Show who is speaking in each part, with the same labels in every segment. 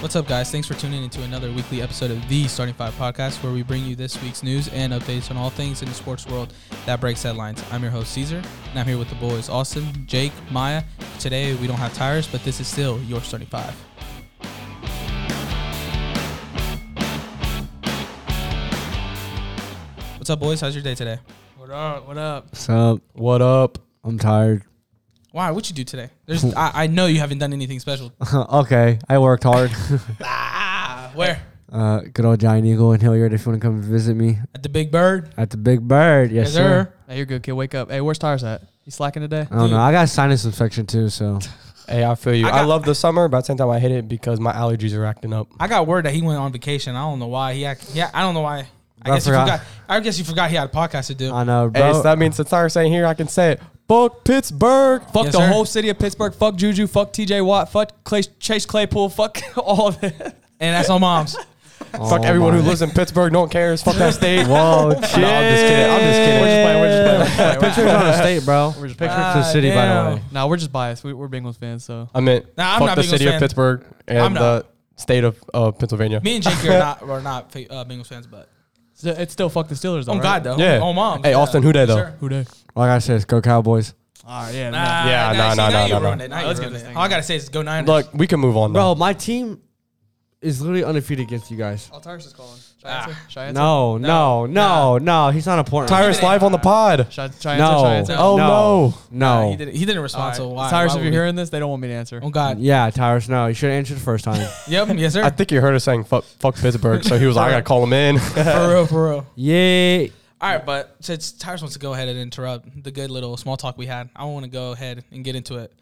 Speaker 1: What's up, guys? Thanks for tuning into another weekly episode of the Starting Five Podcast, where we bring you this week's news and updates on all things in the sports world that breaks headlines. I'm your host, Caesar, and I'm here with the boys, Austin, Jake, Maya. Today, we don't have tires, but this is still your Starting Five. What's up, boys? How's your day today?
Speaker 2: What up? What up?
Speaker 3: What's up?
Speaker 4: What up?
Speaker 3: I'm tired.
Speaker 1: Why? What you do today? There's, I, I know you haven't done anything special.
Speaker 3: okay, I worked hard.
Speaker 1: ah, where?
Speaker 3: uh, good old Giant Eagle in Hilliard. If you want to come visit me
Speaker 1: At the Big Bird.
Speaker 3: at the Big Bird, yes, sir.
Speaker 2: Hey, you're good, kid. Wake up. Hey, where's Tires at? You slacking today?
Speaker 3: I don't know. I got sinus infection too, so
Speaker 4: Hey, I feel you.
Speaker 1: I
Speaker 4: I,
Speaker 1: got-
Speaker 4: love the summer, but at the same time, I hate it because my allergies are acting up.
Speaker 1: I got word that he went on vacation. I don't know why. He act, yeah, I don't know why. I,
Speaker 3: I
Speaker 1: guess
Speaker 3: forgot.
Speaker 1: you forgot. I guess you forgot he had a podcast to do.
Speaker 3: I know,
Speaker 4: Hey,
Speaker 3: bro.
Speaker 4: so that means since I'm saying here, I can say it. Fuck Pittsburgh.
Speaker 2: Fuck
Speaker 1: Yes, sir.
Speaker 2: the whole city of Pittsburgh. Fuck Juju. Fuck T.J. Watt. Fuck Clay, Chase Claypool. Fuck all of it.
Speaker 1: and that's on moms.
Speaker 3: Oh
Speaker 4: Fuck everyone who
Speaker 3: my-
Speaker 4: lives in Pittsburgh. No one cares. Fuck that state.
Speaker 3: Whoa, no, I'm just kidding. I'm just kidding.
Speaker 4: We're just playing, we're just playing, we're just playing, we're just
Speaker 3: Pictures on a state, bro. Ah,
Speaker 2: We're just
Speaker 3: Pictures
Speaker 2: picturing.
Speaker 3: of the city, by the way.
Speaker 2: Nah, we're just biased. We, we're Bengals fans, so
Speaker 4: I meant
Speaker 1: Nah, I'm
Speaker 4: fuck
Speaker 1: not
Speaker 4: the
Speaker 1: Bengals
Speaker 4: city
Speaker 1: fan.
Speaker 4: of Pittsburgh
Speaker 1: I'm
Speaker 4: and the
Speaker 1: not.
Speaker 4: state of uh, Pennsylvania.
Speaker 1: Me and Jake are not are not fa- uh, Bengals fans, but
Speaker 2: So it's still fuck the Steelers. Though,
Speaker 1: on
Speaker 2: right?
Speaker 1: God though.
Speaker 4: Yeah.
Speaker 1: On moms.
Speaker 4: Hey,
Speaker 1: yeah.
Speaker 4: Austin, who they,
Speaker 1: Yes,
Speaker 4: though?
Speaker 1: sir.
Speaker 2: Who day?
Speaker 3: All I gotta say is go Cowboys.
Speaker 2: All right, yeah. nah.
Speaker 1: Nah,
Speaker 4: Yeah,
Speaker 1: nah,
Speaker 4: nah,
Speaker 1: see,
Speaker 4: nah,
Speaker 1: now
Speaker 4: nah,
Speaker 1: you
Speaker 4: nah,
Speaker 1: ruined
Speaker 4: nah.
Speaker 1: it. Now you
Speaker 2: Let's get
Speaker 1: ruined
Speaker 2: this
Speaker 1: it.
Speaker 2: thing
Speaker 1: All I gotta say is go Niners.
Speaker 4: Look, we can move on. Now.
Speaker 3: Bro, my team is literally undefeated against you guys.
Speaker 2: All Tyrus is calling. Should
Speaker 1: Ah.
Speaker 2: I answer? Should I answer?
Speaker 3: No, no, no, no. He's not important.
Speaker 4: Tyrus live on the pod.
Speaker 2: Should I, should I answer? Should I
Speaker 3: No.
Speaker 2: answer?
Speaker 4: Oh, no.
Speaker 1: Nah,
Speaker 3: No.
Speaker 1: he didn't. He didn't respond. So why?
Speaker 2: Tyrus,
Speaker 1: why
Speaker 2: if
Speaker 1: would
Speaker 2: you're
Speaker 1: we-
Speaker 2: hearing this, they don't want me to answer.
Speaker 1: on God.
Speaker 3: Yeah, Tyrus. No, you should answer the first time.
Speaker 1: Yep. Yes,
Speaker 4: I
Speaker 1: sir.
Speaker 4: think you heard us saying fuck, fuck Pittsburgh, so he was like, I gotta call him in.
Speaker 1: for real, for real.
Speaker 3: yeah.
Speaker 1: All right, but since Tyrus wants to go ahead and interrupt the good little small talk we had, I want to go ahead and get into it.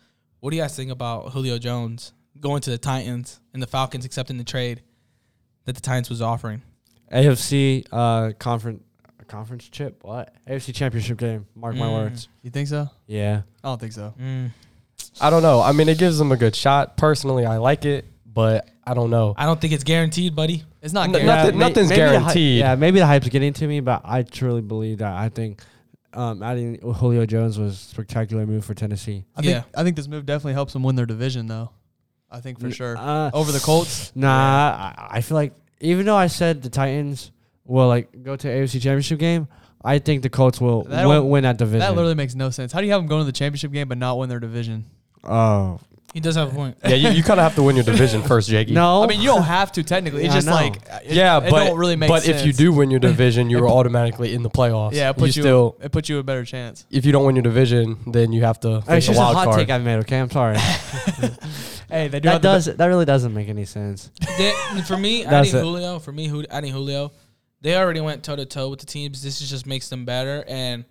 Speaker 1: What do you guys think about Julio Jones going to the Titans and the Falcons accepting the trade that the Titans was offering?
Speaker 3: AFC uh, conference conference chip. What AFC championship game? Mark my
Speaker 1: Mm.
Speaker 3: words.
Speaker 2: You think so?
Speaker 3: Yeah.
Speaker 2: I don't think so.
Speaker 4: I don't know. I mean, it gives them a good shot. Personally, I like it, but I don't know.
Speaker 1: I don't think it's guaranteed, buddy.
Speaker 2: It's not
Speaker 4: N-
Speaker 2: guaranteed.
Speaker 4: nothing- nothing's
Speaker 3: the hy-
Speaker 4: guaranteed.
Speaker 3: yeah, maybe the hype's getting to me, but I truly believe that I think um, adding Julio Jones was a spectacular move for Tennessee.
Speaker 2: I think
Speaker 1: Yeah.
Speaker 2: I think this move definitely helps them win their division, though. I think for sure
Speaker 3: Uh,
Speaker 2: over the Colts.
Speaker 3: nah, I, I feel like even though I said the Titans will like go to AFC championship game, I think the Colts will
Speaker 2: That
Speaker 3: win,
Speaker 2: don't-
Speaker 3: win that division.
Speaker 2: That literally makes no sense. How do you have them going to the championship game but not win their division?
Speaker 3: oh
Speaker 1: He does have a point.
Speaker 4: Yeah, you, you kind of have to win your division first, Jakey.
Speaker 3: no!
Speaker 2: I mean, you don't have to technically.
Speaker 3: Oh.
Speaker 2: it's
Speaker 3: Yeah, I
Speaker 2: just
Speaker 3: know.
Speaker 2: like uh, it,
Speaker 4: Yeah,
Speaker 2: it
Speaker 4: but
Speaker 2: don't really make
Speaker 4: but if you
Speaker 2: sense.
Speaker 4: do win your division, you are automatically in the playoffs.
Speaker 2: yeah, it puts you,
Speaker 4: you still.
Speaker 2: it puts you a better chance.
Speaker 4: If you don't win your division, then you have to.
Speaker 3: it's
Speaker 4: face
Speaker 3: just
Speaker 4: a
Speaker 3: a
Speaker 4: wild
Speaker 3: hot
Speaker 4: card.
Speaker 3: take I made. Okay, I'm sorry.
Speaker 2: Hey, they do
Speaker 3: that
Speaker 2: have the
Speaker 3: does that really doesn't make any sense.
Speaker 1: They- for me, I
Speaker 3: That's
Speaker 1: need
Speaker 3: it.
Speaker 1: Julio. For me, who I need Julio. They already went toe to toe with the teams. This is just makes them better. And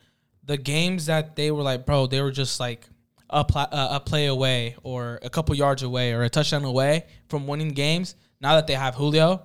Speaker 1: the games that they were like, bro, they were just like a, pla uh, a play away or a couple yards away or a touchdown away from winning games. Now that they have Julio,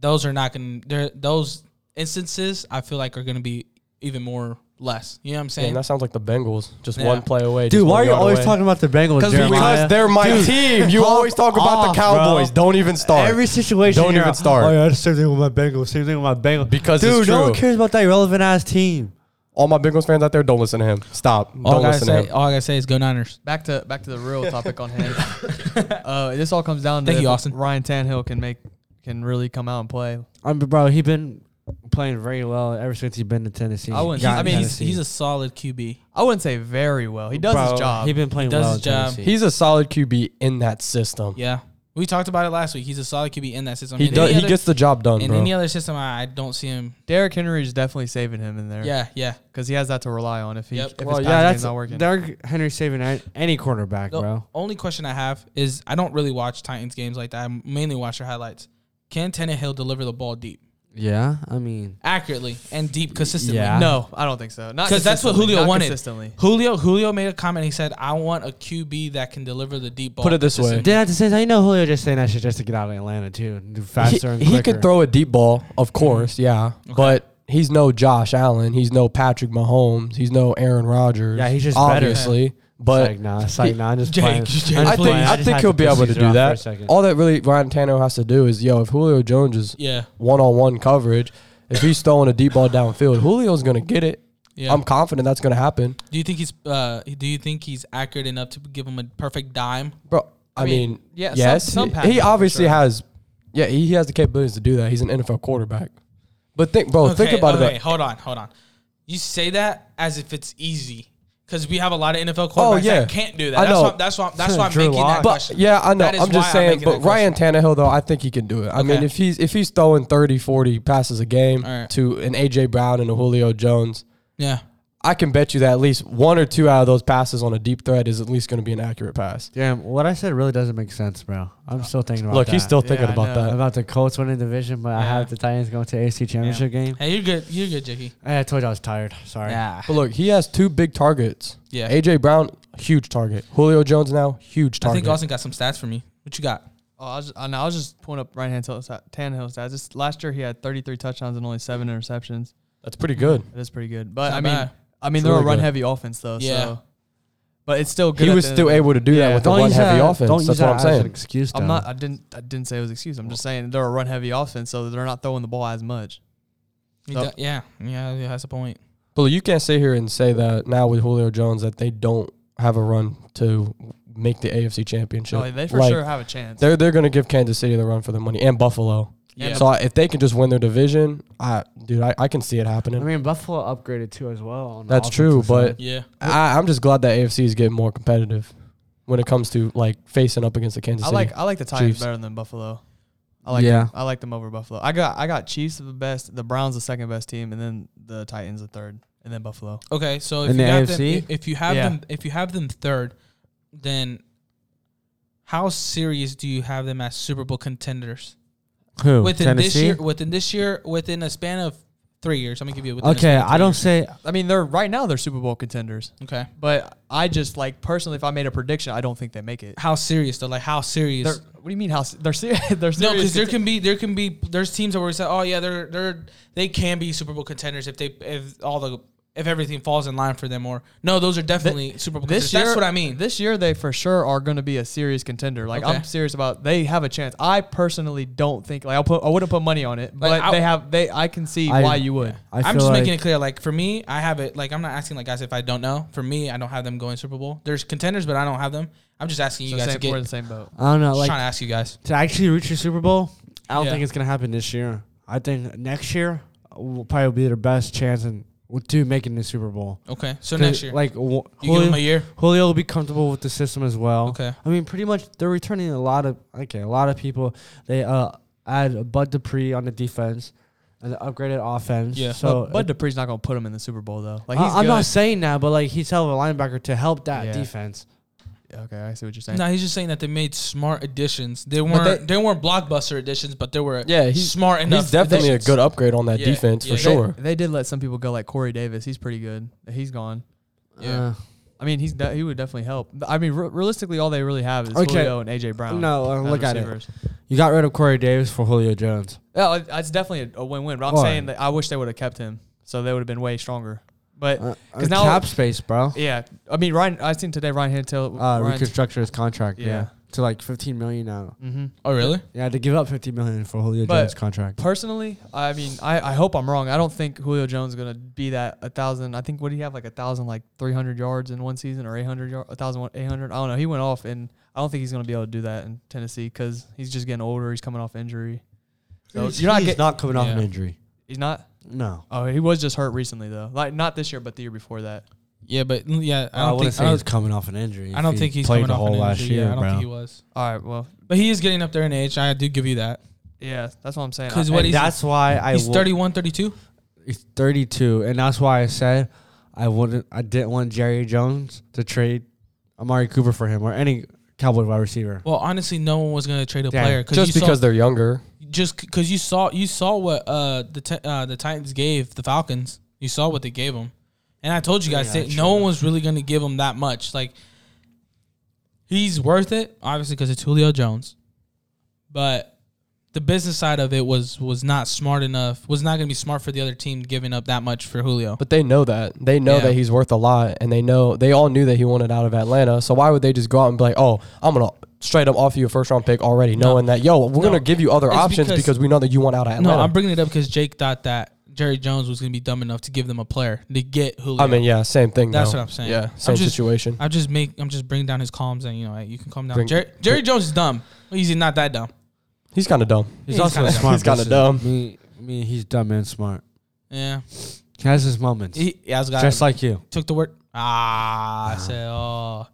Speaker 1: those are not going to. Those instances I feel like are going to be even more less. You know what I'm saying?
Speaker 4: Damn, that sounds like the Bengals. Just
Speaker 1: Yeah.
Speaker 4: one play away.
Speaker 3: Dude,
Speaker 4: just
Speaker 3: why
Speaker 4: one
Speaker 3: are you
Speaker 4: yard
Speaker 3: always
Speaker 4: away.
Speaker 3: talking about the Bengals,
Speaker 4: Because
Speaker 3: Jeremiah?
Speaker 4: they're my team. You
Speaker 3: hop
Speaker 4: always talk about
Speaker 3: off,
Speaker 4: the Cowboys.
Speaker 3: Ah, bro.
Speaker 4: Don't even start.
Speaker 3: Every situation.
Speaker 4: Don't
Speaker 3: you're
Speaker 4: even
Speaker 3: out,
Speaker 4: start.
Speaker 3: Oh, yeah, same thing with my Bengals. Same thing with my Bengals.
Speaker 4: Because
Speaker 3: Dude,
Speaker 4: it's
Speaker 3: no one
Speaker 4: true.
Speaker 3: cares about that irrelevant ass team.
Speaker 4: All my Bengals fans out there, don't listen to him. Stop.
Speaker 1: all,
Speaker 4: don't
Speaker 1: I gotta
Speaker 4: listen to
Speaker 3: oh,
Speaker 1: say,
Speaker 4: him.
Speaker 1: all I gotta say is go Niners.
Speaker 2: back to back to the real topic on hand. Uh, this all comes down to
Speaker 1: Thank you,
Speaker 2: if
Speaker 1: Austin.
Speaker 2: Ryan Tannehill can make can really come out and play.
Speaker 3: Um, but bro, he been playing very well ever since he's been to Tennessee.
Speaker 2: I wouldn't-
Speaker 3: Got
Speaker 1: I
Speaker 3: in
Speaker 1: mean, he's,
Speaker 3: Tennessee.
Speaker 1: he's a solid QB.
Speaker 2: I wouldn't say very well. He does
Speaker 3: Bro,
Speaker 2: his job.
Speaker 3: He been playing
Speaker 1: He does
Speaker 3: well
Speaker 1: his
Speaker 3: in
Speaker 1: job.
Speaker 3: Tennessee.
Speaker 4: He's a solid QB in that system.
Speaker 1: Yeah, we talked about it last week. He's a solid QB in that system.
Speaker 4: He
Speaker 1: In
Speaker 4: does.
Speaker 1: any
Speaker 4: He
Speaker 1: other-
Speaker 4: gets the job done,
Speaker 1: In
Speaker 4: bro.
Speaker 1: any other system, I, I don't see him.
Speaker 2: Derrick Henry is definitely saving him in there.
Speaker 1: Yeah, yeah.
Speaker 2: because he has that to rely on if he
Speaker 1: Yep.
Speaker 2: if
Speaker 3: well,
Speaker 2: his
Speaker 3: Oh, yeah,
Speaker 2: passing
Speaker 3: that's
Speaker 2: game's not working.
Speaker 3: Derrick Henry saving a- any quarterback,
Speaker 1: The
Speaker 3: bro.
Speaker 1: only question I have is I don't really watch Titans games like that. I mainly watch their highlights. Can Tannehill deliver the ball deep,
Speaker 3: Yeah, I mean,
Speaker 1: accurately, and deep consistently?
Speaker 3: Yeah.
Speaker 2: No, Oh, I don't think so. Not
Speaker 1: 'Cause that's what
Speaker 2: consistently,
Speaker 1: Julio
Speaker 2: not
Speaker 1: wanted.
Speaker 2: Consistently,
Speaker 1: Julio Julio made a comment. He said, "I want a QB that can deliver the deep ball."
Speaker 4: Put it this way.
Speaker 1: consistently."
Speaker 3: then at the same time, you know Julio just saying that shit just to get out of Atlanta too, and do
Speaker 4: He,
Speaker 3: faster and
Speaker 4: he
Speaker 3: quicker.
Speaker 4: could throw a deep ball, of course, yeah. But he's no Josh Allen. He's no Patrick Mahomes. He's no Aaron Rodgers.
Speaker 3: Yeah, he's just better.
Speaker 4: obviously. But
Speaker 3: psych, nah, psych, nah, I'm just
Speaker 1: Jake,
Speaker 3: playing.
Speaker 1: Jake,
Speaker 3: I'm
Speaker 4: I
Speaker 3: just
Speaker 4: think
Speaker 3: playing.
Speaker 4: I,
Speaker 3: just
Speaker 4: think
Speaker 3: had
Speaker 4: he'll be
Speaker 3: piss
Speaker 4: able to
Speaker 3: Caesar
Speaker 4: do
Speaker 3: off for a
Speaker 4: that.
Speaker 3: second.
Speaker 4: All that really Ryan Tannehill has to do is yo, if Julio Jones is
Speaker 1: Yeah,
Speaker 4: one on one coverage, if he's throwing a deep ball downfield, Julio's gonna get it.
Speaker 1: yeah.
Speaker 4: I'm confident that's gonna happen,
Speaker 1: do you think he's uh, Do you think he's accurate enough to give him a perfect dime?
Speaker 4: bro. I,
Speaker 2: I mean,
Speaker 4: mean,
Speaker 2: yeah, some-
Speaker 4: yes,
Speaker 2: some
Speaker 4: he-
Speaker 2: passes
Speaker 4: he
Speaker 2: for
Speaker 4: obviously
Speaker 2: sure.
Speaker 4: has Yeah, he, he has the capabilities to do that. He's an NFL quarterback. But think, bro, Oh, think about
Speaker 1: okay,
Speaker 4: it.
Speaker 1: Hold on, hold on. You say that as if it's easy because we have a lot of NFL quarterbacks
Speaker 4: Oh, yeah.
Speaker 1: that can't do that.
Speaker 4: I
Speaker 1: that's
Speaker 4: know.
Speaker 1: why. That's why. That's why I'm
Speaker 3: Drew
Speaker 1: making
Speaker 3: Lock.
Speaker 1: that
Speaker 4: But
Speaker 1: question.
Speaker 4: yeah, I know.
Speaker 1: That is
Speaker 4: I'm
Speaker 1: why
Speaker 4: just saying.
Speaker 1: making
Speaker 4: But
Speaker 1: that question.
Speaker 4: Ryan Tannehill, though, I think he can do it. I mean,
Speaker 1: Okay.
Speaker 4: if he's if he's throwing 30, 40 passes a game
Speaker 1: All right.
Speaker 4: to an AJ Brown and a Julio Jones,
Speaker 1: yeah,
Speaker 4: I can bet you that at least one or two out of those passes on a deep threat is at least going to be an accurate pass.
Speaker 3: Damn, what I said really doesn't make sense, bro. I'm still thinking about
Speaker 4: Look,
Speaker 3: that.
Speaker 4: he's still
Speaker 1: Yeah,
Speaker 4: thinking
Speaker 1: I
Speaker 4: about
Speaker 1: know.
Speaker 4: that.
Speaker 3: about the Colts winning the division, but I
Speaker 1: Yeah.
Speaker 3: have the Titans going to AFC Championship game.
Speaker 1: Hey, you're good. You're good, Jiggy.
Speaker 3: Hey, I told you I was tired. Sorry.
Speaker 1: Yeah.
Speaker 4: But look, he has two big targets.
Speaker 1: Yeah.
Speaker 4: AJ Brown, huge target. Julio Jones now, huge
Speaker 1: I
Speaker 4: target.
Speaker 1: think Austin got some stats for me. What you got?
Speaker 2: Oh, I was just, uh, no, I was just pulling up Ryan Tannehill's Tannehill's stats. This, last year he had 33 touchdowns and only seven interceptions.
Speaker 4: That's pretty good.
Speaker 2: That is pretty good. But
Speaker 1: Not
Speaker 2: I mean,
Speaker 1: bad.
Speaker 2: I mean
Speaker 4: It's
Speaker 2: they're
Speaker 4: really
Speaker 2: a run
Speaker 4: good.
Speaker 2: heavy offense though.
Speaker 1: Yeah.
Speaker 2: So, but it's still good.
Speaker 4: He
Speaker 2: at
Speaker 4: was
Speaker 2: the end
Speaker 4: still
Speaker 2: of the-
Speaker 4: able to do that
Speaker 2: Yeah.
Speaker 4: with the one
Speaker 3: use
Speaker 4: heavy
Speaker 3: that-
Speaker 4: offense.
Speaker 3: Don't
Speaker 4: That's
Speaker 3: use
Speaker 4: what
Speaker 3: that
Speaker 4: I'm
Speaker 3: as an
Speaker 4: saying.
Speaker 3: excuse.
Speaker 2: I'm
Speaker 3: though.
Speaker 2: not. I didn't. I didn't say it was excuse. I'm just saying they're a run heavy offense, so they're not throwing the ball as much.
Speaker 1: You
Speaker 2: Nope.
Speaker 1: got- yeah, yeah, yeah, that's a point.
Speaker 4: But you can't sit here and say that now with Julio Jones that they don't have a run to make the AFC Championship.
Speaker 2: No, they for
Speaker 4: Like,
Speaker 2: sure have a chance.
Speaker 4: They're they're gonna give Kansas City the run for the money and Buffalo.
Speaker 1: Yeah.
Speaker 4: So I, if they can just win their division, I dude, I, I can see it
Speaker 3: I
Speaker 4: happening.
Speaker 3: mean, Buffalo upgraded too as well. on the
Speaker 4: That's true,
Speaker 3: offensive
Speaker 4: but
Speaker 3: side.
Speaker 1: Yeah.
Speaker 4: I, I'm just glad that AFC is getting more competitive when it comes to like facing up against the Kansas
Speaker 2: I
Speaker 4: City.
Speaker 2: like. I like the Titans
Speaker 4: Chiefs.
Speaker 2: better than Buffalo. I like.
Speaker 3: Yeah.
Speaker 2: Them, I like them over Buffalo. I got. I got Chiefs the best. The Browns the second best team, and then the Titans the third, and then Buffalo.
Speaker 1: Okay, so if
Speaker 3: In
Speaker 1: you
Speaker 3: the
Speaker 1: have
Speaker 3: AFC?
Speaker 1: them, if you have
Speaker 2: Yeah.
Speaker 1: them, if you have them third, then how serious do you have them as Super Bowl contenders
Speaker 3: who
Speaker 1: within
Speaker 3: Tennessee?
Speaker 1: this year? Within this year, within a span of three years, I'm gonna give you. Within a
Speaker 3: Okay,
Speaker 1: span of
Speaker 3: I
Speaker 1: three
Speaker 3: don't say
Speaker 2: I mean, they're right now they're Super Bowl contenders,
Speaker 1: years. Okay,
Speaker 2: but I just like personally, if I made a prediction, I don't think they make it.
Speaker 1: how serious though? Like how serious?
Speaker 2: They're, what do you mean? How se- they're serious? they're serious.
Speaker 1: no, because there
Speaker 2: conten-
Speaker 1: can be there can be there's teams that where we say, oh yeah, they're they're they can be Super Bowl contenders if they if all the if everything falls in line for them or no, those are definitely Super Bowl contenders.
Speaker 2: this year.
Speaker 1: That's what I mean.
Speaker 2: This year, they for sure are going to be a serious contender. Like
Speaker 1: Okay.
Speaker 2: I'm serious about. They have a chance. I personally don't think. Like I'll put. I wouldn't put money on it,
Speaker 1: Like,
Speaker 2: but
Speaker 1: I-
Speaker 2: they have. They. I can see
Speaker 3: I-
Speaker 2: why you would.
Speaker 3: I
Speaker 1: I'm
Speaker 3: feel
Speaker 1: just
Speaker 3: like
Speaker 1: making it clear. Like for me, I have it. Like I'm not asking like guys if I don't know. For me, I don't have them going Super Bowl. There's contenders, but I don't have them. I'm just asking you guys
Speaker 2: So
Speaker 1: to
Speaker 2: same,
Speaker 1: get.
Speaker 2: we're in
Speaker 1: Just
Speaker 2: the same boat.
Speaker 3: I don't know, like
Speaker 1: trying to ask you guys.
Speaker 3: to actually reach your Super Bowl. I don't
Speaker 1: Yeah.
Speaker 3: think it's gonna happen this year. I think next year will probably be their best chance and to making the Super Bowl.
Speaker 1: Okay, so next year,
Speaker 3: like w-
Speaker 1: you give them a
Speaker 3: Julio,
Speaker 1: year.
Speaker 3: Julio will be comfortable with the system as well.
Speaker 1: Okay,
Speaker 3: I mean, pretty much they're returning a lot of okay, a lot of people. They uh add Bud Dupree on the defense and the upgraded offense.
Speaker 1: Yeah.
Speaker 3: so
Speaker 2: but Bud Dupree's not going to put him in the Super Bowl though. Like
Speaker 3: I-
Speaker 2: he's
Speaker 3: I'm
Speaker 2: good.
Speaker 3: not saying that, but like he's hell of a linebacker to help that
Speaker 2: Yeah.
Speaker 3: defense.
Speaker 2: Okay, I see what you're saying.
Speaker 1: no, he's just saying that they made smart additions. They
Speaker 4: But
Speaker 1: weren't they, weren't blockbuster additions, but they were
Speaker 4: yeah, he's
Speaker 1: smart enough.
Speaker 4: he's definitely a
Speaker 1: additions.
Speaker 4: good upgrade on that
Speaker 1: Yeah,
Speaker 4: defense
Speaker 1: yeah,
Speaker 4: for
Speaker 1: yeah.
Speaker 2: They-
Speaker 4: sure.
Speaker 2: They, did let some people go, like Corey Davis. He's pretty good. He's gone.
Speaker 3: Uh,
Speaker 1: Yeah.
Speaker 2: I mean, he's de- he would definitely help. I mean, re- realistically, all they really have is
Speaker 3: Okay.
Speaker 2: Julio and AJ
Speaker 3: Uh,
Speaker 2: Brown.
Speaker 3: no, uh,
Speaker 2: as
Speaker 3: look at it.
Speaker 2: receivers.
Speaker 3: You got rid of Corey Davis for Julio Jones.
Speaker 2: Yeah, it- it's definitely a, a win-win. But I'm
Speaker 3: All
Speaker 2: saying
Speaker 3: right.
Speaker 2: that I wish they would have kept him, so they would have been way stronger. But
Speaker 3: Uh, uh,
Speaker 2: 'Cause now-
Speaker 3: cap space, bro.
Speaker 2: yeah, I mean, Ryan. I seen today Ryan Hill.
Speaker 3: Uh, reconstructure his contract. Yeah.
Speaker 2: Yeah.
Speaker 3: to like 15 million now.
Speaker 2: mm-hmm.
Speaker 1: Oh really?
Speaker 3: Yeah, to give up 15 million for Julio
Speaker 2: But-
Speaker 3: Jones contract.
Speaker 2: Personally, I mean, I, I hope I'm wrong. I don't think Julio Jones is gonna be that a thousand. I think what did he have like a thousand like 300 yards in one season or 800 yards, a thousand 800. I don't know. He went off, and I don't think he's gonna be able to do that in Tennessee because he's just getting older. He's coming off injury. So you're not
Speaker 3: he's
Speaker 2: getting.
Speaker 3: not coming off an
Speaker 1: Yeah.
Speaker 3: injury.
Speaker 2: He's not.
Speaker 3: No.
Speaker 2: Oh, he was just hurt recently though. Like not this year, but the year before that.
Speaker 1: Yeah, but mm, yeah, I
Speaker 3: I,
Speaker 1: don't
Speaker 3: wouldn't
Speaker 1: think
Speaker 3: say
Speaker 1: I
Speaker 3: Uh, he's
Speaker 1: don't,
Speaker 3: coming off an injury.
Speaker 1: I
Speaker 3: if
Speaker 1: don't
Speaker 3: he
Speaker 1: think he's
Speaker 3: played
Speaker 1: coming
Speaker 3: the
Speaker 1: off
Speaker 3: whole
Speaker 1: an
Speaker 3: last
Speaker 1: injury.
Speaker 3: year,
Speaker 1: Yeah, I don't
Speaker 3: bro.
Speaker 1: think he was.
Speaker 2: All right. Well,
Speaker 1: But he is getting up there in age. I do give you that.
Speaker 2: yeah, that's what I'm saying.
Speaker 1: 'Cause
Speaker 2: I-
Speaker 1: what
Speaker 3: And
Speaker 1: he's-
Speaker 3: that's why I
Speaker 1: He's
Speaker 3: wo-
Speaker 1: 31, 32.
Speaker 3: he's 32, and that's why I said I wouldn't. I didn't want Jerry Jones to trade Amari Cooper for him or any Cowboy wide receiver.
Speaker 1: Well, honestly, no one was going to trade a
Speaker 3: Yeah,
Speaker 1: player
Speaker 4: Just
Speaker 1: you saw-
Speaker 4: because they're younger.
Speaker 1: just because you saw you saw what uh the t- uh the Titans gave the Falcons. You saw what they gave them, and I told you guys
Speaker 3: Yeah,
Speaker 1: that
Speaker 3: true.
Speaker 1: no one was really going to give him that much. Like he's worth it, obviously, because it's Julio Jones, but the business side of it was was not smart enough. Was not going to be smart for the other team giving up that much for Julio.
Speaker 4: But they know that. They know
Speaker 1: Yeah.
Speaker 4: that he's worth a lot, and they know they all knew that he wanted out of Atlanta. So why would they just go out and be like, "Oh, I'm gonna straight up offer you a first round pick already,
Speaker 1: No.
Speaker 4: knowing that yo, we're
Speaker 1: No.
Speaker 4: gonna give you other
Speaker 1: It's
Speaker 4: options
Speaker 1: because-
Speaker 4: because, we know that you want out of
Speaker 1: no,
Speaker 4: Atlanta."
Speaker 1: I'm bringing it up because Jake thought that Jerry Jones was going to be dumb enough to give them a player to get Julio.
Speaker 4: I mean, yeah, same thing.
Speaker 1: That's
Speaker 4: though.
Speaker 1: what I'm saying.
Speaker 4: Yeah,
Speaker 1: I'm
Speaker 4: same
Speaker 1: just-
Speaker 4: situation.
Speaker 1: I just make I'm just bring down his columns and you know hey, you can calm down.
Speaker 4: Bring-
Speaker 1: Jerry, Jerry Jones is dumb. He's not that dumb.
Speaker 4: He's kind of dumb.
Speaker 3: He's,
Speaker 1: He's
Speaker 3: also
Speaker 1: kinda
Speaker 3: a
Speaker 1: dumb.
Speaker 3: smart.
Speaker 4: He's kinda
Speaker 3: person.
Speaker 4: dumb.
Speaker 3: Me, me, he's dumb and smart.
Speaker 1: Yeah.
Speaker 3: He has his moments,
Speaker 1: He, yeah, I was
Speaker 3: just like you.
Speaker 1: took the word. Ah, I said oh.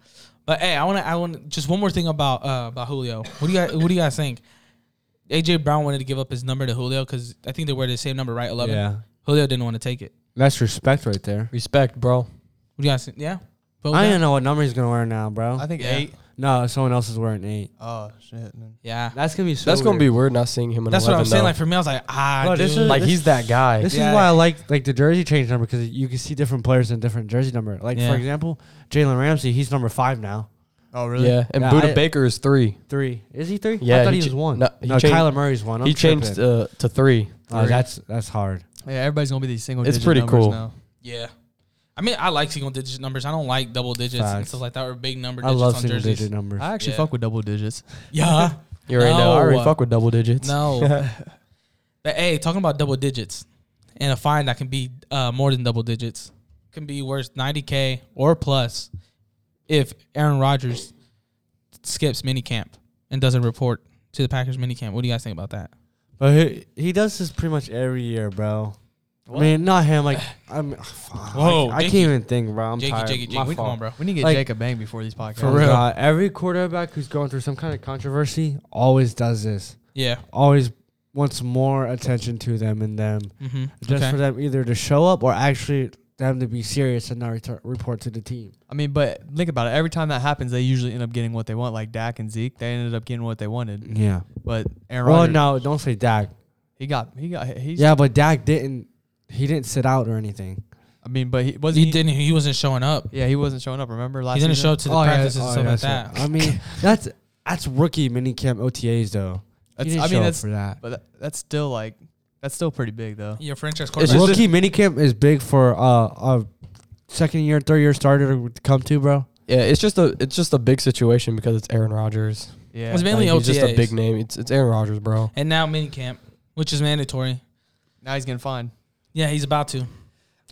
Speaker 1: But hey, I want to. I want just one more thing about uh about Julio. What do you guys, What do you guys think? AJ Brown wanted to give up his number to Julio because I think they were the same number, right? Eleven.
Speaker 3: Yeah,
Speaker 1: Julio didn't want to take it.
Speaker 3: that's respect right there.
Speaker 4: Respect, bro.
Speaker 1: What do you guys think? Yeah. Vote
Speaker 3: I
Speaker 1: down?
Speaker 3: don't know what number he's gonna wear now, bro.
Speaker 2: I think
Speaker 1: Yeah.
Speaker 2: eight.
Speaker 3: no, someone else is wearing eight.
Speaker 2: Oh shit.
Speaker 1: Yeah.
Speaker 3: That's gonna be so.
Speaker 4: That's gonna be
Speaker 3: weird.
Speaker 4: weird not seeing him in
Speaker 1: That's what
Speaker 4: 11,
Speaker 1: I'm saying.
Speaker 4: though.
Speaker 1: Like for me, I was like, ah,
Speaker 3: Bro,
Speaker 1: dude.
Speaker 3: this is-
Speaker 4: like he's that guy.
Speaker 3: This
Speaker 1: Yeah.
Speaker 3: is why I like like the jersey change number because you can see different players in different jersey number. Like
Speaker 1: Yeah.
Speaker 3: for example, Jalen Ramsey, he's number five now.
Speaker 2: Oh really?
Speaker 4: yeah, and
Speaker 3: Yeah,
Speaker 4: Buda
Speaker 3: I-
Speaker 4: Baker is three.
Speaker 3: Three is he three?
Speaker 4: Yeah,
Speaker 3: I thought
Speaker 4: he
Speaker 3: he,
Speaker 4: ch-
Speaker 3: was one.
Speaker 4: no,
Speaker 3: No,
Speaker 4: he changed-
Speaker 3: Kyler Murray's one. I'm
Speaker 4: he changed
Speaker 3: tripping.
Speaker 4: uh, to three.
Speaker 3: Oh, that's that's hard.
Speaker 2: Yeah. Everybody's gonna be these single.
Speaker 4: It's
Speaker 2: digit
Speaker 4: pretty
Speaker 2: numbers
Speaker 4: cool.
Speaker 2: Now.
Speaker 1: yeah. I mean, I like single digit numbers. I don't like double digits and
Speaker 3: Facts.
Speaker 1: stuff like that or big number
Speaker 3: I
Speaker 1: digits
Speaker 3: love
Speaker 1: on
Speaker 3: single
Speaker 1: jerseys.
Speaker 3: digit numbers.
Speaker 2: I actually
Speaker 1: Yeah.
Speaker 2: fuck with double digits.
Speaker 1: Yeah.
Speaker 4: You already know. I already
Speaker 1: No.
Speaker 4: fuck with double digits.
Speaker 1: No. but hey, talking about double digits and a fine that can be uh, more than double digits can be worth 90k or plus if Aaron Rodgers skips minicamp and doesn't report to the Packers minicamp. What do you guys think about that?
Speaker 3: but he, he does this pretty much every year, bro. I mean, not him. Like I'm.
Speaker 1: Whoa,
Speaker 3: Whoa, I, can't
Speaker 1: Jakey.
Speaker 3: even think, bro. I'm
Speaker 1: Jakey,
Speaker 3: tired.
Speaker 1: Jakey,
Speaker 3: My
Speaker 1: Jakey, come
Speaker 3: fault.
Speaker 1: on, bro.
Speaker 2: We need to get
Speaker 3: Like-
Speaker 2: Jake a bang before these podcasts.
Speaker 3: For real, God, every quarterback who's going through some kind of controversy always does this.
Speaker 1: Yeah.
Speaker 3: Always wants more attention to them and them.
Speaker 1: Mm-hmm.
Speaker 3: just for them either to show up or actually them to be serious and not retur- report to the team.
Speaker 2: I mean, but think about it. Every time that happens, they usually end up getting what they want. Like Dak and Zeke, they ended up getting what they wanted.
Speaker 3: Yeah.
Speaker 2: But Aaron
Speaker 3: Well,
Speaker 2: Rodgers,
Speaker 3: no, don't say Dak.
Speaker 2: he got he got he's.
Speaker 3: Yeah, but Dak didn't. He didn't sit out or anything.
Speaker 2: I mean, but he wasn't.
Speaker 1: He didn't. He wasn't showing up.
Speaker 2: Yeah, he wasn't showing up. Remember last?
Speaker 1: He didn't
Speaker 2: season?
Speaker 1: show up
Speaker 3: Oh,
Speaker 1: to the practices and stuff like that.
Speaker 3: I mean, that's that's rookie minicamp OTAs though. He
Speaker 2: That's,
Speaker 3: didn't
Speaker 2: I
Speaker 3: show
Speaker 2: mean,
Speaker 3: up
Speaker 2: that's
Speaker 3: for that.
Speaker 2: but that, that's still like that's still pretty big though.
Speaker 1: Your franchise
Speaker 4: It's
Speaker 1: quarterback.
Speaker 4: just-
Speaker 3: Rookie minicamp is big for uh, a second year, third year starter to come to, bro.
Speaker 4: Yeah, it's just a it's just a big situation because it's Aaron Rodgers.
Speaker 2: Yeah,
Speaker 1: It's been- Mainly
Speaker 4: Like, He's just a
Speaker 1: OTAs.
Speaker 4: big name. It's it's Aaron Rodgers, bro.
Speaker 1: and now minicamp, which is mandatory.
Speaker 2: now he's getting fined.
Speaker 1: Yeah, he's about to.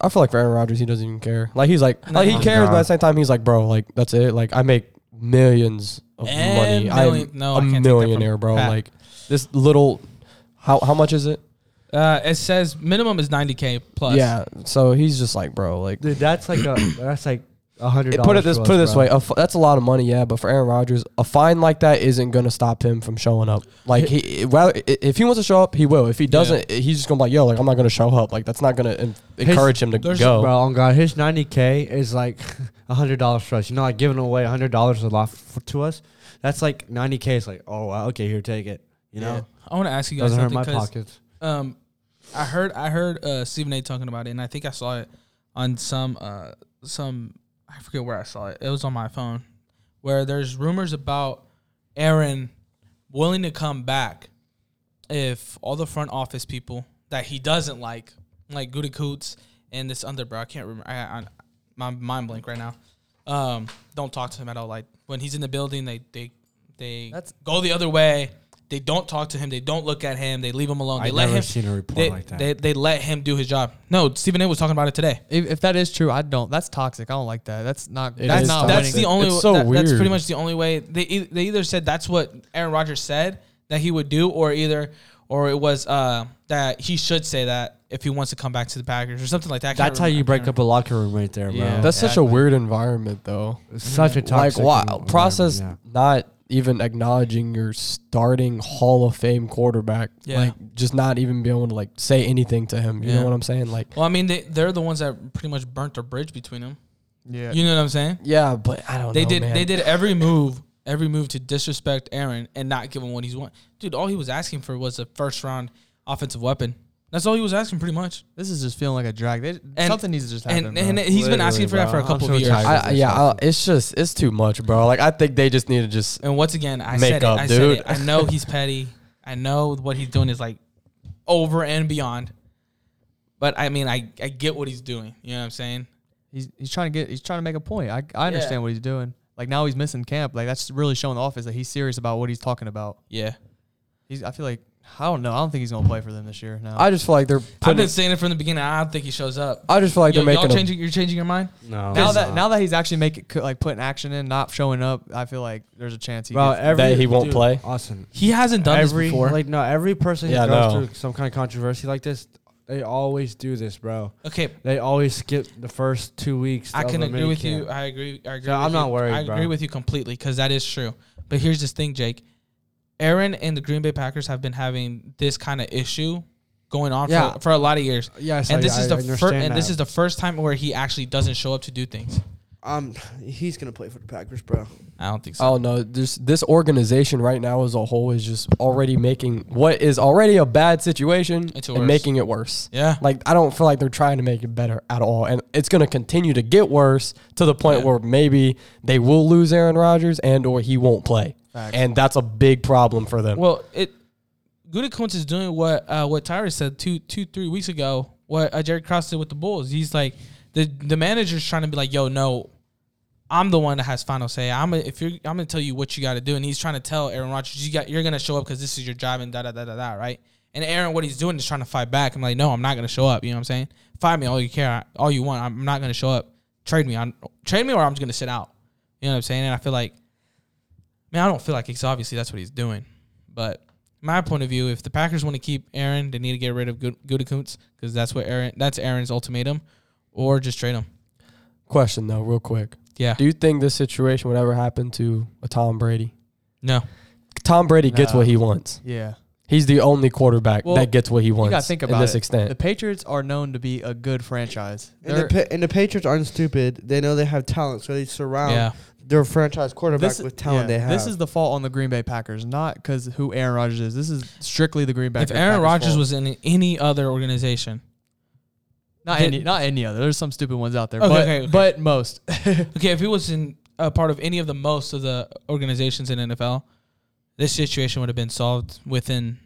Speaker 4: I feel like for Aaron Rodgers, he doesn't even care. Like he's like,
Speaker 1: No.
Speaker 4: like he
Speaker 1: Oh,
Speaker 4: cares, but
Speaker 3: God.
Speaker 4: at the same time, he's like, bro, like that's it. Like I make millions of
Speaker 1: And
Speaker 4: money.
Speaker 1: million-
Speaker 4: I'm
Speaker 1: no, I
Speaker 4: a
Speaker 1: can't take that from
Speaker 4: millionaire, bro.
Speaker 1: Pat.
Speaker 4: Like this little, how how much is it?
Speaker 1: Uh, it says minimum is 90k plus.
Speaker 4: Yeah. So he's just like, bro, like
Speaker 3: Dude, that's like a that's like a hundred.
Speaker 4: put it this put it this way. A f- that's a lot of money, yeah. But for Aaron Rodgers, a fine like that isn't gonna stop him from showing up. Like he rather i- if he wants to show up, he will. If he doesn't, he's just gonna be like, yo, like I'm not gonna show up. Like that's not gonna en-
Speaker 3: His-
Speaker 4: encourage him to
Speaker 1: there's-
Speaker 4: go.
Speaker 3: Bro, on God, his ninety k is like a hundred dollars for us. You know, like giving away a hundred dollars a lot f- to us. That's like ninety k. is like, oh wow, okay, here, take it. You know,
Speaker 1: I want to ask you guys
Speaker 3: doesn't hurt
Speaker 1: something
Speaker 3: my
Speaker 1: 'cause,
Speaker 3: pockets.
Speaker 1: um, I heard I heard uh, Stephen A. talking about it, and I think I saw it on some uh some I forget where I saw it. It was on my phone where there's rumors about Aaron willing to come back if all the front office people that he doesn't like, like Goody Coots and this other bro, I can't remember. I, I my mind blank right now. Um, don't talk to him at all. Like when he's in the building, they they they
Speaker 2: That's-
Speaker 1: go the other way. They don't talk to him. They don't look at him. They leave him alone. They
Speaker 3: I
Speaker 1: let
Speaker 3: never
Speaker 1: him.
Speaker 3: seen a report
Speaker 1: they,
Speaker 3: like that.
Speaker 1: they they let him do his job. No, Stephen A. was talking about it today.
Speaker 2: If, if that is true, I don't. That's toxic. I don't like that. That's not.
Speaker 4: It
Speaker 2: that's
Speaker 4: is
Speaker 2: not.
Speaker 4: toxic.
Speaker 1: That's
Speaker 2: That's
Speaker 1: the only.
Speaker 4: It's so
Speaker 1: that- That's pretty
Speaker 4: weird.
Speaker 1: much the only way they e- they either said that's what Aaron Rodgers said that he would do, or either or it was uh, that he should say that if he wants to come back to the Packers or something like that. I can't
Speaker 3: That's how you
Speaker 1: remember.
Speaker 3: break up a locker room right there, bro.
Speaker 2: Yeah.
Speaker 4: that's such a
Speaker 2: Exactly.
Speaker 4: weird environment, though.
Speaker 3: It's such a
Speaker 4: Like
Speaker 3: toxic
Speaker 4: wow, process
Speaker 3: environment,
Speaker 4: not even acknowledging your starting Hall of Fame quarterback.
Speaker 1: Yeah.
Speaker 4: Like just not even being able to like say anything to him. You
Speaker 1: Yeah.
Speaker 4: know what I'm saying? Like
Speaker 1: Well, I mean, they, they're the ones that pretty much burnt the bridge between them.
Speaker 2: yeah.
Speaker 1: You know what I'm saying?
Speaker 4: yeah, but I don't.
Speaker 1: They
Speaker 4: know,
Speaker 1: did.
Speaker 4: Oh, man.
Speaker 1: They did every move, every move to disrespect Aaron and not give him what he's want. Dude, all he was asking for was a first round offensive weapon. That's all he was asking, pretty much.
Speaker 2: This is just feeling like a drag. They,
Speaker 1: And-
Speaker 2: something needs to just happen.
Speaker 1: And,
Speaker 2: bro.
Speaker 1: and he's been
Speaker 3: Literally,
Speaker 1: asking for that
Speaker 3: bro.
Speaker 1: for a
Speaker 3: I'm
Speaker 1: couple
Speaker 3: so
Speaker 1: of years.
Speaker 3: tired.
Speaker 4: I, I-
Speaker 3: this
Speaker 4: yeah, I,
Speaker 3: offseason.
Speaker 4: it's just it's too much, bro. Like I think they just need to just
Speaker 1: And once again, I
Speaker 4: Make
Speaker 1: said
Speaker 4: up,
Speaker 1: it. I
Speaker 4: dude.
Speaker 1: said it. I know he's petty. I know what he's doing is like over and beyond. But I mean, I, I get what he's doing. You know what I'm saying?
Speaker 2: he's he's trying to get. He's trying to make a point. I I understand
Speaker 1: Yeah.
Speaker 2: what he's doing. Like now he's missing camp. Like that's really showing the office that he's serious about what he's talking about.
Speaker 1: Yeah.
Speaker 2: He's. I feel like I don't know. I don't think he's gonna play for them this year. No,
Speaker 4: I just feel like they're
Speaker 1: I've
Speaker 4: putting.
Speaker 1: been saying it from the beginning. I don't think he shows up.
Speaker 4: I just feel like
Speaker 1: Yo,
Speaker 4: they're
Speaker 1: y'all
Speaker 4: making.
Speaker 1: changing. You're changing your mind.
Speaker 3: No.
Speaker 2: now that now that he's actually making co- like putting action in, not showing up, I feel like there's a chance he.
Speaker 3: bro,
Speaker 2: gets-
Speaker 3: every,
Speaker 4: That he won't
Speaker 3: dude,
Speaker 4: play?
Speaker 3: Austin.
Speaker 1: He hasn't done
Speaker 3: every
Speaker 1: this before.
Speaker 3: like no, every person
Speaker 4: Yeah, I
Speaker 3: who goes
Speaker 4: know.
Speaker 3: through some kind of controversy like this, they always do this, bro.
Speaker 1: okay,
Speaker 3: They always skip the first two weeks.
Speaker 1: I
Speaker 3: of
Speaker 1: can
Speaker 3: a
Speaker 1: agree
Speaker 3: mini
Speaker 1: with
Speaker 3: camp.
Speaker 1: you. I agree. I agree.
Speaker 3: So I'm
Speaker 1: with
Speaker 3: not
Speaker 1: you.
Speaker 3: worried,
Speaker 1: I
Speaker 3: bro.
Speaker 1: agree with you completely because that is true. But here's this thing, Jake. Aaron and the Green Bay Packers have been having this kind of issue going on
Speaker 3: Yeah.
Speaker 1: for, for a lot of years.
Speaker 3: Yes,
Speaker 1: and
Speaker 3: I-
Speaker 1: this
Speaker 3: I
Speaker 1: is the first.
Speaker 3: understand
Speaker 1: And this
Speaker 3: that.
Speaker 1: is the first time where he actually doesn't show up to do things.
Speaker 5: Um, he's gonna play for the Packers, bro.
Speaker 1: I don't
Speaker 3: Oh.
Speaker 1: think so.
Speaker 4: I don't know. This this organization right now as a whole is just already making what is already a bad situation
Speaker 1: It's
Speaker 4: and
Speaker 1: worse.
Speaker 4: making it worse.
Speaker 1: Yeah.
Speaker 4: Like I don't feel like they're trying to make it better at all, and it's going to continue to get worse to the point
Speaker 1: Yeah.
Speaker 4: where maybe they will lose Aaron Rodgers and or he won't play,
Speaker 2: Facts.
Speaker 4: and that's a big problem for them.
Speaker 1: Well, it Gutekunst is doing what uh, what Tyrus said two two three weeks ago. What uh, Jared Cross did with the Bulls. He's like the the manager's trying to be like, yo, no, I'm the one that has final say. I'm a, if you're I'm gonna tell you what you got to do, and he's trying to tell Aaron Rodgers, you got you're gonna show up because this is your job and da da da da da, right? And Aaron, what he's doing is trying to fight back. I'm like, no, I'm not gonna show up. You know what I'm saying? Fight me all you care, all you want. I'm not gonna show up. Trade me, on trade me, or I'm just gonna sit out. You know what I'm saying? And I feel like, man, I don't feel like it's obviously that's what he's doing. But my point of view, if the Packers want to keep Aaron, they need to get rid of Gu- Gutekunst because that's what Aaron, that's Aaron's ultimatum, or just trade him.
Speaker 4: Question though, real quick,
Speaker 1: Yeah.
Speaker 4: do you think this situation would ever happen to a Tom Brady?
Speaker 1: No.
Speaker 4: Tom Brady gets
Speaker 2: No.
Speaker 4: what he wants.
Speaker 2: yeah.
Speaker 4: He's the only quarterback
Speaker 2: Well,
Speaker 4: that gets what he wants.
Speaker 2: gotta think
Speaker 4: in
Speaker 2: about
Speaker 4: this
Speaker 2: it.
Speaker 4: extent.
Speaker 2: The Patriots are known to be a good franchise.
Speaker 5: And the,
Speaker 2: They're,
Speaker 5: pa- and the Patriots aren't stupid. They know they have talent, so they surround
Speaker 1: Yeah.
Speaker 5: their franchise quarterback
Speaker 2: this,
Speaker 5: with talent
Speaker 2: yeah,
Speaker 5: they have.
Speaker 2: This is the fault on the Green Bay Packers, not because who Aaron Rodgers is. This is strictly the Green Bay.
Speaker 1: If
Speaker 2: Packers
Speaker 1: Aaron Rodgers
Speaker 2: fault.
Speaker 1: was in any other organization,
Speaker 2: not any, not any other, there's some stupid ones out there,
Speaker 1: Okay,
Speaker 2: but
Speaker 1: okay, okay.
Speaker 2: but most.
Speaker 1: okay, if he was in a part of any of the most of the organizations in NFL, this situation would have been solved within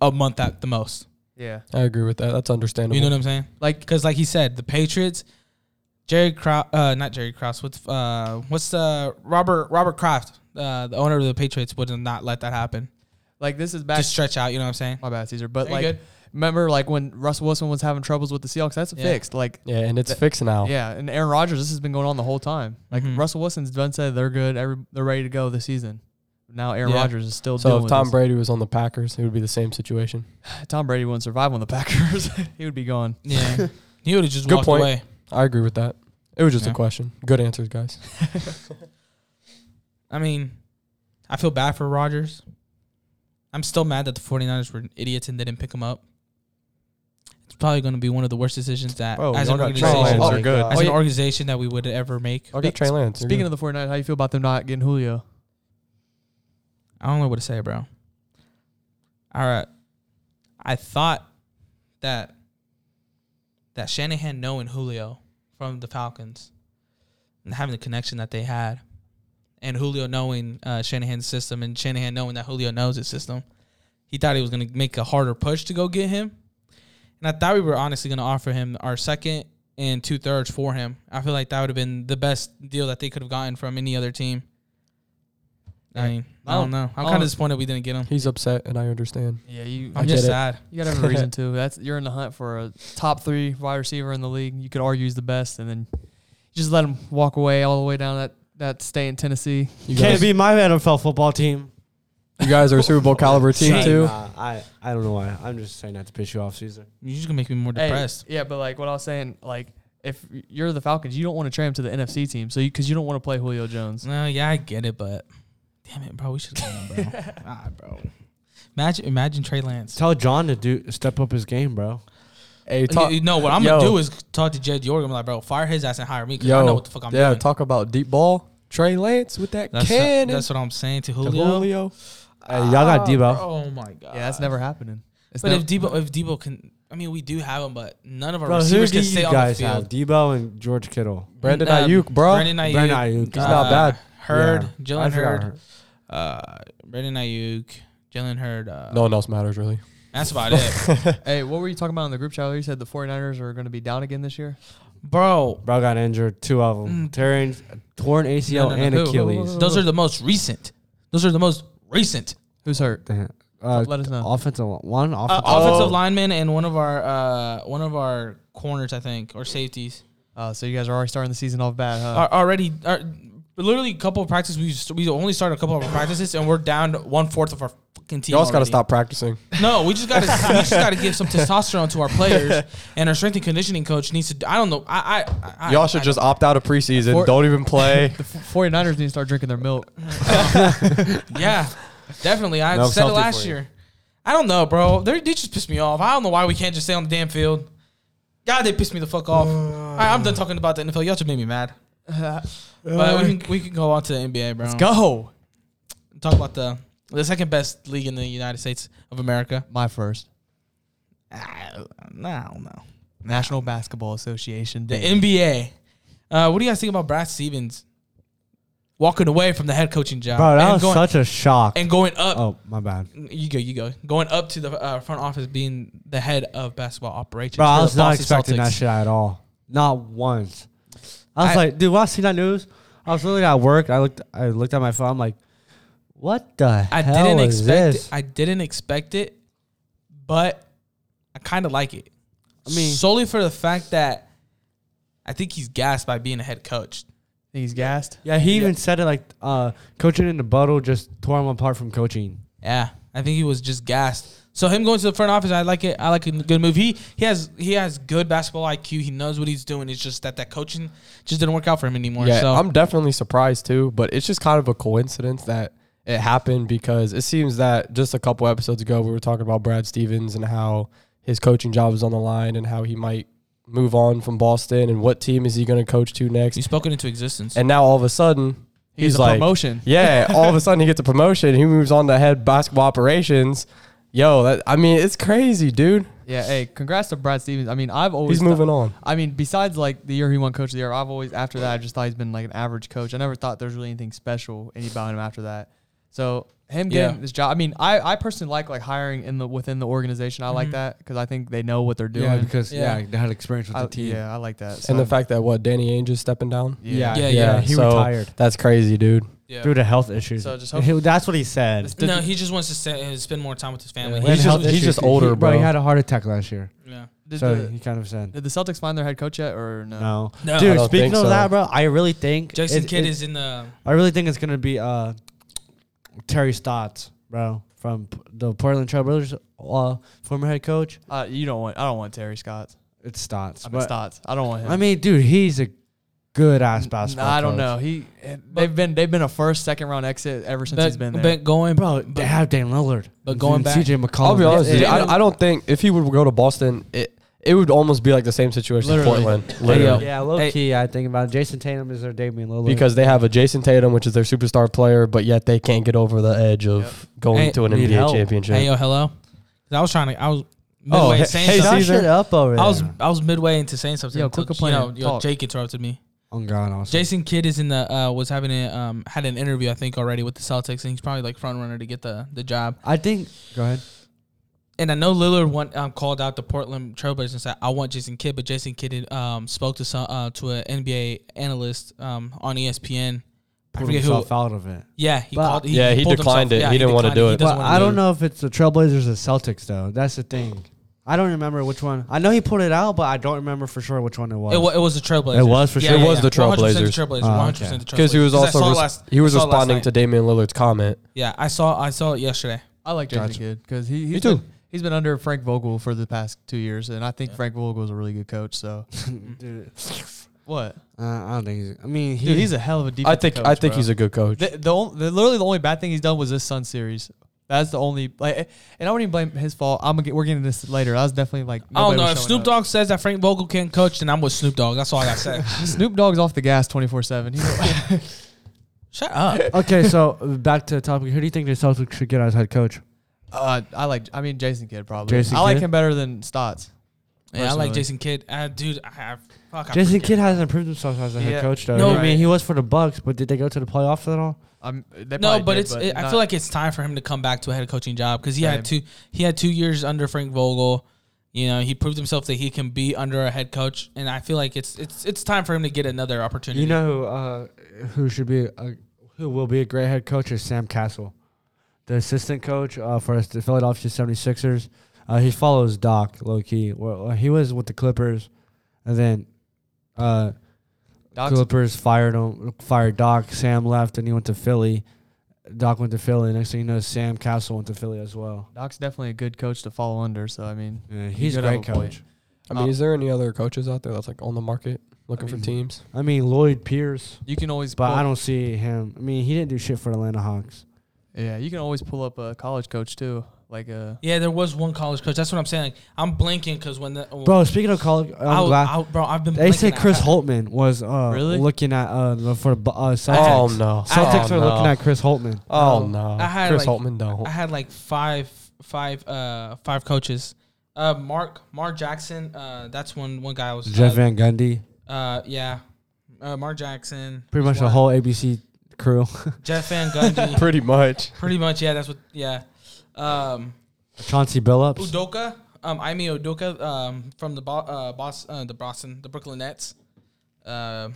Speaker 1: a month at the most.
Speaker 2: yeah,
Speaker 4: I agree with that. That's understandable.
Speaker 1: You know what I'm saying?
Speaker 2: like
Speaker 1: Because, like he said, the Patriots, Jerry Crow, uh, not Jerry Krause. What's uh, what's the Robert Robert Kraft, uh, the owner of the Patriots, would not let that happen.
Speaker 2: like this is back.
Speaker 1: Just stretch out. You know what I'm saying?
Speaker 2: my bad, Caesar. But
Speaker 1: You're
Speaker 2: like,
Speaker 1: good.
Speaker 2: remember like when Russell Wilson was having troubles with the Seahawks? That's
Speaker 1: Yeah.
Speaker 2: fixed. Like,
Speaker 4: yeah, and it's fixed now.
Speaker 2: yeah, and Aaron Rodgers, this has been going on the whole time. Like
Speaker 1: Mhm.
Speaker 2: Russell Wilson's done said they're good. Every they're ready to go this season. Now Aaron
Speaker 1: Yeah.
Speaker 2: Rodgers is still
Speaker 4: So
Speaker 2: dealing
Speaker 4: if
Speaker 2: with
Speaker 4: Tom
Speaker 2: this.
Speaker 4: Brady was on the Packers, it would be the same situation.
Speaker 2: Tom Brady wouldn't survive on the Packers. he would be gone.
Speaker 1: Yeah, he would have just
Speaker 4: Good
Speaker 1: walked
Speaker 4: point.
Speaker 1: away.
Speaker 4: I agree with that. It was just
Speaker 1: Yeah.
Speaker 4: a question. Good answers, guys.
Speaker 1: I mean, I feel bad for Rodgers. I'm still mad that the 49ers were idiots and they didn't pick him up. It's probably going to be one of the worst decisions that
Speaker 4: Bro,
Speaker 1: as
Speaker 4: Oh, y'all
Speaker 1: an
Speaker 4: got Trey
Speaker 1: organization, Oh,
Speaker 4: Lance.
Speaker 1: as
Speaker 4: are good.
Speaker 2: Oh,
Speaker 1: an
Speaker 2: yeah.
Speaker 1: organization that we would ever make.
Speaker 4: Okay, Trey Lance.
Speaker 2: Speaking of the 49ers, how you feel about them not getting Julio?
Speaker 1: I don't know what to say, bro. All right, I thought that that Shanahan knowing Julio from the Falcons and having the connection that they had, and Julio knowing uh, Shanahan's system and Shanahan knowing that Julio knows his system, he thought he was going to make a harder push to go get him. And I thought we were honestly going to offer him our second and two thirds for him. I feel like that would have been the best deal that they could have gotten from any other team. I mean, I don't know. I'm
Speaker 2: I
Speaker 1: kind of
Speaker 2: don't-
Speaker 1: disappointed we didn't get him.
Speaker 4: he's upset, and I understand.
Speaker 2: Yeah, you.
Speaker 1: I'm
Speaker 4: get
Speaker 1: just
Speaker 4: it.
Speaker 1: sad.
Speaker 2: You gotta have a reason to. That's you're in the hunt for a top three wide receiver in the league. You could argue he's the best, and then you just let him walk away all the way down that that stay in Tennessee.
Speaker 4: You
Speaker 3: Can't
Speaker 4: guys,
Speaker 3: be my NFL football team.
Speaker 4: you guys are a Super Bowl caliber team too.
Speaker 3: Nah, I, I don't know why. I'm just saying that to piss you off, Caesar.
Speaker 1: You're just gonna make me more depressed.
Speaker 2: Hey, yeah, but like what I was saying, like if you're the Falcons, you don't want to trade him to the NFC team, so because you, don't want to play Julio Jones.
Speaker 1: No, yeah, I get it, but damn it, bro, we should have him, bro. ah, bro. Imagine, imagine Trey Lance.
Speaker 3: Tell John to do step up his game, bro.
Speaker 4: Hey,
Speaker 1: You-
Speaker 4: talk,
Speaker 1: you know what I'm gonna
Speaker 4: Yo.
Speaker 1: do is talk to Jed York. I'm like, bro, fire his ass and hire me because
Speaker 4: yo,
Speaker 1: I know what the fuck I'm
Speaker 4: yeah,
Speaker 1: doing.
Speaker 4: talk about deep ball. Trey Lance with that
Speaker 1: that's,
Speaker 4: cannon.
Speaker 1: that's what I'm saying to
Speaker 4: to
Speaker 1: Julio.
Speaker 4: Julio.
Speaker 3: Hey, y'all got
Speaker 1: Ah,
Speaker 3: Debo.
Speaker 1: bro, Oh my god.
Speaker 2: Yeah, that's never happening. It's
Speaker 1: But
Speaker 2: nev-
Speaker 1: if Debo, if Debo can, I mean, we do have him, but none of our
Speaker 3: Bro, who
Speaker 1: receivers
Speaker 3: do
Speaker 1: can
Speaker 3: you
Speaker 1: stay on the
Speaker 3: guys
Speaker 1: field.
Speaker 3: have? Debo and George Kittle.
Speaker 4: Brandon
Speaker 1: Um,
Speaker 4: Ayuk, bro.
Speaker 1: Brandon Ayuk.
Speaker 3: Brandon Ayuk. He's
Speaker 4: not bad.
Speaker 1: Heard,
Speaker 3: Yeah. I
Speaker 1: Jalen Hurd,
Speaker 3: forgot her.
Speaker 1: uh, Brandon Ayuk, Jalen Hurd. Uh,
Speaker 4: no one else matters really.
Speaker 1: that's about it,
Speaker 2: hey, what were you talking about in the group chat? earlier? You said the 49ers are going to be down again this year.
Speaker 1: bro.
Speaker 3: Bro got injured. Two of them.
Speaker 1: Mm.
Speaker 3: Tearing, torn ACL
Speaker 1: No, no, no,
Speaker 3: and
Speaker 1: who?
Speaker 3: Achilles.
Speaker 1: Those are the most recent. Those are the most recent.
Speaker 2: Who's hurt?
Speaker 3: Damn. uh,
Speaker 2: Let us know.
Speaker 3: offensive li- one off-
Speaker 1: Uh,
Speaker 3: oh,
Speaker 1: Offensive lineman and one of our uh, one of our corners, I think, or safeties.
Speaker 2: Uh, so you guys are already starting the season off bad,
Speaker 4: Uh.
Speaker 2: huh?
Speaker 1: are already are, literally a couple of practices. We just, we only started a couple of our practices, and we're down one fourth of our fucking team.
Speaker 4: Y'all just got to
Speaker 1: already.
Speaker 4: stop practicing.
Speaker 1: No, we just got to we just got to give some testosterone to our players, and our strength and conditioning coach needs to. I don't know. I I, I
Speaker 4: Y'all should
Speaker 1: I-
Speaker 4: just opt out of preseason.
Speaker 2: Four-
Speaker 4: Don't even play.
Speaker 2: the 49ers need to start drinking their milk.
Speaker 1: yeah, definitely. I
Speaker 4: No,
Speaker 1: said it
Speaker 4: salty
Speaker 1: last
Speaker 4: for you.
Speaker 1: year. I don't know, bro. They're, they just piss me off. I don't know why we can't just stay on the damn field. God, they piss me the fuck off. All right, I'm done talking about the NFL. Y'all just made me mad. Uh, But we can, we can go on to the NBA, bro.
Speaker 2: Let's go.
Speaker 1: talk about the the second best league in the United States of America.
Speaker 2: My first
Speaker 1: I, Uh, I don't know.
Speaker 2: National Basketball Association.
Speaker 1: The
Speaker 2: Day.
Speaker 1: NBA. Uh, what do you guys think about Brad Stevens walking away from the head coaching job?
Speaker 3: bro, that
Speaker 1: and
Speaker 3: was
Speaker 1: going,
Speaker 3: such a shock.
Speaker 1: and going up.
Speaker 3: Oh my bad,
Speaker 1: You go, you go. Going up to the uh, front office, being the head of basketball operations.
Speaker 3: bro.
Speaker 1: for
Speaker 3: I
Speaker 1: the
Speaker 3: was not
Speaker 1: Boston
Speaker 3: expecting
Speaker 1: Celtics.
Speaker 3: that shit at all. Not once. I was
Speaker 1: I-
Speaker 3: like, dude, when I seen that news, I was literally at work. I looked, I looked at my phone. I'm like, what the
Speaker 1: I
Speaker 3: hell
Speaker 1: didn't
Speaker 3: is
Speaker 1: expect.
Speaker 3: this?
Speaker 1: It. I didn't expect it, but I kind of like it. I
Speaker 3: I
Speaker 1: mean,
Speaker 3: mean-
Speaker 1: solely for the fact that I think he's gassed by being a head coach.
Speaker 2: Think He's gassed.
Speaker 3: Yeah, he even said it like uh, coaching in the bottle just tore him apart from coaching.
Speaker 1: Yeah, I think he was just gassed. So him going to the front office, I like it. I like a good move. He he has he has good basketball IQ. He knows what he's doing. It's just that that coaching just didn't work out for him anymore.
Speaker 4: Yeah,
Speaker 1: so
Speaker 4: I'm definitely surprised too, but it's just kind of a coincidence that it happened because it seems that just a couple episodes ago we were talking about Brad Stevens and how his coaching job is on the line and how he might move on from Boston and what team is he going to coach to
Speaker 1: he
Speaker 4: next.
Speaker 1: spoke it into existence.
Speaker 4: And now all of a sudden
Speaker 2: He gets
Speaker 4: he's
Speaker 2: a
Speaker 4: like
Speaker 2: promotion.
Speaker 4: Yeah, all of a sudden he gets a promotion, he moves on to head basketball operations. Yo, that I mean, it's crazy, dude.
Speaker 2: Yeah. Hey, congrats to Brad Stevens. I mean, I've always
Speaker 4: He's moving on.
Speaker 2: I mean, besides like the year he won Coach of the Year, I've always after that I just thought he's been like an average coach. I never thought there was really anything special any about him after that. So him
Speaker 1: Yeah.
Speaker 2: getting this job, I mean, I, I personally like like hiring in the within the organization. I like
Speaker 1: Mhm.
Speaker 2: that because I think they know what they're doing.
Speaker 3: Yeah, because
Speaker 1: Yeah.
Speaker 3: yeah. they had experience with
Speaker 2: I,
Speaker 3: the team.
Speaker 2: yeah, I like that.
Speaker 4: And
Speaker 2: So,
Speaker 4: the fact that what Danny Ainge is stepping down.
Speaker 2: yeah,
Speaker 1: Yeah, yeah.
Speaker 3: He
Speaker 4: So-
Speaker 3: retired
Speaker 4: That's crazy, dude.
Speaker 1: yeah.
Speaker 3: due to health issues.
Speaker 2: So just hope-
Speaker 3: He- that's what he said.
Speaker 2: This-
Speaker 1: no, he just wants to stay, spend more time with his family.
Speaker 3: He
Speaker 1: He
Speaker 3: had
Speaker 4: he's
Speaker 1: just-
Speaker 4: just-
Speaker 3: health
Speaker 4: he's
Speaker 3: issues.
Speaker 4: just
Speaker 3: He-
Speaker 4: older,
Speaker 3: He
Speaker 4: bro.
Speaker 3: had a heart attack last year,
Speaker 1: yeah.
Speaker 2: Did,
Speaker 3: so
Speaker 2: the,
Speaker 3: he kind of said
Speaker 2: did the Celtics find their head coach yet or no?
Speaker 3: no.
Speaker 1: No,
Speaker 3: Dude,
Speaker 4: don't
Speaker 3: speaking
Speaker 4: think
Speaker 3: of
Speaker 4: so.
Speaker 3: that, bro, I really think
Speaker 1: Jason
Speaker 3: it-
Speaker 1: Kidd
Speaker 3: it-
Speaker 1: is in the
Speaker 3: I really think it's gonna be uh, Terry Stotts, bro, from P- the Portland Trail Blazers, uh, former head coach.
Speaker 2: Uh, you don't want. I don't want Terry Scott.
Speaker 3: It's Stotts,
Speaker 2: I mean
Speaker 3: but
Speaker 2: Stotts. I don't want him.
Speaker 3: I mean, dude, he's a good ass
Speaker 2: Nah,
Speaker 3: basketball.
Speaker 2: I don't
Speaker 3: coach.
Speaker 2: know. He eh, they've been they've been a first second round exit ever since he's been there.
Speaker 1: going,
Speaker 3: bro.
Speaker 1: but-
Speaker 3: They have Dan Lillard,
Speaker 1: but going
Speaker 3: and
Speaker 1: back-
Speaker 3: CJ McCollum.
Speaker 4: I'll be honest with you.
Speaker 1: yeah.
Speaker 4: I, I don't think if he would go to Boston, it it would almost be like the same situation as
Speaker 2: Literally.
Speaker 4: Portland,
Speaker 1: Hey, yo.
Speaker 4: literally,
Speaker 3: Yeah, low
Speaker 1: Hey.
Speaker 3: key, I think about it. Jason Tatum is their Damian Lillard.
Speaker 4: because they have a Jason Tatum, which is their superstar player, but yet they can't get over the edge of going
Speaker 1: Hey,
Speaker 4: to an
Speaker 3: need
Speaker 4: NBA
Speaker 3: help.
Speaker 4: championship.
Speaker 1: hey yo, hello. 'Cause I was trying to, I was midway
Speaker 4: he-
Speaker 1: saying
Speaker 4: Oh, hey,
Speaker 3: shut
Speaker 1: something.
Speaker 4: Caesar.
Speaker 3: shit up over there.
Speaker 1: I was I was midway into saying something.
Speaker 2: Yo,
Speaker 1: until,
Speaker 2: quick
Speaker 1: you know,
Speaker 2: complaint.
Speaker 1: yo,
Speaker 2: Talk.
Speaker 1: Jake interrupted me.
Speaker 3: on God, also.
Speaker 1: Jason Kidd is in the uh, was having a, um had an interview I think already with the Celtics and he's probably like front runner to get the the job.
Speaker 3: I think. Go ahead.
Speaker 1: And I know Lillard went, um, called out the Portland Trailblazers and said I want Jason Kidd, but Jason Kidd um spoke to some uh, to an NBA analyst um on ESPN. I
Speaker 3: Pulled
Speaker 1: forget who.
Speaker 3: himself out of it.
Speaker 1: Yeah, he
Speaker 3: But-
Speaker 1: called.
Speaker 4: Yeah, he
Speaker 1: pulled
Speaker 4: declined it. He didn't wanna
Speaker 1: declined
Speaker 4: do it.
Speaker 1: He doesn't
Speaker 3: But
Speaker 1: wanna
Speaker 3: I
Speaker 1: do
Speaker 3: don't
Speaker 1: it.
Speaker 3: know if it's the Trailblazers or Celtics though. That's the thing. I don't remember which one. I know he pulled it out, but I don't remember for sure which one it was.
Speaker 1: It, wa- it was the Trailblazers.
Speaker 3: It was for sure.
Speaker 4: It was the
Speaker 1: 100% the Trailblazers.
Speaker 3: Oh, okay.
Speaker 1: 100% the Trailblazers.
Speaker 4: because he was
Speaker 1: 'Cause I
Speaker 4: also
Speaker 1: saw
Speaker 4: res-
Speaker 1: last-
Speaker 4: he was
Speaker 1: I saw it last
Speaker 4: responding
Speaker 1: night.
Speaker 4: to Damian Lillard's comment.
Speaker 1: Yeah, I saw I saw it yesterday.
Speaker 2: I like Jason
Speaker 3: Gotcha.
Speaker 2: Kidd because he, he's
Speaker 4: too.
Speaker 2: Been, he's been under Frank Vogel for the past two years, and I think Frank Vogel is a really good coach. So
Speaker 3: Dude,
Speaker 2: what?
Speaker 3: uh, I don't think. He's, I mean, he,
Speaker 2: Dude, he's a hell of a defensive
Speaker 4: I think I think he's a good coach.
Speaker 2: the, the, on- the literally the only bad thing he's done was this Sun series. That's the only like, eh, and I wouldn't even blame his fault. I'm gonna get, we're getting this later. That was definitely like
Speaker 1: I don't
Speaker 2: nobody
Speaker 1: know.
Speaker 2: was
Speaker 1: If
Speaker 2: showing
Speaker 1: Snoop
Speaker 2: up.
Speaker 1: Dogg says that Frank Vogel can't coach, then I'm with Snoop Dogg. That's all I got to say.
Speaker 2: Snoop Dogg's off the gas 24 seven.
Speaker 1: Shut up.
Speaker 3: okay, so uh, back to the topic. Who do you think the Celtics should get as head coach?
Speaker 2: Uh, I like I mean Jason Kidd probably.
Speaker 3: Jason
Speaker 2: I like
Speaker 3: Kidd?
Speaker 2: him better than Stotts.
Speaker 1: Yeah, I like
Speaker 2: Personally.
Speaker 1: Jason Kidd. Uh, dude, I have. Fuck, I
Speaker 3: Jason
Speaker 1: forget.
Speaker 3: Kidd hasn't proved himself as a
Speaker 2: Yeah.
Speaker 3: head coach though.
Speaker 1: No,
Speaker 3: I mean,
Speaker 2: right.
Speaker 3: he was for the Bucks, but did they go to the playoffs at all?
Speaker 2: Um, they
Speaker 1: No,
Speaker 2: probably
Speaker 1: but
Speaker 2: did,
Speaker 1: it's. it, I
Speaker 2: not-
Speaker 1: feel like it's time for him to come back to a head coaching job because he had two.
Speaker 2: Same.
Speaker 1: He had two years under Frank Vogel. You know, he proved himself that he can be under a head coach, and I feel like it's it's it's time for him to get another opportunity.
Speaker 3: uh, You know who, uh, who should be a, who will be a great head coach is Sam Castle. the assistant coach uh, for us, the Philadelphia 76ers. Uh, he follows Doc low key. Well, uh, he was with the Clippers, and then uh,
Speaker 2: Doc's-
Speaker 3: Clippers fired him, fired Doc. Sam left, and he went to Philly. Doc went to Philly. Next thing you know, Sam Castle went to Philly as well.
Speaker 2: Doc's definitely a good coach to follow under. So I mean,
Speaker 3: Yeah, he's a
Speaker 2: could have
Speaker 3: great
Speaker 2: a point.
Speaker 3: coach.
Speaker 4: I mean,
Speaker 2: Um,
Speaker 1: uh,
Speaker 4: is there any other coaches out there that's like on the market looking for
Speaker 1: Mm.
Speaker 3: mean-
Speaker 4: teams?
Speaker 3: I mean Lloyd Pierce,
Speaker 2: you can always.
Speaker 3: but
Speaker 2: pull-
Speaker 3: I don't see him. I mean, he didn't do shit for the Atlanta Hawks.
Speaker 2: Yeah, you can always pull up a college coach too. Like a
Speaker 1: Yeah, there was one college coach. That's what I'm saying. Like, I'm blinking because when the
Speaker 3: Bro, speaking of college, uh, I'm
Speaker 1: I, was-
Speaker 3: glad-
Speaker 1: I, bro, I've been.
Speaker 3: They say
Speaker 1: blinking at
Speaker 3: Chris
Speaker 1: that.
Speaker 3: Holtman was uh,
Speaker 2: Really?
Speaker 3: looking at uh, for the Bu- uh,
Speaker 4: Oh
Speaker 3: Celtics.
Speaker 4: no!
Speaker 3: Celtics
Speaker 4: oh,
Speaker 3: are
Speaker 4: no.
Speaker 3: looking at Chris Holtman.
Speaker 4: Oh
Speaker 1: Um,
Speaker 4: no!
Speaker 1: I had,
Speaker 4: Chris
Speaker 1: like-
Speaker 4: Holtman don't.
Speaker 1: I had like five, five, uh, five coaches. Uh, Mark, Mark Jackson. Uh, that's one one guy I was.
Speaker 3: Jeff
Speaker 1: Uh,
Speaker 3: Van Gundy,
Speaker 1: uh, yeah, uh, Mark Jackson.
Speaker 3: pretty much the
Speaker 1: one.
Speaker 3: whole ABC crew.
Speaker 1: Jeff Van Gundy.
Speaker 4: Pretty much.
Speaker 1: Pretty much, yeah. That's what. Yeah. Um,
Speaker 3: Chauncey Billups.
Speaker 1: Udoka. Um, I mean Udoka. Um, from the Bo- uh, Bos- uh, the Boston, the Brooklyn Nets. Uh,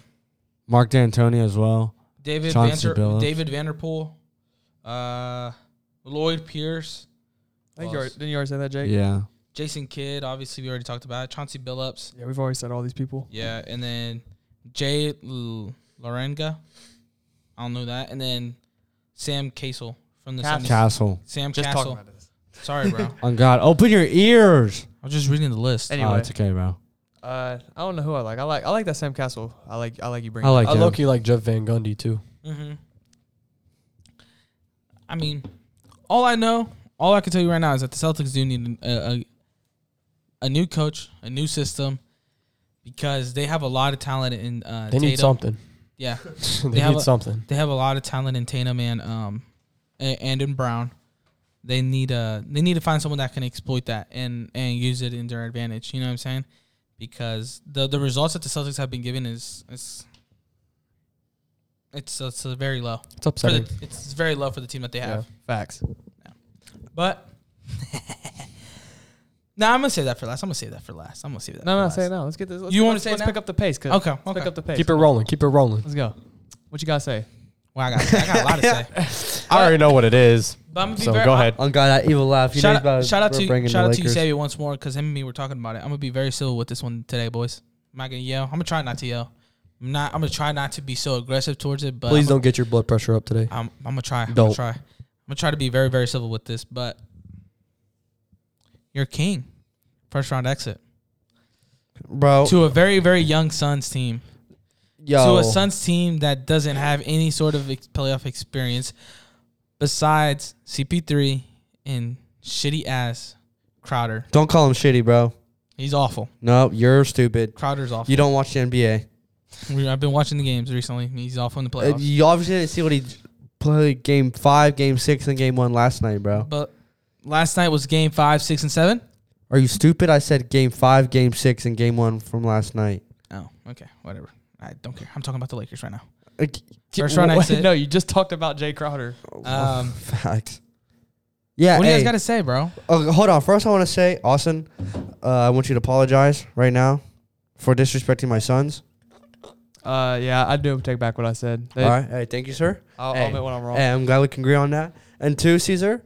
Speaker 3: Mark D'Antoni as well.
Speaker 1: David
Speaker 3: Chauncey
Speaker 1: Vanter-
Speaker 3: Billups.
Speaker 1: David Vanderpool. Uh, Lloyd Pierce.
Speaker 2: I think you already, didn't you already say that, Jake?
Speaker 3: Yeah.
Speaker 1: Jason Kidd, obviously, we already talked about it. Chauncey Billups,
Speaker 2: Yeah, we've already said all these people.
Speaker 1: yeah, and then Jay L- Lorenga. I don't know that, and then Sam Casel from the
Speaker 2: Castle.
Speaker 1: 70s.
Speaker 3: Castle.
Speaker 1: Sam
Speaker 2: Just
Speaker 1: Castle.
Speaker 2: talking about this.
Speaker 1: Sorry, bro. I
Speaker 3: On God, open your ears.
Speaker 1: was just reading the list.
Speaker 3: Oh,
Speaker 2: Anyway,
Speaker 3: it's okay, bro.
Speaker 2: uh, I don't know who I like. I like I like that Sam Castle. I like I like you bring.
Speaker 3: I
Speaker 2: up.
Speaker 3: like
Speaker 4: I
Speaker 3: him.
Speaker 4: low key like Jeff Van Gundy too.
Speaker 1: hmm I mean, all I know, all I can tell you right now is that the Celtics do need a, a, a new coach, a new system, because they have a lot of talent in uh,
Speaker 4: They need
Speaker 1: Tatum.
Speaker 4: something.
Speaker 1: Yeah,
Speaker 4: they
Speaker 1: have
Speaker 4: need
Speaker 1: a-
Speaker 4: something.
Speaker 1: They have a lot of talent in Tatum and um a- and in Brown. They need uh they need to find someone that can exploit that and and use it in their advantage. You know what I'm saying? Because the the results that the Celtics have been given is is it's it's uh, very low
Speaker 4: It's
Speaker 1: for
Speaker 4: upsetting.
Speaker 1: the, it's very low for the team that they have.
Speaker 2: facts.
Speaker 1: But no, nah, I'm gonna save that for last. I'm gonna save that for last. I'm gonna save that.
Speaker 2: No,
Speaker 1: for
Speaker 2: no,
Speaker 1: last.
Speaker 2: say it now. Let's get this. Let's,
Speaker 1: You wanna
Speaker 2: let's-
Speaker 1: say it
Speaker 2: Let's
Speaker 1: now?
Speaker 2: pick up the pace. 'cause-
Speaker 1: Okay,
Speaker 2: Let's
Speaker 1: okay.
Speaker 2: pick up the pace.
Speaker 4: Keep it rolling. Keep it rolling.
Speaker 2: Let's go. What you gotta say?
Speaker 1: Well, I got I got a lot to say.
Speaker 6: I already know what it is.
Speaker 1: But I'm gonna be
Speaker 6: So
Speaker 1: very,
Speaker 6: go ahead.
Speaker 5: On God, that evil laugh. You know he's
Speaker 1: Shout
Speaker 5: about
Speaker 1: out,
Speaker 5: to
Speaker 1: shout out
Speaker 5: bring in
Speaker 1: to
Speaker 5: the
Speaker 1: shout out to
Speaker 5: Lakers.
Speaker 1: Xavier once more because him and me were talking about it. I'm gonna be very civil with this one today, boys. I'm not gonna yell. I'm gonna try not to yell. I'm not. I'm gonna try not to be so aggressive towards it. But
Speaker 4: Please
Speaker 1: I'm,
Speaker 4: don't get your blood pressure up today.
Speaker 1: I'm, I'm gonna try. I'm gonna
Speaker 4: Don't.
Speaker 1: try. I'm gonna try to be very very civil with this. But you're king, first round exit
Speaker 5: bro.
Speaker 1: to a very very young Suns team.
Speaker 5: Oh. yo,
Speaker 1: to a Suns team that doesn't have any sort of ex- playoff experience besides CP3 and shitty ass Crowder.
Speaker 5: don't call him shitty, bro.
Speaker 1: He's awful.
Speaker 5: No, you're stupid.
Speaker 1: Crowder's awful.
Speaker 5: You don't watch the NBA.
Speaker 1: We- I've been watching the games recently. He's off on the
Speaker 5: Uh,
Speaker 1: playoffs.
Speaker 5: You obviously didn't see what he played game five, game six, and game one last night, bro.
Speaker 1: but last night was game five, six, and seven.
Speaker 5: Are you stupid? I said game five, game six, and game one from last night.
Speaker 1: Oh, okay, whatever. I don't care. I'm talking about the Lakers right now.
Speaker 5: Like,
Speaker 1: First round
Speaker 2: Wait,
Speaker 1: exit.
Speaker 2: No, you just talked about Jay Crowder.
Speaker 1: Um,
Speaker 5: Oh, Facts. Yeah.
Speaker 1: what do you guys
Speaker 5: hey.
Speaker 1: got to say, bro?
Speaker 5: Uh, hold on. First, I want to say, Austin, uh, I want you to apologize right now for disrespecting my sons.
Speaker 2: Uh, yeah, I do take back what I said. They,
Speaker 5: All right. Hey, thank you, sir.
Speaker 2: I'll,
Speaker 5: Hey.
Speaker 2: I'll admit when
Speaker 1: Oh.
Speaker 2: I'm wrong.
Speaker 5: Hey, I'm glad we can agree on that. And two, Caesar,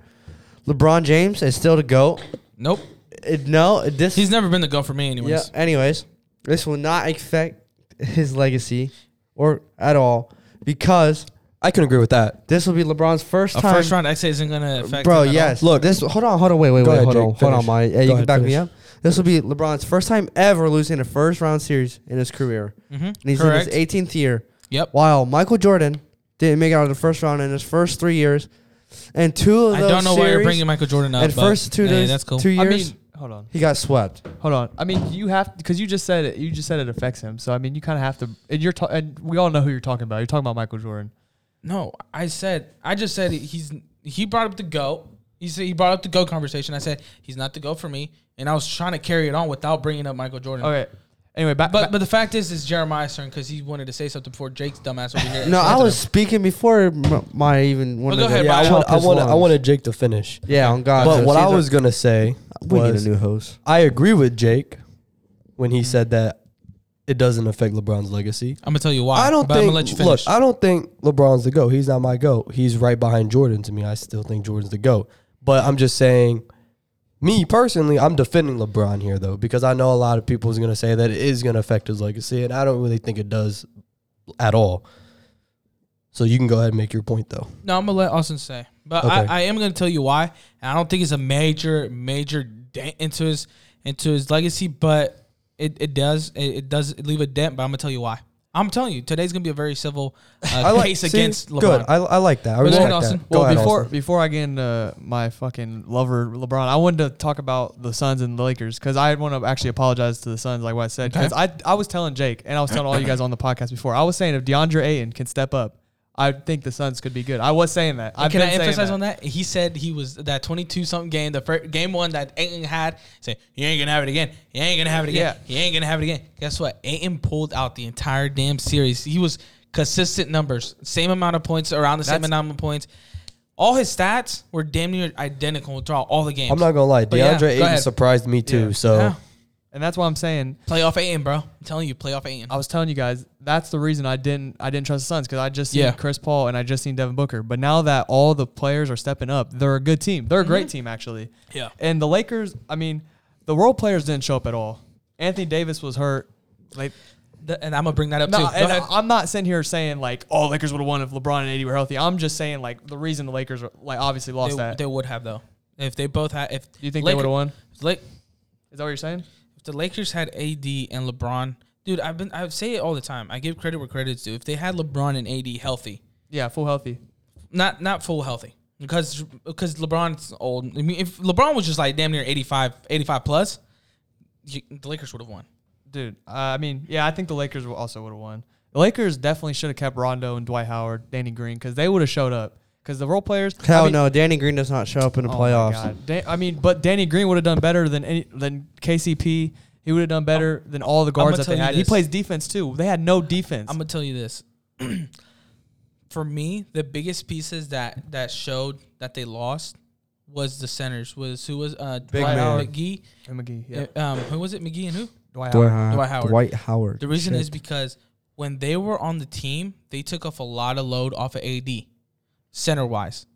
Speaker 5: LeBron James is still the GOAT.
Speaker 1: Nope.
Speaker 5: It, no, this.
Speaker 1: He's never been the go for me, anyways.
Speaker 5: yeah. Anyways, this will not affect his legacy or at all because
Speaker 4: I can agree with that.
Speaker 5: this will be LeBron's first
Speaker 1: A
Speaker 5: time.
Speaker 1: first round exit isn't gonna affect.
Speaker 5: Bro,
Speaker 1: him at
Speaker 5: yes.
Speaker 1: all.
Speaker 5: Look, this. Hold on, hold on, wait, wait,
Speaker 4: Go
Speaker 5: wait,
Speaker 4: ahead,
Speaker 5: hold
Speaker 4: Jake,
Speaker 5: on, hold on,
Speaker 4: finish.
Speaker 5: my. Hey, you
Speaker 4: Go
Speaker 5: can
Speaker 4: ahead,
Speaker 5: back me
Speaker 4: finish.
Speaker 5: up. This will be LeBron's first time ever losing a first round series in his career,
Speaker 1: Mhm,
Speaker 5: and he's
Speaker 1: Correct.
Speaker 5: in his 18th year.
Speaker 1: Yep.
Speaker 5: While Michael Jordan didn't make it out of the first round in his first three years, and two of
Speaker 1: I
Speaker 5: those
Speaker 1: don't know
Speaker 5: series,
Speaker 1: why you're bringing Michael Jordan up.
Speaker 5: and
Speaker 1: but
Speaker 5: first two
Speaker 1: hey,
Speaker 5: days,
Speaker 1: that's cool.
Speaker 5: two
Speaker 2: I
Speaker 5: years,
Speaker 2: mean, hold on,
Speaker 5: he got swept.
Speaker 2: hold on. I mean, you have because you just said it. You just said it affects him. So I mean, you kind of have to. And you're ta- and we all know who you're talking about. You're talking about Michael Jordan.
Speaker 1: No, I said I just said he's he brought up the go. He said he brought up the go conversation. I said he's not the go for me, and I was trying to carry it on without bringing up Michael
Speaker 5: Oh,
Speaker 1: Jordan.
Speaker 2: Okay. Anyway, back.
Speaker 1: But
Speaker 2: back-
Speaker 1: but the fact is, is Jeremiah's turn because he wanted to say something before Jake's dumbass over here.
Speaker 5: No, I
Speaker 1: interrupted
Speaker 5: was
Speaker 1: him.
Speaker 5: speaking before m- my even one
Speaker 1: go
Speaker 5: of
Speaker 1: ahead,
Speaker 5: the
Speaker 4: Yeah, I
Speaker 1: Chop
Speaker 4: want. I
Speaker 5: his
Speaker 4: want. I
Speaker 5: lungs.
Speaker 4: wanted Jake to finish.
Speaker 5: yeah on God.
Speaker 4: But
Speaker 5: So
Speaker 4: what I
Speaker 5: Caesar-
Speaker 4: was gonna say
Speaker 5: we need a
Speaker 4: was,
Speaker 5: new host.
Speaker 1: Mm-hmm.
Speaker 4: I agree with Jake when he said that it doesn't affect LeBron's legacy.
Speaker 1: I'm gonna tell you why.
Speaker 4: I don't
Speaker 1: but
Speaker 4: think.
Speaker 1: I'm gonna let you
Speaker 4: look,
Speaker 1: finish.
Speaker 4: I don't think LeBron's the goat. He's not my goat. He's right behind Jordan to me. I still think Jordan's the goat. But I'm just saying, me personally, I'm defending LeBron here though because I know a lot of people is gonna say that it is gonna affect his legacy, and I don't really think it does at all. So you can go ahead and make your point though.
Speaker 1: no, I'm gonna let Austin say, but
Speaker 4: Okay.
Speaker 1: I, I am gonna tell you why. And I don't think it's a major major dent into his into his legacy, but it, it does it, it does leave a dent. But I'm gonna tell you why. I'm telling you, today's gonna be a very civil uh, case
Speaker 4: see,
Speaker 1: against LeBron.
Speaker 4: Good. I, I like that.
Speaker 1: But
Speaker 4: I
Speaker 1: go
Speaker 4: respect
Speaker 1: ahead,
Speaker 4: that.
Speaker 1: Austin.
Speaker 4: Go
Speaker 2: Well,
Speaker 4: ahead,
Speaker 2: before
Speaker 4: Austin.
Speaker 2: before I get into my fucking lover LeBron, I wanted to talk about the Suns and the Lakers because I want to actually apologize to the Suns, like what I said. Because I I was telling Jake and I was telling all you guys on the podcast before. I was saying if DeAndre Ayton can step up, I think the Suns could be good. I was saying that. I've
Speaker 1: Can
Speaker 2: been
Speaker 1: I
Speaker 2: saying
Speaker 1: emphasize on that? He said he was that 22 something game, the first, game one that Aiton had. Say, you ain't gonna have it again. You ain't gonna have it again. You ain't gonna have it again. Guess what? Aiton pulled out the entire damn series. He was consistent numbers, same amount of points, around the same
Speaker 2: That's-
Speaker 1: amount of points. All his stats were damn near identical throughout all the games.
Speaker 4: I'm not gonna lie.
Speaker 1: But yeah,
Speaker 4: DeAndre
Speaker 1: go
Speaker 4: Ayton
Speaker 1: ahead.
Speaker 4: surprised me too.
Speaker 2: Yeah.
Speaker 4: So
Speaker 1: Yeah.
Speaker 2: And that's why I'm saying
Speaker 1: playoff Aiton, bro. I'm telling you, playoff Aiton.
Speaker 2: I was telling you guys that's the reason I didn't I didn't trust the Suns because I just seen
Speaker 1: Yeah.
Speaker 2: Chris Paul and I just seen Devin Booker. But now that all the players are stepping up, they're a good team. They're a great team actually.
Speaker 1: Mm-hmm. Yeah.
Speaker 2: And the Lakers, I mean, the role players didn't show up at all. Anthony Davis was hurt. Like,
Speaker 1: Th- and I'm gonna bring that up
Speaker 2: no,
Speaker 1: too. Go
Speaker 2: and
Speaker 1: ahead.
Speaker 2: I'm not sitting here saying like, oh, Lakers would have won if LeBron and AD were healthy. I'm just saying like the reason the Lakers are, like obviously lost
Speaker 1: they,
Speaker 2: that.
Speaker 1: they would have though if they both had. If
Speaker 2: Do you think they
Speaker 1: Laker-
Speaker 2: would have won?
Speaker 1: Lake,
Speaker 2: Is that what you're saying?
Speaker 1: if the Lakers had AD and LeBron, dude, I've been I say it all the time. I give credit where credit's due. If they had LeBron and AD healthy,
Speaker 2: Yeah, full healthy.
Speaker 1: not not full healthy, because because LeBron's old. I mean, if LeBron was just like damn near 85, 85 plus, you, the Lakers would have won.
Speaker 2: dude. Uh, I mean, yeah, I think the Lakers will- also would have won. The Lakers definitely should have kept Rondo and Dwight Howard, Danny Green, because they would have showed up. Because the role players,
Speaker 5: Hell
Speaker 2: I mean,
Speaker 5: no, Danny Green does not show up in the
Speaker 2: oh my
Speaker 5: playoffs.
Speaker 2: God. Da- I mean, but Danny Green would have done better than any than KCP. He would have done better than all the guards that
Speaker 1: tell
Speaker 2: they
Speaker 1: you
Speaker 2: had. He
Speaker 1: this.
Speaker 2: plays defense too. They had no defense.
Speaker 1: I'm gonna tell you this. For me, the biggest pieces that that showed that they lost was the centers. Was who was uh Dwight
Speaker 5: man.
Speaker 1: McGee?
Speaker 2: And McGee, yeah,
Speaker 1: Um, who was it? McGee and who?
Speaker 2: Dwight
Speaker 3: Dwight
Speaker 2: Howard.
Speaker 3: Howard.
Speaker 1: Dwight Howard.
Speaker 3: Dwight Howard.
Speaker 1: The reason
Speaker 3: Shit.
Speaker 1: is because when they were on the team, they took off a lot of load off of AD, center wise.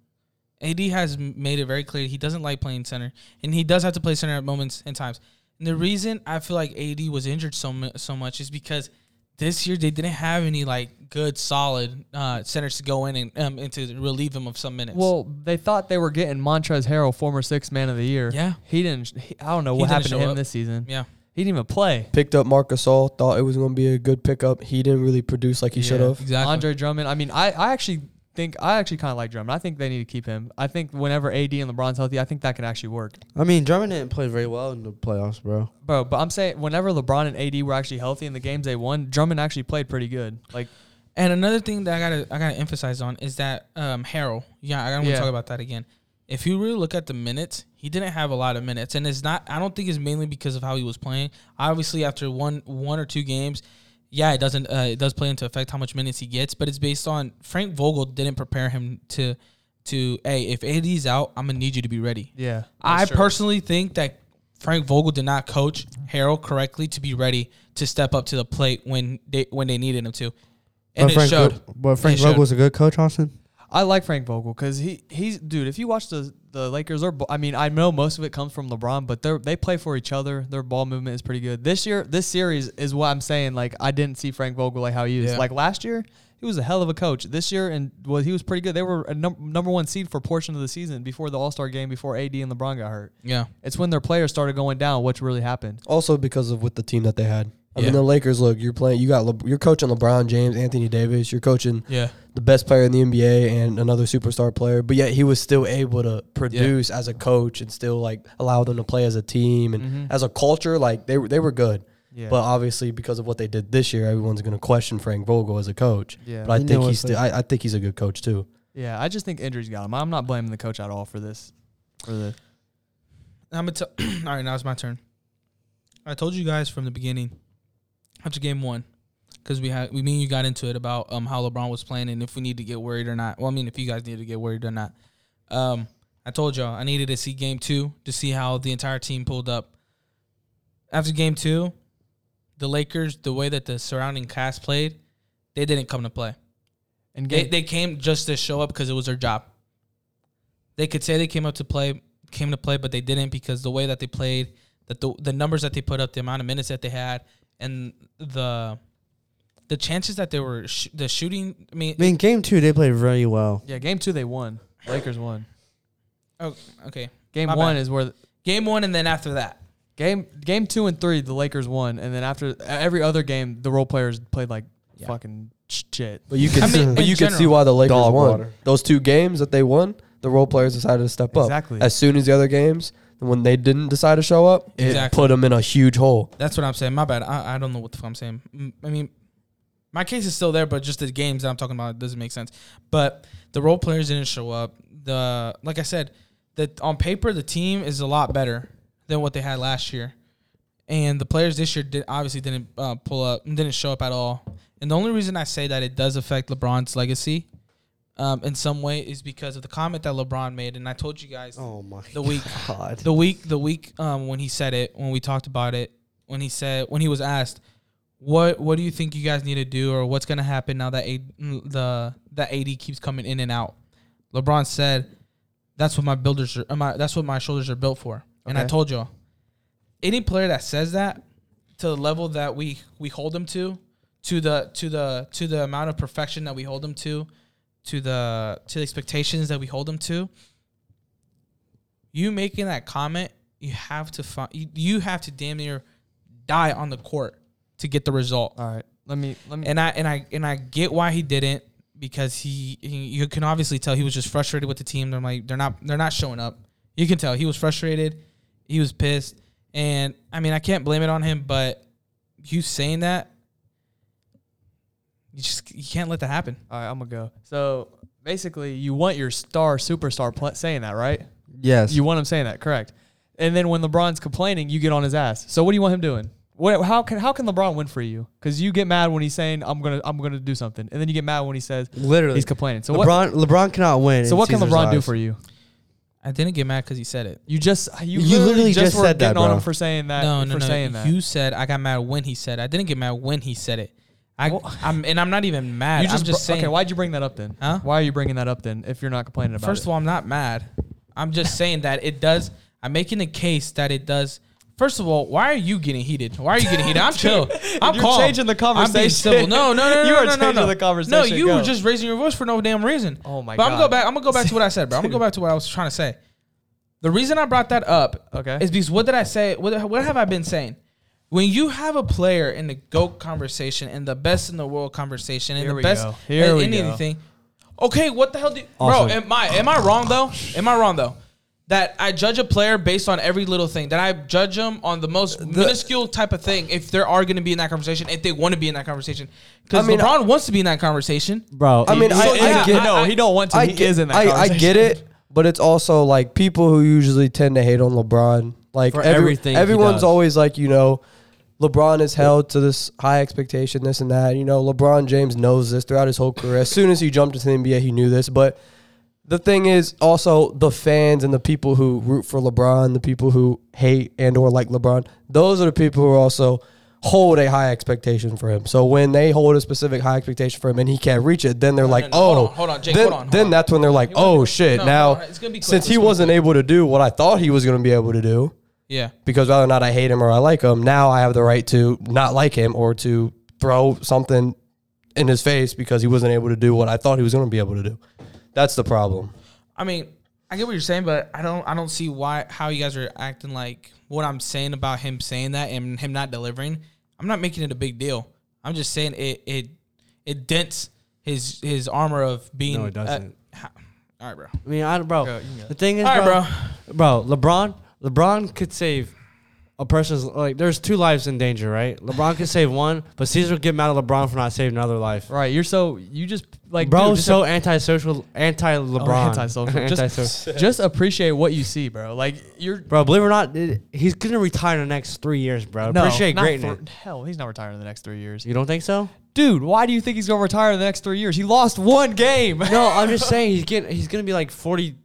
Speaker 1: AD has m- made it very clear he doesn't like playing center, and he does have to play center at moments and times. And the reason I feel like AD was injured so mu- so much is because this year they didn't have any like good solid uh, centers to go in and um, and to relieve him of some minutes.
Speaker 2: Well, they thought they were getting Montrez Harrell, former six man of the year.
Speaker 1: Yeah.
Speaker 2: he didn't. He, I don't know
Speaker 1: He
Speaker 2: what
Speaker 1: didn't
Speaker 2: happened
Speaker 1: show
Speaker 2: to him
Speaker 1: up.
Speaker 2: this season.
Speaker 1: yeah,
Speaker 2: He didn't even play.
Speaker 4: picked up Marcus All, thought it was going to be a good pickup. He didn't really produce like he should have.
Speaker 1: exactly.
Speaker 2: Andre Drummond. I mean, I, I actually think I actually kind of like Drummond. I think they need to keep him. I think whenever AD and LeBron's healthy, I think that could actually work,
Speaker 5: I mean, Drummond didn't play very well in the playoffs, bro.
Speaker 2: bro. But I'm saying whenever LeBron and AD were actually healthy in the games they won, Drummond actually played pretty good. Like,
Speaker 1: And another thing that I gotta I gotta emphasize on is that um Harrell. Yeah, I gotta wanna
Speaker 2: Yeah.
Speaker 1: talk about that again. If you really look at the minutes, he didn't have a lot of minutes, and it's not. I don't think it's mainly because of how he was playing. Obviously, after one one or two games, yeah, it doesn't. Uh, it does play into effect how much minutes he gets, but it's based on Frank Vogel didn't prepare him to to hey, if AD's out, I'm gonna need you to be ready.
Speaker 2: yeah,
Speaker 1: I personally think that Frank Vogel did not coach Harold correctly to be ready to step up to the plate when they when they needed him to, and
Speaker 5: but
Speaker 1: it
Speaker 5: Frank,
Speaker 1: showed.
Speaker 5: But Frank
Speaker 1: It showed.
Speaker 5: Vogel's a good coach, Austin.
Speaker 2: I like Frank Vogel because he he's dude. If you watch the the Lakers, or I mean, I know most of it comes from LeBron, but they they play for each other. Their ball movement is pretty good. This year, this series is what I'm saying. Like I didn't see Frank Vogel like how he is.
Speaker 1: Yeah.
Speaker 2: Like last year, he was a hell of a coach. This year, and well, he was pretty good. They were a num- number one seed for a portion of the season before the All Star game, before AD and LeBron got hurt.
Speaker 1: Yeah,
Speaker 2: It's when their players started going down, which really happened.
Speaker 4: Also because of with the team that they had. I
Speaker 1: Yeah.
Speaker 4: mean, the Lakers. Look, you're playing. You got Le, you're coaching LeBron James, Anthony Davis. You're coaching
Speaker 1: yeah.
Speaker 4: the best player in the NBA and another superstar player. But yet he was still able to produce as a coach and still like allow them to play as a team and
Speaker 5: Mm-hmm.
Speaker 4: as a culture. Like they were- they were good.
Speaker 2: Yeah.
Speaker 4: But obviously, because of what they did this year, everyone's going to question Frank Vogel as a coach.
Speaker 2: Yeah.
Speaker 4: But I
Speaker 5: You
Speaker 4: think
Speaker 5: know
Speaker 4: he's
Speaker 5: what's
Speaker 4: still. I, I think he's a good coach too.
Speaker 2: Yeah, I just think injuries got him. I'm not blaming the coach at all for this. For the
Speaker 1: I'm gonna tell. All right, now it's my turn. I told you guys from the beginning after game one because we had we mean you got into it about um how LeBron was playing and if we need to get worried or not. Well, I mean if you guys need to get worried or not. Um, I told y'all I needed to see game two to see how the entire team pulled up. After game two, the Lakers, the way that the surrounding cast played, they didn't come to play.
Speaker 2: And
Speaker 1: They
Speaker 2: game,
Speaker 1: they came just to show up because it was their job. They could say they came up to play, came to play, but they didn't because the way that they played, that the the numbers that they put up, the amount of minutes that they had, and the the chances that they were sh- the shooting. I mean,
Speaker 5: I mean, game two they played very well.
Speaker 2: yeah, game two they won. Lakers won.
Speaker 1: oh, okay,
Speaker 2: Game
Speaker 1: My
Speaker 2: one
Speaker 1: bad.
Speaker 2: is where the,
Speaker 1: game one, and then after that,
Speaker 2: game game two and three the Lakers won, and then after every other game the role players played like
Speaker 1: Yeah.
Speaker 2: fucking shit.
Speaker 4: But you can,
Speaker 1: I
Speaker 4: see,
Speaker 1: mean,
Speaker 4: but
Speaker 1: in
Speaker 4: you can see
Speaker 1: general.
Speaker 4: why the Lakers
Speaker 5: Dog
Speaker 4: won.
Speaker 5: water.
Speaker 4: Those two games that they won, the role players decided to step
Speaker 2: Exactly.
Speaker 4: up. As soon as the other games, when they didn't decide to show up, it
Speaker 1: Exactly.
Speaker 4: put them in a huge hole.
Speaker 1: that's what I'm saying. My bad. I, I don't know what the fuck I'm saying. M- I mean, my case is still there, but just the games that I'm talking about it doesn't make sense. But the role players didn't show up. The like I said, that on paper the team is a lot better than what they had last year, and the players this year did obviously didn't uh, pull up, didn't show up at all. And the only reason I say that it does affect LeBron's legacy. Um, in some way is because of the comment that LeBron made, and I told you guys
Speaker 5: Oh my
Speaker 1: the week
Speaker 5: god.
Speaker 1: the week the week um, when he said it when we talked about it when he said when he was asked what what do you think you guys need to do or what's gonna happen now that A, mm, the that AD keeps coming in and out LeBron said that's what my builders are uh, my, that's what my shoulders are built for and I
Speaker 4: Okay.
Speaker 1: told y'all any player that says that to the level that we we hold them to to the to the to the amount of perfection that we hold them to to the to the expectations that we hold them to you making that comment you have to find you, you have to damn near die on the court to get the result
Speaker 2: All right, let me let me.
Speaker 1: and i and i and i get why he didn't because he he- you can obviously tell he was just frustrated with the team they're like they're not they're not showing up you can tell he was frustrated he was pissed and i mean i can't blame it on him but you saying that you just you can't let that happen
Speaker 2: all right, I'm gonna go. So basically, you want your star superstar pla saying that, right?
Speaker 5: Yes.
Speaker 2: You want him saying that, correct? And then when LeBron's complaining, you get on his ass. So what do you want him doing? What, how can how can LeBron win for you? Because you get mad when he's saying I'm gonna I'm gonna do something, and then you get mad when he says
Speaker 5: literally.
Speaker 2: he's complaining. So what?
Speaker 5: LeBron LeBron cannot win.
Speaker 2: So
Speaker 5: in
Speaker 2: what can
Speaker 5: Caesar's
Speaker 2: LeBron do
Speaker 5: eyes.
Speaker 2: for you?
Speaker 1: i didn't get mad because he said it
Speaker 2: You just you,
Speaker 5: You
Speaker 2: literally,
Speaker 5: literally
Speaker 2: just,
Speaker 5: just
Speaker 2: were
Speaker 5: said that,
Speaker 2: getting on
Speaker 5: bro.
Speaker 2: him for saying that.
Speaker 1: no,
Speaker 2: for
Speaker 1: no, no.
Speaker 2: saying that.
Speaker 1: You said I got mad when he said. it. I didn't get mad when he said it. I, I'm, and I'm not even mad.
Speaker 2: You
Speaker 1: I'm just
Speaker 2: br-
Speaker 1: saying.
Speaker 2: Okay, why'd you bring that up then?
Speaker 1: Huh?
Speaker 2: Why are you bringing that up then? If you're not complaining about
Speaker 1: first
Speaker 2: it,
Speaker 1: of all, I'm not mad. I'm just saying that it does. I'm making the case that it does. First of all, why are you getting heated? Why are you getting heated? I'm chill. I'm
Speaker 2: You're
Speaker 1: calm.
Speaker 2: changing the
Speaker 1: I'm being civil.
Speaker 2: conversation.
Speaker 1: No, no, no, no.
Speaker 2: You are
Speaker 1: no, no,
Speaker 2: changing
Speaker 1: no.
Speaker 2: the conversation.
Speaker 1: No, you
Speaker 2: Go.
Speaker 1: were just raising your voice for no damn reason.
Speaker 2: Oh my
Speaker 1: but I'm
Speaker 2: God.
Speaker 1: gonna go back. I'm gonna go back to what I said, bro. I'm gonna go back to what I was trying to say. The reason I brought that up
Speaker 2: okay.
Speaker 1: is because what did I say? What, what have I been saying? When you have a player in the GOAT conversation and the best in the world conversation and
Speaker 2: Here
Speaker 1: the
Speaker 2: we
Speaker 1: best
Speaker 2: go. Here
Speaker 1: in
Speaker 2: we go.
Speaker 1: anything, okay, what the hell do you,
Speaker 3: Also-
Speaker 1: bro? Am I am I wrong though? Am I wrong though? That I judge a player based on every little thing. That I judge them on the most minuscule type of thing. If they are going to be in that conversation, if they want to be in that conversation, because
Speaker 4: I mean,
Speaker 1: LeBron wants to be in that conversation.
Speaker 3: bro.
Speaker 4: I mean,
Speaker 2: So,
Speaker 4: I, I
Speaker 2: yeah,
Speaker 4: get
Speaker 2: no, he don't want to.
Speaker 4: I
Speaker 2: he
Speaker 4: get,
Speaker 2: is in that
Speaker 4: I, I
Speaker 2: conversation.
Speaker 4: get it, but it's also like people who usually tend to hate on LeBron. Like
Speaker 3: For
Speaker 4: every-
Speaker 3: everything he
Speaker 4: everyone's
Speaker 3: does.
Speaker 4: always like, you know, LeBron is held to this high expectation, this and that. You know, LeBron James knows this throughout his whole career. As soon as he jumped into the NBA, he knew this. But the thing is, also the fans and the people who root for LeBron, the people who hate and or like LeBron, those are the people who also hold a high expectation for him. So when they hold a specific high expectation for him and he can't reach it, then they're like,
Speaker 1: no, no,
Speaker 4: "Oh,
Speaker 1: hold on, hold on, Jake,
Speaker 4: then,
Speaker 1: hold on, hold
Speaker 4: then
Speaker 1: on.
Speaker 4: that's when they're like,
Speaker 1: He wasn't-
Speaker 4: "Oh shit,
Speaker 1: no,
Speaker 4: now
Speaker 1: hold on, it's gonna be quick,
Speaker 4: since
Speaker 1: it's
Speaker 4: he
Speaker 1: gonna be
Speaker 4: wasn't able to do what I thought he was going to be able to do,
Speaker 1: Yeah,
Speaker 4: because whether or not I hate him or I like him, now I have the right to not like him or to throw something in his face because he wasn't able to do what I thought he was going to be able to do." That's the problem.
Speaker 1: I mean, I get what you're saying, but I don't I don't see why how you guys are acting like what I'm saying about him saying that and him not delivering. I'm not making it a big deal. I'm just saying it it it dents his his armor of being.
Speaker 3: No, it doesn't.
Speaker 1: uh, ha- all right, bro.
Speaker 3: I mean, I, bro.
Speaker 2: Go, you can go.
Speaker 3: The thing is,
Speaker 1: All right,
Speaker 3: bro,
Speaker 1: bro.
Speaker 3: bro. LeBron, LeBron could save a person's like. There's two lives in danger, right? LeBron could save one, but Caesar would get mad at LeBron for not saving another life.
Speaker 2: right. You're so you just like
Speaker 3: bro,
Speaker 2: dude, just
Speaker 3: so antisocial, anti
Speaker 2: Oh,
Speaker 3: LeBron,
Speaker 2: antisocial. Just, just appreciate what you see, bro. Like you're
Speaker 3: Bro, believe it or not, it- he's gonna retire in the next three years, bro.
Speaker 2: no,
Speaker 3: Appreciate
Speaker 2: not
Speaker 3: greatness.
Speaker 2: for- hell, he's not retiring in the next three years,
Speaker 3: you don't think so?
Speaker 2: dude. Why do you think he's gonna retire in the next three years? He lost one game.
Speaker 3: No, I'm just saying he's getting. He's gonna be like 40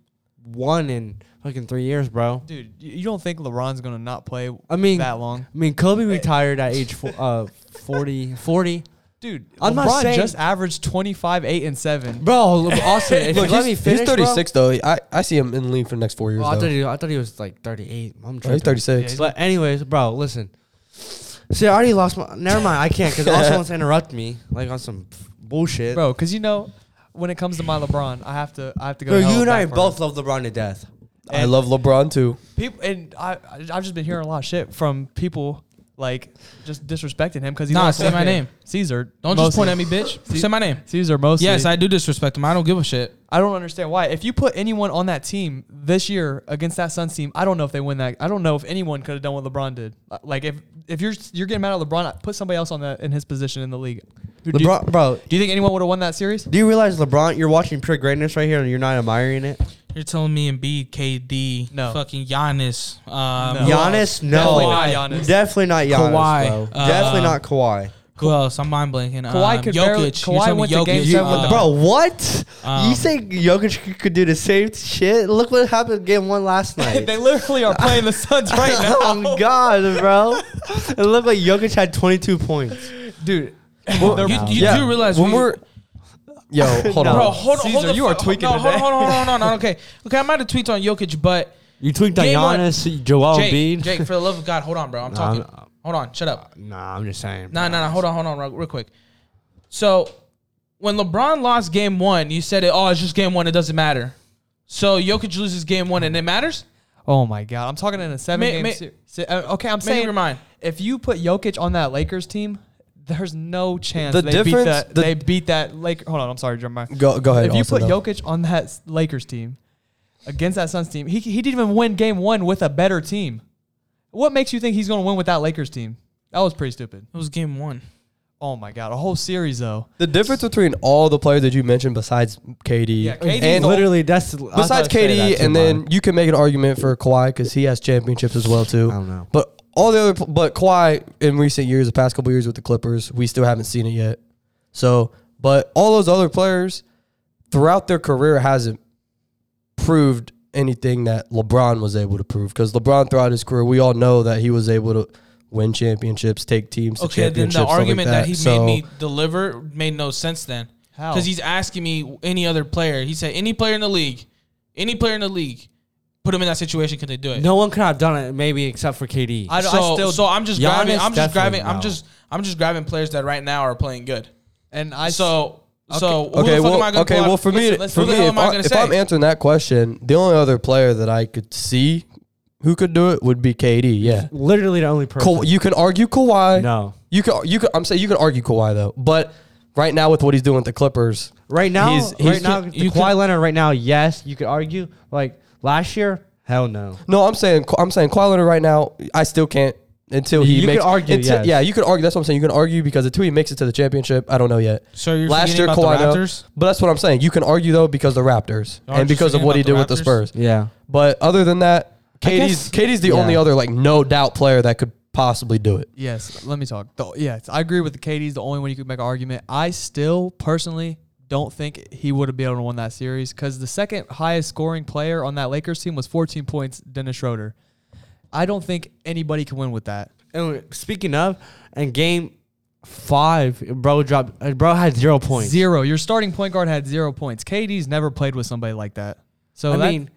Speaker 3: one in fucking three years, bro.
Speaker 2: Dude, you you don't think LeBron's gonna not play
Speaker 3: I mean,
Speaker 2: that long?
Speaker 3: I mean, Kobe retired at age fo- uh, 40, 40.
Speaker 2: Dude,
Speaker 3: I'm
Speaker 2: LeBron
Speaker 3: not saying-
Speaker 2: just averaged 25, 8, and 7.
Speaker 3: Bro, Le- Austin, if
Speaker 4: Look,
Speaker 3: you let
Speaker 4: he's,
Speaker 3: me
Speaker 4: he's
Speaker 3: finish, bro.
Speaker 4: 36 though. I, I see him in the league for the next four years.
Speaker 3: Oh, I,
Speaker 4: though.
Speaker 3: thought he, I thought he was like 38. I'm
Speaker 4: Oh, he's
Speaker 3: tripping.
Speaker 4: 36.
Speaker 3: But anyways, bro, listen. See, I already lost my. Never mind, I can't because Austin wants to interrupt me like on some bullshit. Bro,
Speaker 2: Bro, because you know, when it comes to my LeBron, I have to I have to go.
Speaker 3: bro
Speaker 2: hell
Speaker 3: you and I
Speaker 2: back for
Speaker 3: both love LeBron to death.
Speaker 4: I love LeBron too.
Speaker 2: people and I I- I've just been hearing a lot of shit from people like just disrespecting him because he
Speaker 1: Nah,
Speaker 2: lost
Speaker 1: say my
Speaker 2: Olympic.
Speaker 1: name.
Speaker 2: Caesar.
Speaker 1: Don't just
Speaker 2: mostly.
Speaker 1: point at me, bitch.
Speaker 2: See-
Speaker 1: Say my name.
Speaker 2: Caesar mostly.
Speaker 1: Yes, I do disrespect him. I don't give a shit.
Speaker 2: I don't understand why. If you put anyone on that team this year against that Suns team, I don't know if they win that. I don't know if anyone could have done what LeBron did. Like if if you're you're getting mad at LeBron, put somebody else on that in his position in the league. Who do you-
Speaker 5: LeBron, bro.
Speaker 2: do you think anyone would have won that series?
Speaker 5: Do you realize LeBron? You're watching pure greatness right here, and you're not admiring it.
Speaker 1: You're telling me Embiid, KD,
Speaker 2: No.
Speaker 1: fucking Giannis, um,
Speaker 2: No.
Speaker 1: who
Speaker 5: Giannis,
Speaker 1: else?
Speaker 5: no,
Speaker 1: Definitely not
Speaker 2: Giannis.
Speaker 5: Definitely not Giannis,
Speaker 1: Kawhi,
Speaker 5: bro.
Speaker 1: uh,
Speaker 5: Definitely not Kawhi,
Speaker 1: Who else? I'm mind blanking.
Speaker 2: Kawhi
Speaker 1: um,
Speaker 2: could
Speaker 1: Jokic.
Speaker 2: barely-
Speaker 1: You're
Speaker 2: Kawhi
Speaker 1: telling me
Speaker 2: went to
Speaker 1: Jokic, uh,
Speaker 2: game seven with the-
Speaker 5: bro. What?
Speaker 1: um,
Speaker 5: you think Jokic could do the same shit? Look what happened in game one last night.
Speaker 2: they literally are playing the Suns right now,
Speaker 5: oh God, bro! It looked like Jokic had 22 points.
Speaker 2: dude.
Speaker 1: You,
Speaker 2: they're-
Speaker 1: you
Speaker 4: Yeah.
Speaker 1: do realize
Speaker 4: when
Speaker 1: we-
Speaker 4: we're yo, hold
Speaker 1: bro,
Speaker 4: on.
Speaker 1: hold on, hold
Speaker 2: Caesar,
Speaker 1: the
Speaker 2: you are
Speaker 1: fuck-
Speaker 2: tweaking
Speaker 1: No, hold on,
Speaker 2: today.
Speaker 1: hold on, hold on, hold on. Okay, okay, I might have tweaked on Jokic, but
Speaker 3: You tweaked on
Speaker 1: Game on-
Speaker 3: Giannis,
Speaker 2: Oh,
Speaker 3: Joel
Speaker 1: Jake,
Speaker 3: Embiid.
Speaker 1: Jake, for the love of God, hold on, bro. I'm
Speaker 3: Nah, I'm-
Speaker 1: talking. hold on, shut up.
Speaker 3: Nah, I'm just saying.
Speaker 1: No, no, no. Hold on, hold on, real, real quick. So when LeBron lost game one, you said it. Oh, it's just game one. It doesn't matter. So Jokic loses game one, and it matters.
Speaker 2: Oh my god, I'm talking in a seven
Speaker 1: May-
Speaker 2: game
Speaker 1: may-
Speaker 2: series. Okay, I'm
Speaker 1: Make up
Speaker 2: saying
Speaker 1: your mind.
Speaker 2: if you put Jokic on that Lakers team, there's no chance
Speaker 4: The
Speaker 2: they beat
Speaker 4: difference-
Speaker 2: that.
Speaker 4: the-
Speaker 2: they beat that Lake. Hold on, I'm sorry, Jeremiah.
Speaker 4: Go go ahead.
Speaker 2: If you
Speaker 4: Austin,
Speaker 2: put
Speaker 4: though.
Speaker 2: Jokic on that s- Lakers team against that Suns team, he he didn't even win Game One with a better team. What makes you think he's going to win with that Lakers team? That was pretty stupid.
Speaker 1: It was game one.
Speaker 2: Oh my god, a whole series though.
Speaker 4: the difference between all the players that you mentioned besides KD,
Speaker 2: Yeah, KD 's
Speaker 4: and
Speaker 2: the whole-
Speaker 3: Literally, that's I was
Speaker 4: besides
Speaker 3: gonna say
Speaker 4: KD,
Speaker 3: that too,
Speaker 4: and then
Speaker 3: man.
Speaker 4: you can make an argument for Kawhi because he has championships as well too.
Speaker 3: I don't know.
Speaker 4: But all the other, pl- but Kawhi in recent years, the past couple years with the Clippers, we still haven't seen it yet. So, but all those other players throughout their career hasn't proved anything that LeBron was able to prove because LeBron throughout his career, we all know that he was able to win championships, take teams to
Speaker 1: Okay, then
Speaker 4: championships.
Speaker 1: the
Speaker 4: stuff like
Speaker 1: argument that. he made
Speaker 4: So-
Speaker 1: me deliver made no sense then,
Speaker 2: How?
Speaker 1: because he's asking me any other player. He said any player in the league, any player in the league, put him in that situation. Can they do it?
Speaker 3: no one could have done it, maybe except for KD.
Speaker 2: I, don't-
Speaker 1: so,
Speaker 2: I still
Speaker 1: so I'm just grabbing.
Speaker 3: Giannis
Speaker 1: I'm just
Speaker 3: definitely
Speaker 1: grabbing. I'm
Speaker 3: no.
Speaker 1: just. I'm just grabbing players that right now are playing good.
Speaker 2: and I s-
Speaker 1: so. So who the
Speaker 4: Okay,
Speaker 1: fuck am I
Speaker 4: well,
Speaker 1: gonna
Speaker 4: okay,
Speaker 1: pull out-
Speaker 4: well, for me,
Speaker 1: Listen, listen,
Speaker 4: for
Speaker 1: who the
Speaker 4: me,
Speaker 1: hell
Speaker 4: if,
Speaker 1: am I
Speaker 4: I,
Speaker 1: gonna
Speaker 4: if
Speaker 1: say?
Speaker 4: I'm answering that question, the only other player that I could see who could do it would be KD. Yeah,
Speaker 3: literally the only person.
Speaker 4: Ka- you can argue Kawhi.
Speaker 3: No.
Speaker 4: you could, you could. I'm saying you could argue Kawhi though, but right now with what he's doing with the Clippers,
Speaker 3: Right now,
Speaker 4: He's-
Speaker 3: right
Speaker 4: he's-
Speaker 3: now,
Speaker 4: you
Speaker 3: the
Speaker 4: could-
Speaker 3: Kawhi Leonard. Right now, yes, you could argue. Like last year, hell no.
Speaker 4: no, I'm saying I'm saying Kawhi Leonard right now. I still can't until he
Speaker 3: You could
Speaker 4: makes.
Speaker 3: argue,
Speaker 4: until-
Speaker 3: yes.
Speaker 4: yeah, you could argue. That's what I'm saying. You can argue because until he makes it to the championship, I don't know yet.
Speaker 1: So you're
Speaker 4: Last year,
Speaker 1: forgetting
Speaker 4: Kawhi.
Speaker 1: about the
Speaker 4: though-
Speaker 1: Raptors?
Speaker 4: but that's what I'm saying. You can argue though because the Raptors
Speaker 1: Aren't
Speaker 4: and
Speaker 1: you
Speaker 4: because of
Speaker 1: forgetting
Speaker 4: what he did
Speaker 1: about
Speaker 4: with the
Speaker 1: the Raptors?
Speaker 4: Spurs.
Speaker 3: Yeah,
Speaker 4: But other than that,
Speaker 3: guess-
Speaker 4: Katie's Katie's the
Speaker 3: yeah.
Speaker 4: only other like no doubt player that could possibly do it.
Speaker 2: Yes, let me talk. The, yes, I agree with the KD's the only one you could make an argument. I still personally don't think he would have been able to win that series because the second highest scoring player on that Lakers team was 14 points, Dennis Schroeder. I don't think anybody can win with that.
Speaker 3: And speaking of, in game five, bro dropped. uh, Bro had zero points.
Speaker 2: Zero. Your starting point guard had zero points. KD's never played with somebody like that. So
Speaker 3: I
Speaker 2: that,
Speaker 3: mean,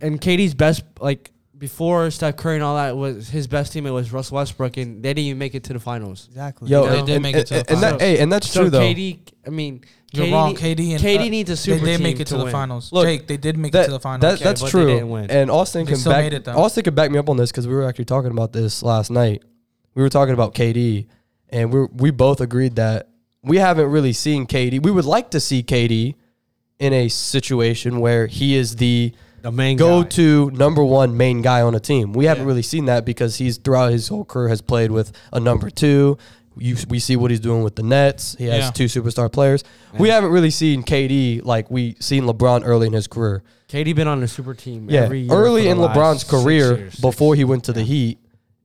Speaker 3: and Katie's best like before Steph Curry and all that was his best teammate was Russ Westbrook, and they didn't even make it to the finals.
Speaker 2: exactly.
Speaker 4: Yo,
Speaker 1: They
Speaker 4: and,
Speaker 1: did
Speaker 4: and-
Speaker 1: make it to the
Speaker 4: and- and
Speaker 1: finals.
Speaker 4: that, hey, and that's
Speaker 3: So
Speaker 4: true though.
Speaker 3: Katie, I mean,
Speaker 1: You're
Speaker 3: KD
Speaker 1: wrong. KD and
Speaker 3: KD
Speaker 1: uh,
Speaker 3: needs a
Speaker 1: they
Speaker 3: super
Speaker 1: did
Speaker 3: team
Speaker 1: make it to, the
Speaker 3: win.
Speaker 1: finals.
Speaker 4: Look,
Speaker 1: Jake, they did make it
Speaker 4: That-
Speaker 1: to the finals.
Speaker 4: that-
Speaker 1: Okay.
Speaker 4: that's
Speaker 3: but they
Speaker 4: true.
Speaker 3: didn't win.
Speaker 4: And Austin
Speaker 1: They
Speaker 4: can
Speaker 1: still
Speaker 4: back
Speaker 1: made it, though.
Speaker 4: Austin can back me up on this because we were actually talking about this last night. We were talking about KD, and we we both agreed that we haven't really seen KD. We would like to see KD in a situation where he is the
Speaker 3: The main
Speaker 4: go
Speaker 3: guy.
Speaker 4: to number one main guy on a team. We haven't really seen that because he's throughout his whole career has played with a number two. You, we see what he's doing with the Nets. He has
Speaker 1: Yeah.
Speaker 4: two superstar players. We haven't really seen KD like we seen LeBron early in his career.
Speaker 3: Katie been on a super team.
Speaker 4: Yeah,
Speaker 3: every year
Speaker 4: early
Speaker 3: for
Speaker 4: in
Speaker 3: the last
Speaker 4: LeBron's
Speaker 3: six
Speaker 4: career,
Speaker 3: years.
Speaker 4: before he went to the Heat,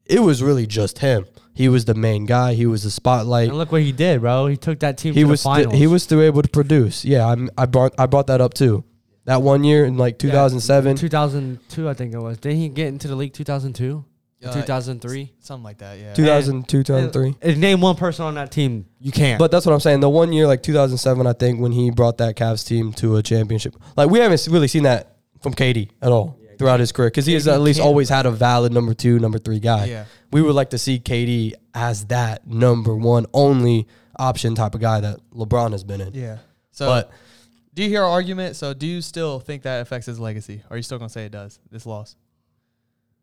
Speaker 4: it was really just him. He was the main guy. He was the spotlight.
Speaker 3: And look what he did, bro. He took that team.
Speaker 4: He
Speaker 3: to
Speaker 4: was
Speaker 3: the
Speaker 4: sti-
Speaker 3: finals.
Speaker 4: he was still able to produce. Yeah, I'm, I brought I brought that up too. that one year in like 2007.
Speaker 3: 2002, I think it was. Didn't he get into the league 2002?
Speaker 2: Uh,
Speaker 3: 2003?
Speaker 2: something like that. Yeah.
Speaker 4: 2000, 2003.
Speaker 3: Uh, Name one person on that team. You can't.
Speaker 4: But that's what I'm saying. The one year, like 2007, I think, when he brought that Cavs team to a championship. Like, we haven't really seen that from KD at all throughout his career because he has
Speaker 1: KD
Speaker 4: at least
Speaker 1: can't-
Speaker 4: always had a valid number two, number three guy.
Speaker 2: Yeah.
Speaker 4: We would like to see KD as that number one, only option type of guy that LeBron has been in.
Speaker 2: Yeah. So
Speaker 4: But
Speaker 2: do you hear our argument? So do you still think that affects his legacy? Are you still gonna say it does? This loss.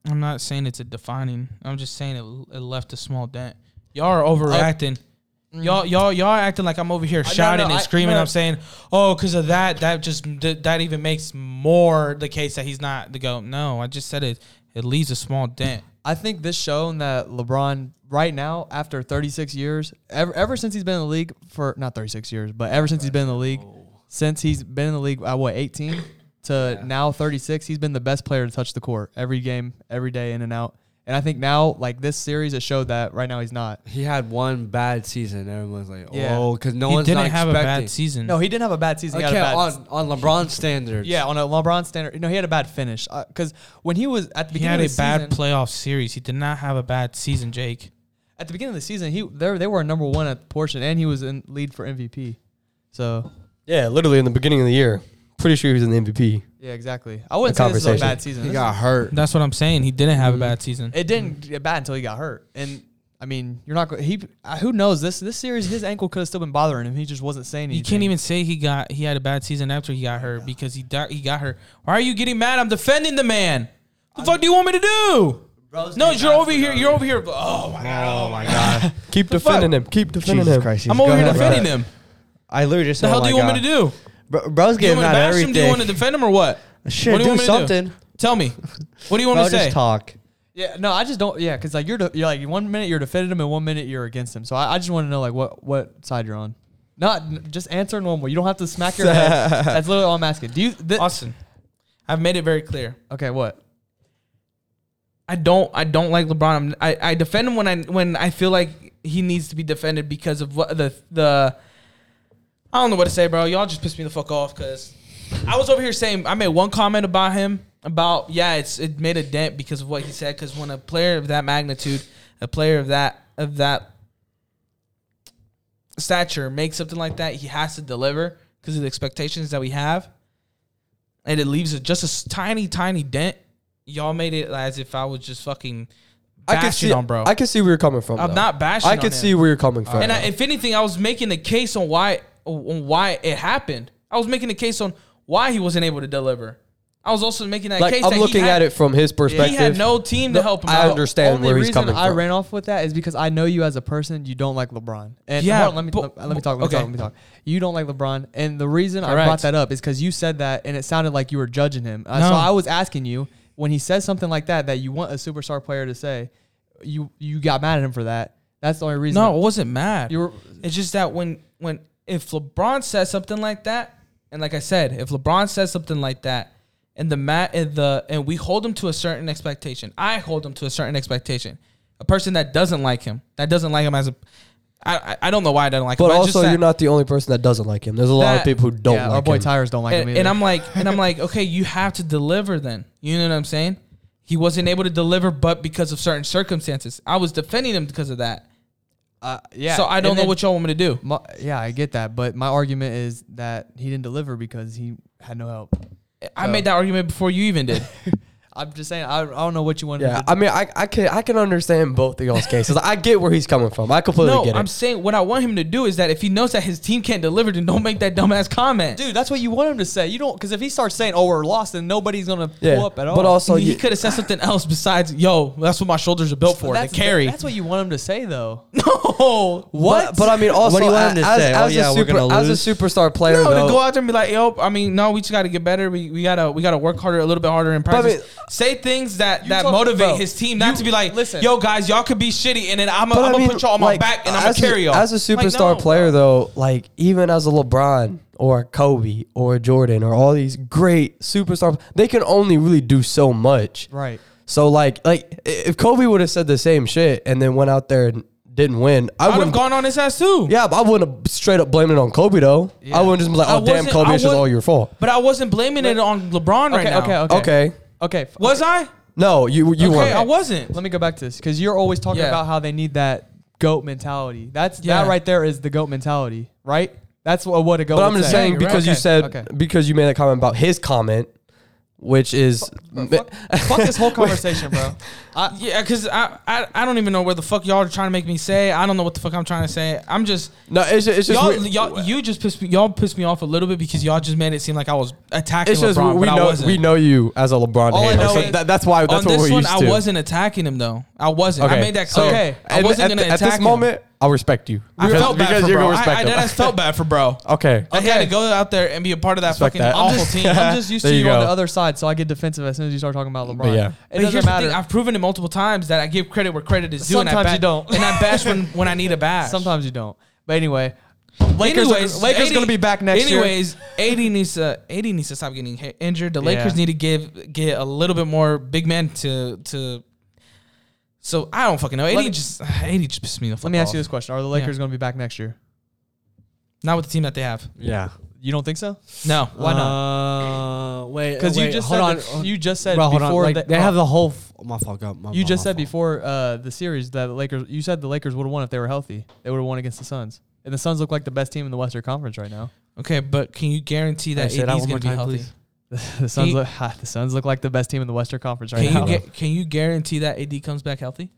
Speaker 1: I'm not saying it's a defining. I'm just saying it, it left a small dent. Y'all are overreacting. y'all, y'all, y'all are acting like I'm over here
Speaker 4: no,
Speaker 1: shouting
Speaker 4: no,
Speaker 1: and
Speaker 4: I-
Speaker 1: screaming.
Speaker 4: no.
Speaker 1: I'm saying, oh, because of that, that just th- that even makes more the case that he's not the go. No, I just said it. It leaves a small dent.
Speaker 2: I think this shown that LeBron right now, after 36 years, ever, ever since he's been in the league for not 36 years, but ever since he's been in the league, since he's been in the league at what 18 to now 36, he's been the best player to touch the court every game, every day, in and out. And I think now, like this series, it showed that right now he's not.
Speaker 3: he had one bad season. Everyone's like,
Speaker 2: Yeah.
Speaker 3: oh, because no
Speaker 1: he
Speaker 3: one's
Speaker 1: didn't
Speaker 3: not
Speaker 1: have
Speaker 3: expecting.
Speaker 1: a bad season.
Speaker 2: Mm. No, he didn't have a bad season. He had a
Speaker 3: Okay,
Speaker 2: bad
Speaker 3: on, on LeBron standards.
Speaker 2: Yeah, on a LeBron standard, no, he had a bad finish because when he was at
Speaker 1: he
Speaker 2: the beginning
Speaker 1: had a
Speaker 2: of the
Speaker 1: bad
Speaker 2: season,
Speaker 1: playoff series. He did not have a bad season, Jake.
Speaker 2: at the beginning of the season, he they they were number one at the portion, and he was in lead for MVP. So
Speaker 4: yeah, literally in the beginning of the year, pretty sure he was in the MVP.
Speaker 2: yeah, exactly. I wouldn't
Speaker 4: The
Speaker 2: say this is a
Speaker 4: conversation.
Speaker 2: bad season.
Speaker 3: He
Speaker 2: This
Speaker 3: got hurt.
Speaker 1: That's what I'm saying. He didn't have a bad season.
Speaker 2: is- it didn't get bad until he got hurt, and I mean, you're not go- he. uh, Who knows this this series? His ankle could have still been bothering him. He just wasn't saying anything.
Speaker 1: You can't even say he got he had a bad season after he got hurt because he di- he got hurt. Why are you getting mad? I'm defending the man. The fuck do you want me to do? no, you're over here. You're over here. Oh my god.
Speaker 3: Oh my god.
Speaker 4: Keep
Speaker 1: The fuck?
Speaker 4: defending him. Keep defending
Speaker 5: Jesus
Speaker 4: him.
Speaker 5: Christ.
Speaker 1: I'm
Speaker 5: he's
Speaker 1: over here
Speaker 5: going-
Speaker 1: defending him.
Speaker 5: I literally just
Speaker 1: The
Speaker 5: said,
Speaker 1: hell
Speaker 5: oh
Speaker 1: do you
Speaker 5: my
Speaker 1: want me to
Speaker 5: God.
Speaker 1: do?
Speaker 5: Bro, bro's
Speaker 1: Do you
Speaker 5: getting
Speaker 1: want to
Speaker 5: out of
Speaker 1: bash him? Do you want to
Speaker 5: everything.
Speaker 1: defend him or what?
Speaker 5: Shit,
Speaker 1: what do you
Speaker 5: do
Speaker 1: want me to do?
Speaker 5: something.
Speaker 1: Tell me. What do you want
Speaker 5: Bro,
Speaker 1: me to say?
Speaker 5: just talk.
Speaker 2: Yeah, no, I just don't. Yeah, because like you're, de- you're like one minute you're defending him and one minute you're against him. So I, I just want to know like what what side you're on. Not n- just answer normal. You don't have to smack your head. That's literally all I'm asking. Do you? thi-
Speaker 1: Austin, I've made it very clear.
Speaker 2: okay, what?
Speaker 1: I don't I don't like LeBron. I'm- I, I defend him when I when I feel like he needs to be defended because of what the the I don't know what to say, bro. Y'all just pissed me the fuck off because I was over here saying I made one comment about him about yeah it's it made a dent because of what he said because when a player of that magnitude, a player of that of that stature makes something like that, he has to deliver because of the expectations that we have, and it leaves a, just a s- tiny tiny dent. Y'all made it as if I was just fucking
Speaker 4: I
Speaker 1: bashing
Speaker 4: can see.
Speaker 1: on bro.
Speaker 4: I can see where you're coming from.
Speaker 1: I'm
Speaker 4: though.
Speaker 1: not bashing
Speaker 4: I
Speaker 1: on
Speaker 4: can
Speaker 1: him.
Speaker 4: see where you're coming from.
Speaker 1: And I, if anything, I was making the case on why on why it happened. I was making the case on why he wasn't able to deliver. I was also making that
Speaker 4: like
Speaker 1: case.
Speaker 4: I'm
Speaker 1: that he
Speaker 4: looking
Speaker 1: had-
Speaker 4: at it from his perspective.
Speaker 1: He had no team to help him.
Speaker 4: I
Speaker 1: out.
Speaker 4: understand
Speaker 2: Only
Speaker 4: where he's
Speaker 2: reason
Speaker 4: coming
Speaker 2: I
Speaker 4: from.
Speaker 2: ran off with that is because I know you as a person. You don't like LeBron. And
Speaker 1: Yeah,
Speaker 2: hold on, let me
Speaker 1: but-
Speaker 2: let, me talk. Let me
Speaker 1: okay.
Speaker 2: talk. Let me talk. You don't like LeBron, and the reason I
Speaker 1: Correct.
Speaker 2: brought that up is because you said that, and it sounded like you were judging him. Uh, So
Speaker 1: No.
Speaker 2: I was asking you when he says something like that that you want a superstar player to say, you you got mad at him for that. That's the only reason.
Speaker 1: No, I wasn't mad.
Speaker 2: you were.
Speaker 1: It's just that when when if LeBron says something like that, and like I said, if LeBron says something like that, and the mat and the and we hold him to a certain expectation, I hold him to a certain expectation. A person that doesn't like him, that doesn't like him as a, I I, I don't know why I don't like him.
Speaker 4: But
Speaker 1: I just
Speaker 4: also,
Speaker 1: that-
Speaker 4: you're not the only person that doesn't like him. There's a lot of
Speaker 1: That-
Speaker 4: people who don't
Speaker 2: yeah,
Speaker 4: like
Speaker 2: our boy
Speaker 4: him.
Speaker 2: Tires don't like him
Speaker 1: and,
Speaker 2: either.
Speaker 1: and I'm like, and I'm like, okay, you have to deliver then. You know what I'm saying? He wasn't able to deliver, but because of certain circumstances, I was defending him because of that.
Speaker 2: uh, yeah.
Speaker 1: so I don't
Speaker 2: and
Speaker 1: know
Speaker 2: then-
Speaker 1: what y'all want me to do.
Speaker 2: My, yeah, I get that, but my argument is that he didn't deliver because he had no help.
Speaker 1: I
Speaker 2: So-
Speaker 1: made that argument before you even did.
Speaker 2: I'm just saying I, I don't know what you wanted.
Speaker 4: Yeah,
Speaker 2: to
Speaker 4: I mean, I, I can I can understand both of y'all's cases. I get where he's coming from. I completely
Speaker 1: no,
Speaker 4: get it.
Speaker 1: I'm saying what I want him to do is that if he knows that his team can't deliver, then don't make that dumbass comment.
Speaker 2: Dude, that's what you want him to say. You don't because if he starts saying, "Oh, we're lost," then nobody's gonna
Speaker 4: yeah,
Speaker 2: pull up at all.
Speaker 4: but also
Speaker 1: he
Speaker 4: you,
Speaker 1: could have said something else besides, "Yo, that's what my shoulders are built for."
Speaker 2: that's,
Speaker 1: to carry.
Speaker 2: That's what you want him to say, though.
Speaker 1: no,
Speaker 4: But, but I mean, also
Speaker 5: do you want him to
Speaker 4: as,
Speaker 5: say?
Speaker 4: as
Speaker 5: Oh,
Speaker 4: a
Speaker 5: yeah, we're
Speaker 4: super,
Speaker 5: gonna
Speaker 4: as a superstar player,
Speaker 1: No,
Speaker 4: though,
Speaker 1: Oh, to go out there and be like, yo, I mean, no, we just got to get better. We, we gotta we gotta work harder, a little bit harder in
Speaker 4: I
Speaker 1: practice.
Speaker 4: mean-
Speaker 1: Say things that
Speaker 2: You
Speaker 1: that
Speaker 2: talk-
Speaker 1: motivate
Speaker 2: bro,
Speaker 1: his team, not
Speaker 2: you-
Speaker 1: to be like,
Speaker 2: listen.
Speaker 1: yo, guys, y'all could be shitty, and then I'm
Speaker 4: but I
Speaker 1: gonna
Speaker 4: mean,
Speaker 1: put y'all on
Speaker 4: like,
Speaker 1: my back and I'm gonna
Speaker 4: as a-
Speaker 1: carry y'all
Speaker 4: As a
Speaker 1: Like,
Speaker 4: superstar
Speaker 1: no.
Speaker 4: player, though, like even as a LeBron or a Kobe or a Jordan or all these great superstars, they can only really do so much.
Speaker 2: Right.
Speaker 4: So like like i- if Kobe would have said the same shit and then went out there and didn't win, I
Speaker 1: I'd have
Speaker 4: wouldn't.
Speaker 1: gone on his ass too.
Speaker 4: yeah, but I wouldn't have straight up blamed it on Kobe though. I wouldn't just be like,
Speaker 1: I
Speaker 4: oh damn,
Speaker 1: wasn't-
Speaker 4: Kobe,
Speaker 1: I
Speaker 4: it's just
Speaker 1: wa-
Speaker 4: all your fault.
Speaker 1: But I wasn't blaming it on LeBron right
Speaker 2: Okay,
Speaker 1: now.
Speaker 2: okay, okay, okay,
Speaker 4: Okay,
Speaker 2: okay. Was
Speaker 1: Was I?
Speaker 4: no, you
Speaker 1: okay,
Speaker 4: you weren't.
Speaker 1: I wasn't.
Speaker 2: let me go back to this because you're always talking
Speaker 1: Yeah.
Speaker 2: about how they need that goat mentality. That's
Speaker 1: Yeah.
Speaker 2: that right there is the goat mentality, right? That's what, what a goat.
Speaker 4: But I'm
Speaker 2: would
Speaker 4: just
Speaker 2: say.
Speaker 4: saying
Speaker 1: You're right.
Speaker 4: because you
Speaker 1: Okay,
Speaker 4: said
Speaker 2: okay.
Speaker 4: because you made that comment about his comment, which is
Speaker 2: Fuck, fuck this whole conversation, bro.
Speaker 1: Yeah, because I, I I don't even know where the fuck y'all are trying to make me say. I don't know what the fuck I'm trying to say. I'm just
Speaker 4: no, it's just, it's just
Speaker 1: y'all,
Speaker 4: weird.
Speaker 1: y'all you just pissed me y'all pissed me off a little bit because y'all just made it seem like I was attacking
Speaker 4: it's just
Speaker 1: LeBron,
Speaker 4: we
Speaker 1: but I
Speaker 4: know
Speaker 1: wasn't.
Speaker 4: we know you as a LeBron
Speaker 1: All I
Speaker 4: hater,
Speaker 1: know
Speaker 4: so
Speaker 1: is-
Speaker 4: that, that's why that's
Speaker 1: On
Speaker 4: what
Speaker 1: this
Speaker 4: we're
Speaker 1: one,
Speaker 4: used to.
Speaker 1: I wasn't attacking him though. I wasn't. I made that
Speaker 4: so-
Speaker 1: clear.
Speaker 2: Okay.
Speaker 1: I
Speaker 4: and
Speaker 1: wasn't
Speaker 4: at,
Speaker 1: gonna
Speaker 4: the- at
Speaker 1: attack
Speaker 4: this
Speaker 1: him.
Speaker 4: moment. I'll respect you
Speaker 1: I
Speaker 4: because,
Speaker 1: felt bad
Speaker 4: because
Speaker 1: for
Speaker 4: you're
Speaker 1: bro.
Speaker 4: gonna
Speaker 1: I,
Speaker 4: respect
Speaker 1: I,
Speaker 4: him. Oh,
Speaker 1: just felt bad for bro.
Speaker 4: okay,
Speaker 1: I had to go out there and be a part of that
Speaker 4: Respect
Speaker 1: fucking
Speaker 4: that.
Speaker 1: awful
Speaker 2: just-
Speaker 1: team. I'm just used
Speaker 4: There
Speaker 1: to
Speaker 4: you
Speaker 1: you.
Speaker 4: go.
Speaker 2: on the other side, so I get defensive as soon as you start talking about LeBron.
Speaker 4: yeah.
Speaker 2: It
Speaker 1: But here's
Speaker 2: doesn't
Speaker 1: the thing,
Speaker 2: matter.
Speaker 1: I've proven it multiple times that I give credit where credit is due. and I
Speaker 2: Sometimes
Speaker 1: ba-
Speaker 2: you don't.
Speaker 1: And I bash when, when I need a bash.
Speaker 2: Sometimes you don't. But anyway,
Speaker 1: Lakers,
Speaker 2: Lakers- Lakers gonna be back next year.
Speaker 1: anyways, year. Anyways, AD needs to AD needs to stop getting hit, injured. The Lakers
Speaker 2: Yeah.
Speaker 1: need to give get a little bit more big man to to. So I don't fucking know. AD
Speaker 2: Let me-
Speaker 1: just AD just pissed me the fuck
Speaker 2: let me ask
Speaker 1: off.
Speaker 2: you this question: Are the Lakers going to be back next year?
Speaker 1: Not with the team that they have.
Speaker 3: Yeah.
Speaker 2: You don't think so?
Speaker 1: No.
Speaker 2: Why not?
Speaker 3: not? Uh, wait,
Speaker 2: Because you
Speaker 3: wait,
Speaker 2: just said
Speaker 3: hold
Speaker 2: that-
Speaker 3: on.
Speaker 2: you just said
Speaker 3: Bro, hold on.
Speaker 2: before
Speaker 3: Like,
Speaker 2: that-
Speaker 3: they
Speaker 2: oh,
Speaker 3: have the whole. F- my fuck up. My,
Speaker 2: you
Speaker 3: my-
Speaker 2: just
Speaker 3: my
Speaker 2: said
Speaker 3: fault.
Speaker 2: before uh, the series that the Lakers. You said the Lakers would have won if they were healthy. They would have won against the Suns, and the Suns look like the best team in the Western Conference right now.
Speaker 1: Okay, but can you guarantee
Speaker 3: Hey,
Speaker 1: that
Speaker 3: say that
Speaker 1: AD's gonna
Speaker 3: one more
Speaker 1: be
Speaker 3: time,
Speaker 1: healthy?
Speaker 3: please.
Speaker 2: The Suns
Speaker 1: you-
Speaker 2: look the Suns look like the best team in the Western Conference right
Speaker 1: Can
Speaker 2: now.
Speaker 1: you get, can you guarantee that AD comes back healthy?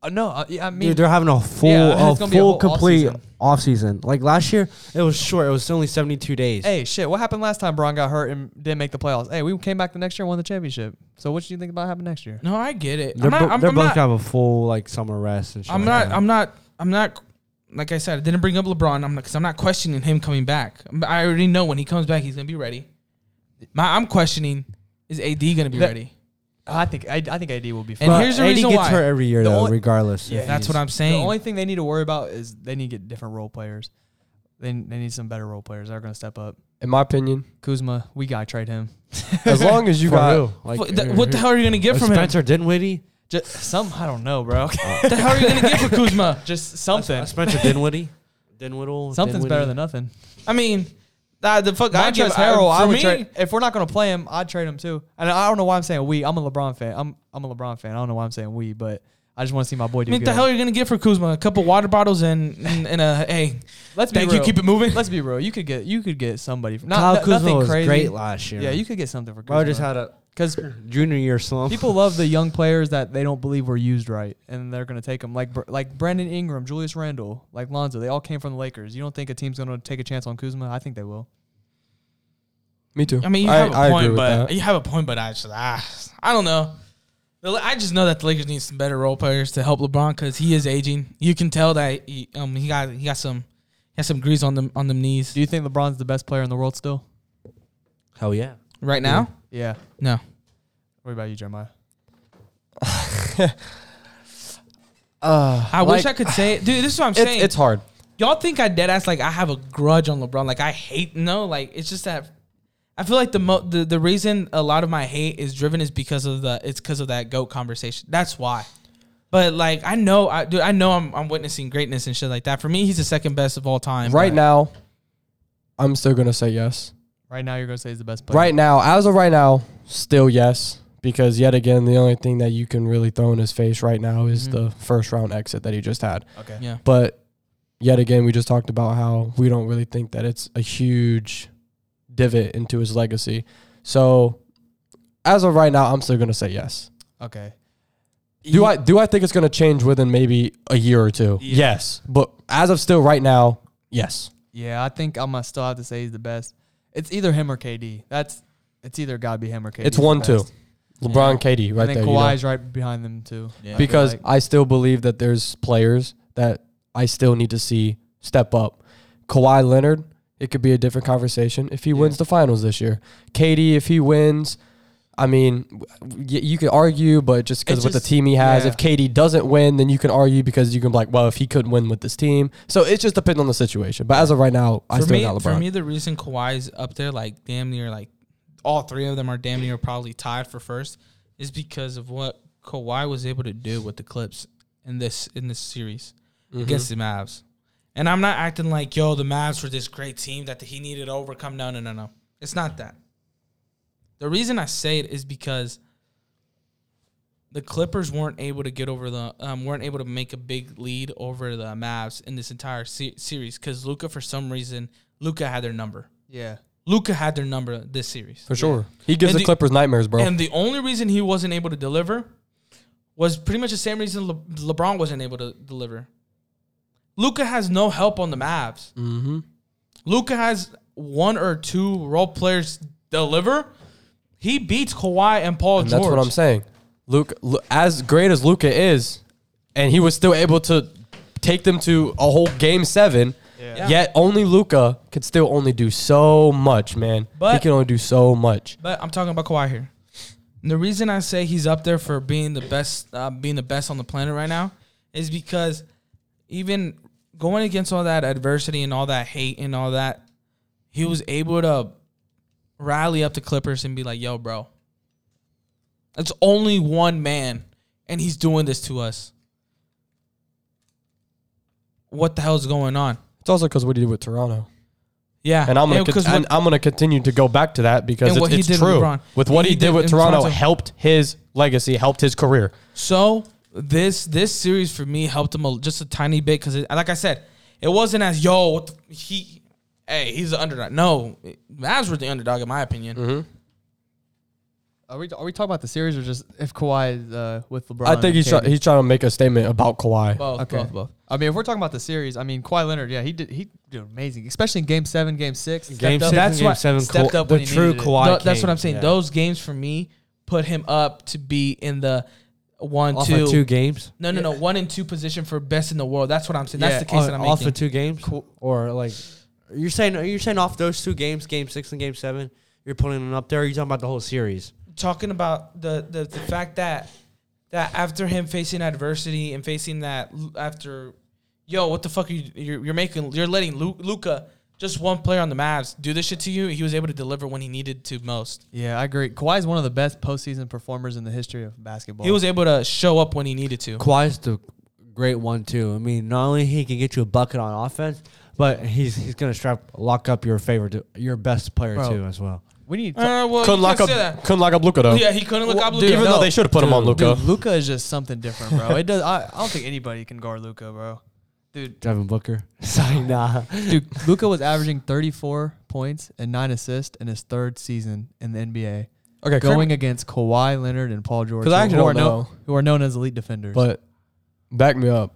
Speaker 2: Uh, no, I, yeah, I mean,
Speaker 3: Dude, they're having a full,
Speaker 2: Yeah, it's
Speaker 3: a
Speaker 2: gonna
Speaker 3: full,
Speaker 2: be a whole
Speaker 3: complete
Speaker 2: offseason.
Speaker 3: off season. Like last year, it was short. It was only seventy-two days.
Speaker 2: hey, shit, what happened last time? Braun got hurt and didn't make the playoffs. Hey, we came back the next year, and won the championship. So what do you think about happening next year?
Speaker 1: No, I get it.
Speaker 3: they're
Speaker 1: I'm not.
Speaker 3: bo-
Speaker 1: I'm,
Speaker 3: they're
Speaker 1: I'm
Speaker 3: both
Speaker 1: not.
Speaker 3: gonna have a full like summer rest and shit.
Speaker 1: I'm
Speaker 3: like
Speaker 1: not.
Speaker 3: that.
Speaker 1: I'm not. I'm not. Like I said, I didn't bring up LeBron. I'm because I'm not questioning him coming back. I'm- I already know when he comes back, he's gonna be ready. My, I'm questioning is AD gonna be
Speaker 2: That-
Speaker 1: ready?
Speaker 2: I think I, I think AD will be fine.
Speaker 1: And
Speaker 3: But
Speaker 1: here's the
Speaker 3: AD
Speaker 1: reason
Speaker 3: gets
Speaker 1: why.
Speaker 3: hurt every year
Speaker 2: The
Speaker 3: though,
Speaker 2: only-
Speaker 3: regardless.
Speaker 2: Yeah,
Speaker 3: if
Speaker 1: That's
Speaker 3: he's-
Speaker 1: what I'm
Speaker 2: the
Speaker 1: saying.
Speaker 2: only thing they need to worry about is they need to get different role players. They, they need some better role players. They're going to step up.
Speaker 4: in my opinion,
Speaker 2: Kuzma, we got to trade him.
Speaker 4: as long as you
Speaker 3: For
Speaker 4: got
Speaker 3: who? Like,
Speaker 1: What the- what the hell are you gonna get
Speaker 3: uh,
Speaker 1: from him?
Speaker 3: Spencer Dinwiddie?
Speaker 2: Just some I don't know, bro.
Speaker 1: What the hell are you gonna get for Kuzma?
Speaker 2: Just something.
Speaker 3: Uh, Spencer Dinwiddie? Dinwiddle?
Speaker 2: Something's
Speaker 3: Dinwiddie?
Speaker 2: better than nothing.
Speaker 1: I mean, uh, the fuck. I give
Speaker 2: Montrezl Harrell,
Speaker 1: I,
Speaker 2: I
Speaker 1: for
Speaker 2: would
Speaker 1: me,
Speaker 2: trade. If we're not going to play him, I'd trade him too. And I don't know why I'm saying we. I'm a LeBron fan. I'm I'm a LeBron fan. I don't know why I'm saying we, but I just want to see my boy
Speaker 1: I
Speaker 2: do
Speaker 1: mean,
Speaker 2: good.
Speaker 1: the hell are you gonna get for Kuzma? A couple water bottles and and, and a hey.
Speaker 2: Let's be
Speaker 1: Thank
Speaker 2: real.
Speaker 1: you. Keep it moving.
Speaker 2: Let's be real. You could get you could get somebody. Not,
Speaker 3: Kyle
Speaker 2: no-
Speaker 3: Kuzma
Speaker 2: nothing
Speaker 3: was
Speaker 2: crazy.
Speaker 3: great last year.
Speaker 2: Yeah, you could get something for Kuzma.
Speaker 3: Bro just had a
Speaker 2: because
Speaker 3: junior year slump.
Speaker 2: People love the young players that they don't believe were used right, and they're going to take them. Like Br- like Brandon Ingram, Julius Randle, like Lonzo. They all came from the Lakers. You don't think a team's going to take a chance on Kuzma? I think they will.
Speaker 4: me too.
Speaker 1: I mean, you
Speaker 4: I,
Speaker 1: have a
Speaker 4: I agree
Speaker 1: point,
Speaker 4: with
Speaker 1: but
Speaker 4: that.
Speaker 1: you have a point, but I just ah, I don't know. The La- I just know that the Lakers need some better role players to help LeBron because he is aging. You can tell that he, um he got he got some he has some grease on them on them knees
Speaker 2: Do you think LeBron's the best player in the world still?
Speaker 3: Hell yeah.
Speaker 1: right now.
Speaker 2: Yeah.
Speaker 1: No,
Speaker 2: What about you, Jeremiah?
Speaker 4: Uh,
Speaker 1: I wish I
Speaker 4: like,
Speaker 1: could say it, dude. This is what I'm
Speaker 4: it's-
Speaker 1: saying.
Speaker 4: it's hard.
Speaker 1: Y'all think I dead ass like I have a grudge on LeBron? Like I hate no. Like it's just that I feel like the mo- the the reason a lot of my hate is driven is because of the it's because of that goat conversation. That's why. But like I know, I dude, I know I'm I'm witnessing greatness and shit like that. For me, he's the second best of all time.
Speaker 4: Right
Speaker 1: but-
Speaker 4: now, I'm still gonna say yes.
Speaker 2: Right now, you're going to say he's the best player.
Speaker 4: Right now, as of right now, still yes. Because yet again, the only thing that you can really throw in his face right now is
Speaker 1: Mhm.
Speaker 4: the first round exit that he just had.
Speaker 2: Okay.
Speaker 1: yeah.
Speaker 4: But yet again, we just talked about how we don't really think that it's a huge divot into his legacy. So as of right now, I'm still gonna say yes.
Speaker 2: Okay.
Speaker 4: Do I do I think it's gonna change within maybe a year or two?
Speaker 1: Yeah.
Speaker 4: Yes. But as of still right now, yes.
Speaker 2: Yeah, I think I'm going to still have to say he's the best. It's either him or KD. That's it's either got to be him or KD.
Speaker 4: It's
Speaker 2: for
Speaker 4: one
Speaker 2: best.
Speaker 4: two. LeBron KD right
Speaker 2: and then
Speaker 4: there. you know?
Speaker 2: Kawhi's right behind them too.
Speaker 1: Yeah.
Speaker 4: because
Speaker 2: like-
Speaker 4: I still believe that there's players that I still need to see step up. Kawhi Leonard, it could be a different conversation if he wins the finals this year. KD, if he wins, I mean, w- y- you could argue, but just because
Speaker 2: It
Speaker 4: with the
Speaker 2: just-
Speaker 4: team he has,
Speaker 2: yeah.
Speaker 4: if KD doesn't win, then you can argue because you can be like, well, if he couldn't win with this team, so it just depends on the situation. But as of right now, I
Speaker 1: for
Speaker 4: still
Speaker 1: me,
Speaker 4: got
Speaker 1: for
Speaker 4: LeBron.
Speaker 1: me, the reason Kawhi's up there, like damn near, like all three of them are damn near probably tied for first, is because of what Kawhi was able to do with the Clips in this in this series.
Speaker 4: Mm-hmm.
Speaker 1: against the Mavs. And I'm not acting like yo, the Mavs were this great team that he needed to overcome. No, no, no, no. It's not that. The reason I say it is because the Clippers weren't able to get over the um, weren't able to make a big lead over the Mavs in this entire se- series because Luca for some reason Luca had their number.
Speaker 2: Yeah.
Speaker 1: Luca had their number this series.
Speaker 4: for sure. He gives
Speaker 1: And
Speaker 4: the,
Speaker 1: the-
Speaker 4: Clippers nightmares, bro.
Speaker 1: And the only reason he wasn't able to deliver was pretty much the same reason Le- LeBron wasn't able to deliver. Luca has no help on the Mavs.
Speaker 4: mm-hmm.
Speaker 1: Luca has one or two role players deliver. He beats Kawhi and Paul
Speaker 4: And
Speaker 1: George.
Speaker 4: that's what I'm saying. Luke, Lu- as great as Luca is, and he was still able to take them to a whole game seven.
Speaker 1: Yeah.
Speaker 4: Yet only Luca could still only do so much, man. he
Speaker 1: But-
Speaker 4: can only do so much.
Speaker 1: But I'm talking about Kawhi here. And the reason I say he's up there for being the best, uh, being the best on the planet right now, is because even going against all that adversity and all that hate and all that, he was able to rally up the Clippers and be like, "Yo, bro, it's only one man, and he's doing this to us. What the hell's going on?"
Speaker 4: It's also because what he did with Toronto,
Speaker 1: Yeah,
Speaker 4: and I'm gonna
Speaker 1: because
Speaker 4: con- and I'm gonna continue to go back to that because
Speaker 1: And
Speaker 4: it's,
Speaker 1: what he
Speaker 4: it's
Speaker 1: did with
Speaker 4: true.
Speaker 1: LeBron.
Speaker 4: With what he,
Speaker 1: He
Speaker 4: did
Speaker 1: did
Speaker 4: with
Speaker 1: in
Speaker 4: Toronto,
Speaker 1: Toronto.
Speaker 4: helped his legacy, helped his career.
Speaker 1: So this this series for me helped him a, just a tiny bit because, like I said, it wasn't as yo what the, he, hey he's the underdog. No, Mavs were the underdog in my opinion.
Speaker 3: Mm.
Speaker 2: Are we are we talking about the series or just if Kawhi is uh, with LeBron?
Speaker 4: I think he's try-
Speaker 2: trying.
Speaker 4: he's trying to make a statement about Kawhi.
Speaker 1: Both,
Speaker 2: Okay.
Speaker 1: both, both.
Speaker 2: I mean, if we're talking about the series, I mean Kawhi Leonard, yeah, he did he did amazing, especially in Game Seven, Game Six.
Speaker 3: Game
Speaker 2: stepped up.
Speaker 3: six,
Speaker 1: That's
Speaker 3: and game
Speaker 1: why-
Speaker 3: seven.
Speaker 2: stepped
Speaker 3: Ka-
Speaker 2: up
Speaker 3: the
Speaker 2: when he
Speaker 3: true
Speaker 2: needed it.
Speaker 3: Kawhi.
Speaker 1: Tho- that's what
Speaker 3: came.
Speaker 1: I'm saying.
Speaker 3: Yeah.
Speaker 1: Those games for me put him up to be in the one
Speaker 3: off
Speaker 1: two.
Speaker 3: of two games.
Speaker 1: no, no, no. One and two position for best in the world. That's what I'm saying. That's
Speaker 2: Yeah,
Speaker 1: the case
Speaker 3: Off-
Speaker 1: that I'm
Speaker 3: off
Speaker 1: making.
Speaker 3: of two games, or like you're saying, are you saying off those two games, game six and game seven, you're putting them up there. Or you talking about the whole series?
Speaker 1: talking about the, the the fact that that after him facing adversity and facing that l- after, yo, what the fuck are you you're, you're making? You're letting Luca, just one player on the Mavs, do this shit to you. He was able to deliver when he needed to most.
Speaker 2: Yeah, I agree. Kawhi is one of the best postseason performers in the history of basketball.
Speaker 1: He was able to show up when he needed to.
Speaker 3: Kawhi's the great one too. I mean, not only he can get you a bucket on offense, but he's he's gonna strap lock up your favorite, your best player
Speaker 2: Bro.
Speaker 3: too as well.
Speaker 2: We need. To,
Speaker 1: Uh, well,
Speaker 4: couldn't
Speaker 1: you
Speaker 4: lock up.
Speaker 1: can't say
Speaker 4: Couldn't lock up Luca though.
Speaker 1: that. Yeah, he couldn't look
Speaker 2: Well,
Speaker 1: up
Speaker 2: dude,
Speaker 1: Luca.
Speaker 4: Even though they should have put him on Luca.
Speaker 2: dude, Luca is just something different, bro. It does. I, I don't think anybody can guard Luca, bro. Dude,
Speaker 3: Devin Booker, sorry, nah.
Speaker 2: dude, Luca was averaging 34 points and nine assists in his third season in the NBA,
Speaker 4: okay,
Speaker 2: going against Kawhi Leonard and Paul George,
Speaker 4: because I actually
Speaker 2: who, are
Speaker 4: don't
Speaker 2: known,
Speaker 4: know.
Speaker 2: who are known as elite defenders.
Speaker 4: But back me up.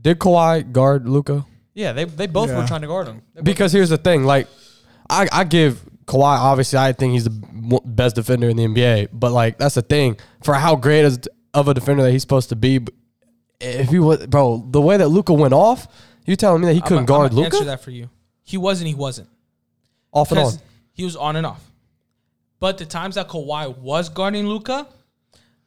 Speaker 4: Did Kawhi guard Luca?
Speaker 2: yeah, they they both were trying to guard him. They both-
Speaker 4: Because here's the thing, like I, I give Kawhi obviously I think he's the mo- best defender in the NBA, but like that's the thing for how great as of a defender that he's supposed to be. b- If he was bro, the way that Luca went off, you telling me that he couldn't
Speaker 1: I'ma-
Speaker 4: guard
Speaker 1: I'ma Answer
Speaker 4: Luca
Speaker 1: that for you. He wasn't. He wasn't.
Speaker 4: off and on.
Speaker 1: 'Cause He was on and off. But the times that Kawhi was guarding Luca,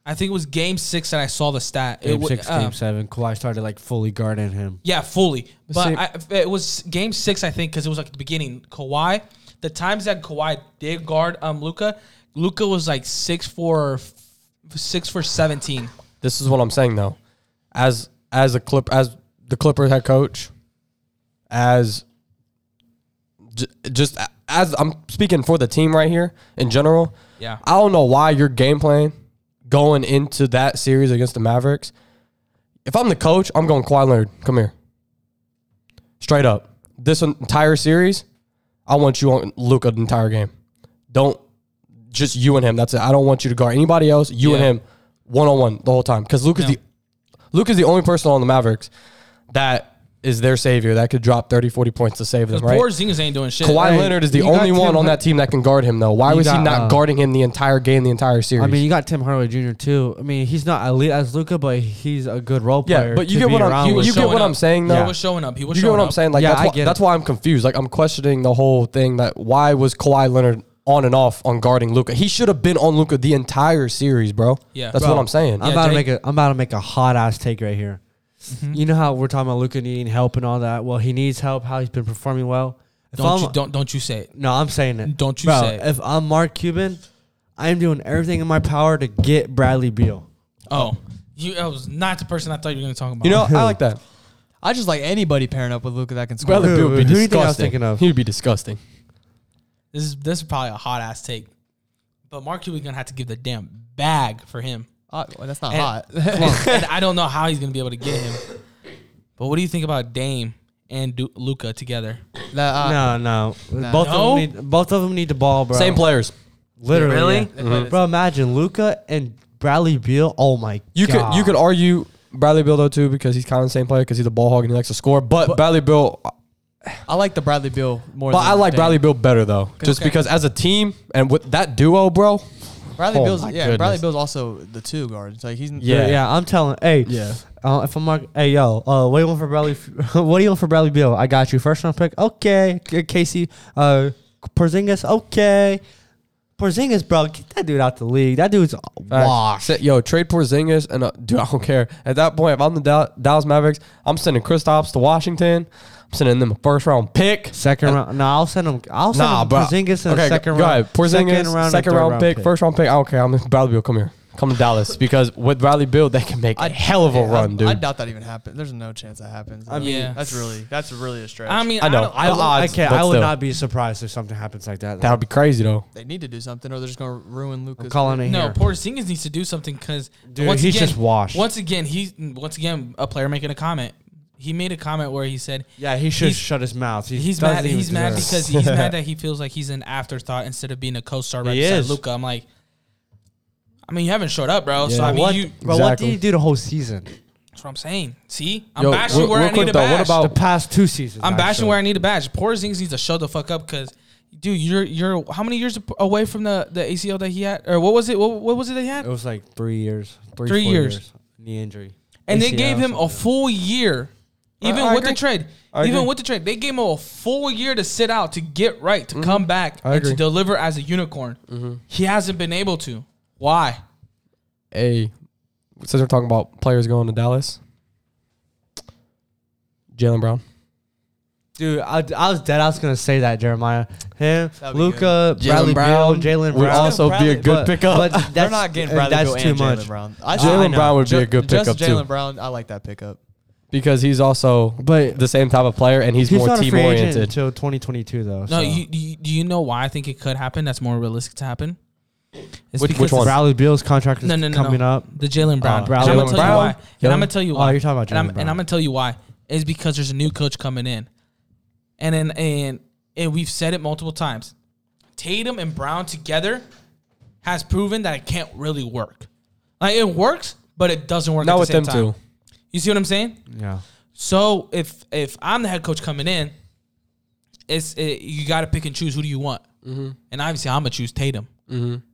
Speaker 1: I think it was Game Six that I saw the stat. it
Speaker 3: Game
Speaker 1: wa-
Speaker 3: six,
Speaker 1: um,
Speaker 3: game seven. Kawhi started like fully guarding him.
Speaker 1: Yeah, fully.
Speaker 4: same-
Speaker 1: But I, it was game six, I think, because it was like at the beginning. Kawhi, the times that Kawhi did guard um Luca, Luca was like six for six for seventeen.
Speaker 4: This is what I'm saying though. As as a clip as the Clippers head coach, as j- just a- as I'm speaking for the team right here in general,
Speaker 1: Yeah,
Speaker 4: I don't know why your game plan going into that series against the Mavericks. If I'm the coach, I'm going Kawhi Leonard. Come here. Straight up. This entire series, I want you on Luca the entire game. Don't just you and him. That's it. I don't want you to guard anybody else. You
Speaker 1: Yeah.
Speaker 4: and him, one on one the whole time. Because Luca's
Speaker 1: Yeah.
Speaker 4: the Luca's the only person on the Mavericks that is their savior that could drop 30, 40 points to save them.
Speaker 1: because
Speaker 4: Right?
Speaker 1: Porzingis ain't doing shit.
Speaker 4: Kawhi
Speaker 3: Hey,
Speaker 4: Leonard is the
Speaker 3: you got
Speaker 4: only
Speaker 3: Tim
Speaker 4: one on
Speaker 3: Hard-
Speaker 4: that team that can guard him, though. Why
Speaker 3: You
Speaker 4: was he
Speaker 3: got,
Speaker 4: not
Speaker 3: uh,
Speaker 4: guarding him the entire game, the entire series?
Speaker 3: I mean, you got Tim Hardaway Jr. too. I mean, he's not elite as Luca, but he's a good role player.
Speaker 4: yeah, but you
Speaker 3: to
Speaker 4: get
Speaker 3: be
Speaker 4: what
Speaker 3: around
Speaker 4: I'm you,
Speaker 3: with.
Speaker 4: you get
Speaker 1: showing
Speaker 4: what
Speaker 1: up.
Speaker 4: I'm saying,
Speaker 1: He
Speaker 4: though.
Speaker 1: was showing up. He was
Speaker 4: you get
Speaker 1: showing
Speaker 4: what I'm
Speaker 1: up.
Speaker 4: saying? Like
Speaker 3: Yeah,
Speaker 4: that's
Speaker 3: I
Speaker 4: why,
Speaker 3: get
Speaker 4: that's
Speaker 3: it.
Speaker 4: why I'm confused. Like I'm questioning the whole thing. That why was Kawhi Leonard on and off on guarding Luca? He should have been on Luca the entire series, bro.
Speaker 1: Yeah.
Speaker 4: that's
Speaker 1: Bro,
Speaker 4: what I'm saying.
Speaker 3: I'm
Speaker 1: Yeah,
Speaker 3: about to
Speaker 1: Jake- Mm-hmm.
Speaker 3: make a I'm about to make a hot ass take right here. You know how we're talking about Luca needing help and all that. Well, he needs help. How he's been performing well. If
Speaker 1: Don't
Speaker 3: I'm-
Speaker 1: you, don't don't you say it.
Speaker 3: no, I'm saying it.
Speaker 1: Don't you
Speaker 3: Bro,
Speaker 1: say it.
Speaker 3: If I'm Mark Cuban, I'm doing everything in my power to get Bradley Beal.
Speaker 4: Oh.
Speaker 1: Oh, you that was not the person I thought you were going to talk about.
Speaker 4: You know, I like that.
Speaker 2: I just like anybody pairing up with Luca that can score.
Speaker 5: Brother,
Speaker 4: Brother,
Speaker 5: dude
Speaker 4: would be
Speaker 5: would be Who do you think I was disgusting.
Speaker 4: disgusting.
Speaker 5: thinking of?
Speaker 4: He'd be disgusting.
Speaker 1: This is this is probably a hot ass take, but Mark Cuban's gonna have to give the damn bag for him.
Speaker 2: Uh, well, that's not
Speaker 1: And-
Speaker 2: hot.
Speaker 1: and I don't know how he's gonna be able to get him. But what do you think about Dame and du- Luca together?
Speaker 2: That, uh,
Speaker 3: no, no.
Speaker 2: nah.
Speaker 3: Both
Speaker 1: No?
Speaker 3: of them need both of them need the ball, bro.
Speaker 4: Same players.
Speaker 3: Literally.
Speaker 1: Really?
Speaker 3: yeah.
Speaker 2: They play the
Speaker 3: Bro, imagine Luca and Bradley Beal. Oh my
Speaker 4: You
Speaker 3: god.
Speaker 4: could you could argue Bradley Bill though too because he's kind of the same player because he's a ball hog and he likes to score. But, Bradley Bill,
Speaker 2: I like the Bradley Bill more.
Speaker 4: but
Speaker 2: than
Speaker 4: I like
Speaker 2: Dame.
Speaker 4: Bradley Bill better though, just
Speaker 2: Okay.
Speaker 4: because as a team and with that duo, bro.
Speaker 2: Bradley
Speaker 4: Oh
Speaker 2: Bill's
Speaker 4: my
Speaker 2: yeah. Bradley
Speaker 4: goodness.
Speaker 2: Bill's also the two guard. It's like he's
Speaker 3: Yeah, yeah. I'm telling. Hey,
Speaker 4: Yeah.
Speaker 3: Uh, if I'm like, hey, yo, uh, what do you want for Bradley? what do you want for Bradley Beal? I got you. First round pick. Okay, K- Casey. Uh, Porzingis. Okay, Porzingis, bro, get that dude out the league. That dude's washed.
Speaker 4: Say- Yo, trade Porzingis and uh, dude, I don't care. At that point, if I'm the Dow- Dallas Mavericks, I'm sending Kristaps to Washington. I'm sending them a first round pick.
Speaker 3: Second round. No, I'll send him. I'll send
Speaker 4: Nah,
Speaker 3: him
Speaker 4: bro.
Speaker 3: Porzingis in
Speaker 4: Okay,
Speaker 3: the second
Speaker 4: go
Speaker 3: round.
Speaker 4: ahead. Porzingis,
Speaker 3: second round, and
Speaker 4: second
Speaker 3: third
Speaker 4: round, pick, first round pick. I don't care. I'm Bradley Bill. Come here. Come to Dallas because with Bradley Bill, they can make a hell of a
Speaker 2: Yeah, I-
Speaker 4: run, dude.
Speaker 2: I doubt that even happened. There's no chance that happens.
Speaker 3: I
Speaker 1: mean- Yeah.
Speaker 2: that's really that's really a stretch.
Speaker 1: I mean,
Speaker 4: I know.
Speaker 1: don't-
Speaker 4: I-
Speaker 1: don't-
Speaker 4: odds,
Speaker 3: okay,
Speaker 4: but
Speaker 3: I would
Speaker 4: still.
Speaker 3: not be surprised if something happens like that.
Speaker 4: that would be crazy though.
Speaker 2: they need to do something, or they're just gonna ruin Luca.
Speaker 3: I'm calling it
Speaker 1: no,
Speaker 3: here.
Speaker 1: Porzingis needs to do something because
Speaker 3: Dude, he's just washed.
Speaker 1: Once again, he's once again a player making a comment. He made a comment where he said
Speaker 3: yeah, he should
Speaker 1: he's-
Speaker 3: shut his mouth. He
Speaker 1: he's
Speaker 3: doesn't
Speaker 1: mad.
Speaker 3: even
Speaker 1: He's mad
Speaker 3: deserve it.
Speaker 1: because he's mad that he feels like he's an afterthought instead of being a co-star right
Speaker 3: He
Speaker 1: beside
Speaker 3: is.
Speaker 1: Luca. I'm like, I mean, you haven't showed up, bro. So
Speaker 4: Yeah.
Speaker 1: I mean,
Speaker 3: what,
Speaker 1: you,
Speaker 3: bro, what did
Speaker 4: Exactly.
Speaker 3: he do the whole season?
Speaker 1: that's what I'm saying. See, I'm
Speaker 4: Yo,
Speaker 1: bashing
Speaker 4: real-
Speaker 1: where
Speaker 4: real
Speaker 1: I
Speaker 4: quick
Speaker 1: need to
Speaker 4: though, what
Speaker 1: bash.
Speaker 4: about-
Speaker 3: The past two seasons.
Speaker 1: I'm bashing
Speaker 3: actually.
Speaker 1: where I need to bash. Poor Zings needs to shut the fuck up because, dude, you're you're how many years away from the the ACL that he had or what was it? What, what was it that he had?
Speaker 3: It was like three years.
Speaker 1: Three
Speaker 3: four
Speaker 1: years.
Speaker 3: Knee injury.
Speaker 1: and they
Speaker 3: ACL
Speaker 1: gave him a
Speaker 3: something.
Speaker 1: full year, even
Speaker 4: I
Speaker 1: with the
Speaker 4: agree.
Speaker 1: trade.
Speaker 4: I
Speaker 1: even
Speaker 4: agree.
Speaker 1: with the trade, they gave him a full year to sit out, to get right, to come back,
Speaker 4: Mm-hmm.
Speaker 1: and
Speaker 4: I
Speaker 1: to
Speaker 4: agree. Mm-hmm.
Speaker 1: deliver as a unicorn. He hasn't been able to. Why?
Speaker 4: Hey, since we're talking about players going to Dallas, Jalen Brown.
Speaker 3: Dude, I, I was dead. I was going to say that, Jeremiah. Him,
Speaker 2: That'd be
Speaker 3: Luca,
Speaker 4: good.
Speaker 3: Bradley
Speaker 4: Jalen Brown
Speaker 3: Brown, Jalen Brown.
Speaker 4: would also be a
Speaker 3: But-
Speaker 4: good pickup.
Speaker 3: But that's,
Speaker 2: they're not getting Bradley
Speaker 3: that's
Speaker 2: Bill
Speaker 3: too
Speaker 2: and
Speaker 3: much.
Speaker 2: Jalen Brown. I just- I
Speaker 4: Jalen
Speaker 2: know.
Speaker 4: Brown would be a good
Speaker 2: Just
Speaker 4: pickup too
Speaker 2: Jalen Brown, I like that pickup.
Speaker 4: because he's also
Speaker 3: But
Speaker 4: the same type of player and he's,
Speaker 3: he's
Speaker 4: more
Speaker 3: not a
Speaker 4: team
Speaker 3: free agent
Speaker 4: oriented.
Speaker 3: until 2022, though.
Speaker 1: No,
Speaker 3: so.
Speaker 1: you, you, do you know why I think it could happen? That's more realistic to happen. It's
Speaker 4: Which- which
Speaker 1: because
Speaker 4: one?
Speaker 3: Bradley Beal's contract is
Speaker 1: No, no, no,
Speaker 3: coming
Speaker 1: no.
Speaker 3: up.
Speaker 1: The Jalen Brown.
Speaker 3: Uh,
Speaker 1: And I'm gonna
Speaker 3: Jalen
Speaker 1: tell
Speaker 4: Brown?
Speaker 1: you why. And I'm gonna
Speaker 4: Jalen-
Speaker 1: tell you
Speaker 3: Oh,
Speaker 1: why.
Speaker 3: you're talking about
Speaker 1: and I'm,
Speaker 3: Jalen Brown.
Speaker 1: and I'm gonna tell you why. Is because there's a new coach coming in, and then and and we've said it multiple times. Tatum and Brown together has proven that it can't really work. Like it works, but it doesn't work. at
Speaker 4: Not
Speaker 1: the
Speaker 4: with
Speaker 1: same
Speaker 4: them
Speaker 1: time.
Speaker 4: two.
Speaker 1: You see what I'm saying?
Speaker 3: Yeah.
Speaker 1: So if if I'm the head coach coming in, it's it, you got to pick and choose who do you want,
Speaker 4: Mm-hmm.
Speaker 1: and obviously I'm gonna choose Tatum.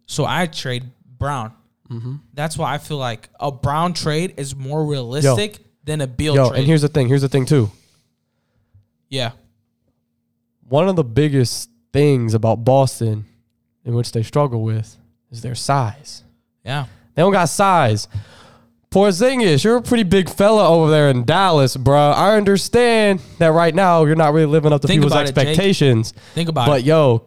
Speaker 1: So I trade Brown.
Speaker 4: Mm-hmm.
Speaker 1: That's why I feel like a Brown trade is more realistic than a Beal
Speaker 4: Yo,
Speaker 1: trade.
Speaker 4: and here's the thing. Here's the thing too.
Speaker 1: yeah,
Speaker 4: One of the biggest things about Boston, in which they struggle with, is their size.
Speaker 1: yeah.
Speaker 4: They don't got size. Porzingis, you're a pretty big fella over there in Dallas, bro. I understand that right now you're not really living up to
Speaker 1: Think
Speaker 4: people's
Speaker 1: about it, Jake.
Speaker 4: expectations.
Speaker 1: Think about
Speaker 4: But
Speaker 1: it.
Speaker 4: yo,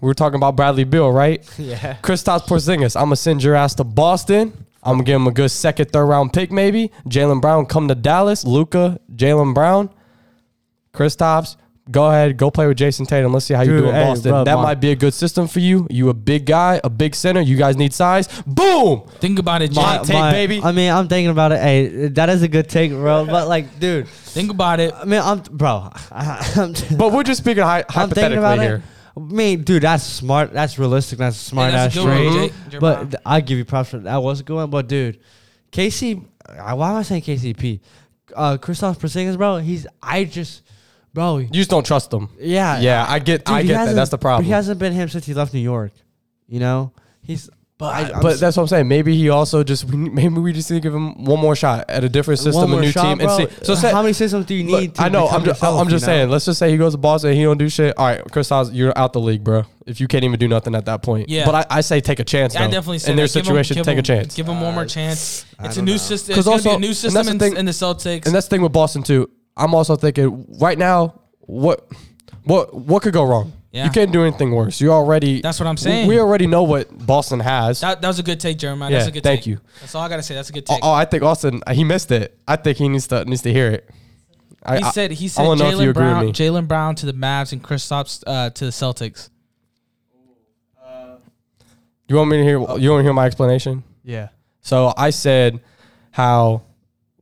Speaker 4: we were talking about Bradley Bill, right?
Speaker 3: Yeah.
Speaker 4: Kristaps Porzingis, I'm gonna send your ass to Boston. I'm gonna give him a good second, third round pick, maybe. Jalen Brown, come to Dallas. Luca, Jalen Brown, Kristaps, go ahead, go play with Jason Tatum. Let's see how you
Speaker 3: Dude,
Speaker 4: do in
Speaker 3: hey,
Speaker 4: Boston.
Speaker 3: bro,
Speaker 4: that
Speaker 3: my-
Speaker 4: might be a good system for you. You a big guy, a big center. You guys need size. Boom.
Speaker 1: Think about it, Jake.
Speaker 4: My- take, baby.
Speaker 3: I mean, I'm thinking about it. Hey, that is a good take, bro. But like, dude,
Speaker 1: Think about it.
Speaker 3: I mean, I'm bro. I, I'm,
Speaker 4: But we're just speaking hy-
Speaker 3: I'm thinking about
Speaker 4: hypothetically here.
Speaker 3: it. Me, dude, that's smart. That's realistic. That's a smart
Speaker 1: that's a
Speaker 3: ass
Speaker 1: good one,
Speaker 3: trade.
Speaker 1: Jake. Jeremiah.
Speaker 3: But th- I give you props for that. Was a good one. But dude, KC, uh, why am I saying KCP? Uh, Christoph Porzingis, bro. He's I just, bro.
Speaker 4: You just don't trust them.
Speaker 3: Yeah,
Speaker 4: Yeah, I get,
Speaker 3: Dude,
Speaker 4: I
Speaker 3: he
Speaker 4: get that.
Speaker 3: hasn't-
Speaker 4: That's the problem.
Speaker 3: He hasn't been him since he left New York. You know, he's. But I, I'm
Speaker 4: but
Speaker 3: s-
Speaker 4: that's what I'm saying. Maybe he also just maybe we just need to give him one more shot at a different
Speaker 3: one
Speaker 4: system, a
Speaker 3: more
Speaker 4: new
Speaker 3: shot,
Speaker 4: team,
Speaker 3: bro.
Speaker 4: and see. So say,
Speaker 3: how many systems do you
Speaker 4: look,
Speaker 3: need? to
Speaker 4: I know.
Speaker 3: become
Speaker 4: I'm just,
Speaker 3: yourself,
Speaker 4: I'm just
Speaker 3: you know?
Speaker 4: saying. Let's just say he goes to Boston, and he don't do shit. All right, Chris, Oz, you're out the league, bro. If you can't even do nothing at that point,
Speaker 1: Yeah.
Speaker 4: But I, I say take a chance.
Speaker 1: I
Speaker 4: though.
Speaker 1: definitely say
Speaker 4: in
Speaker 1: that.
Speaker 4: their
Speaker 1: Give 'em-
Speaker 4: situation,
Speaker 1: give
Speaker 4: take
Speaker 1: 'em-
Speaker 4: a chance.
Speaker 1: Give him one more chance. It's a
Speaker 3: don't
Speaker 1: new
Speaker 3: know.
Speaker 1: system.
Speaker 4: 'Cause
Speaker 1: It's also,
Speaker 4: also-
Speaker 1: a new
Speaker 4: and that's
Speaker 1: system
Speaker 4: the
Speaker 1: in,
Speaker 4: thing-
Speaker 1: in the Celtics.
Speaker 4: And that's the thing with Boston too. I'm also thinking right now, what, what, what could go wrong?
Speaker 1: Yeah.
Speaker 4: You can't do anything worse. You already.
Speaker 1: That's what I'm saying.
Speaker 4: We already know what Boston has.
Speaker 1: that, that was a good take, Jeremiah. that's
Speaker 4: Yeah,
Speaker 1: a good
Speaker 4: thank
Speaker 1: take.
Speaker 4: you.
Speaker 1: That's all I gotta say. That's a good
Speaker 4: Oh,
Speaker 1: take.
Speaker 4: oh, I think Austin he missed it. I think he needs to needs to hear it. I,
Speaker 1: he
Speaker 4: I-
Speaker 1: said he said
Speaker 4: wanna know if you
Speaker 1: Jalen
Speaker 4: agree with
Speaker 1: Brown,
Speaker 4: me.
Speaker 1: Jalen Brown to the Mavs and Chris uh, to the Celtics.
Speaker 4: you want me to hear? You want to hear my explanation?
Speaker 2: Yeah.
Speaker 4: So I said how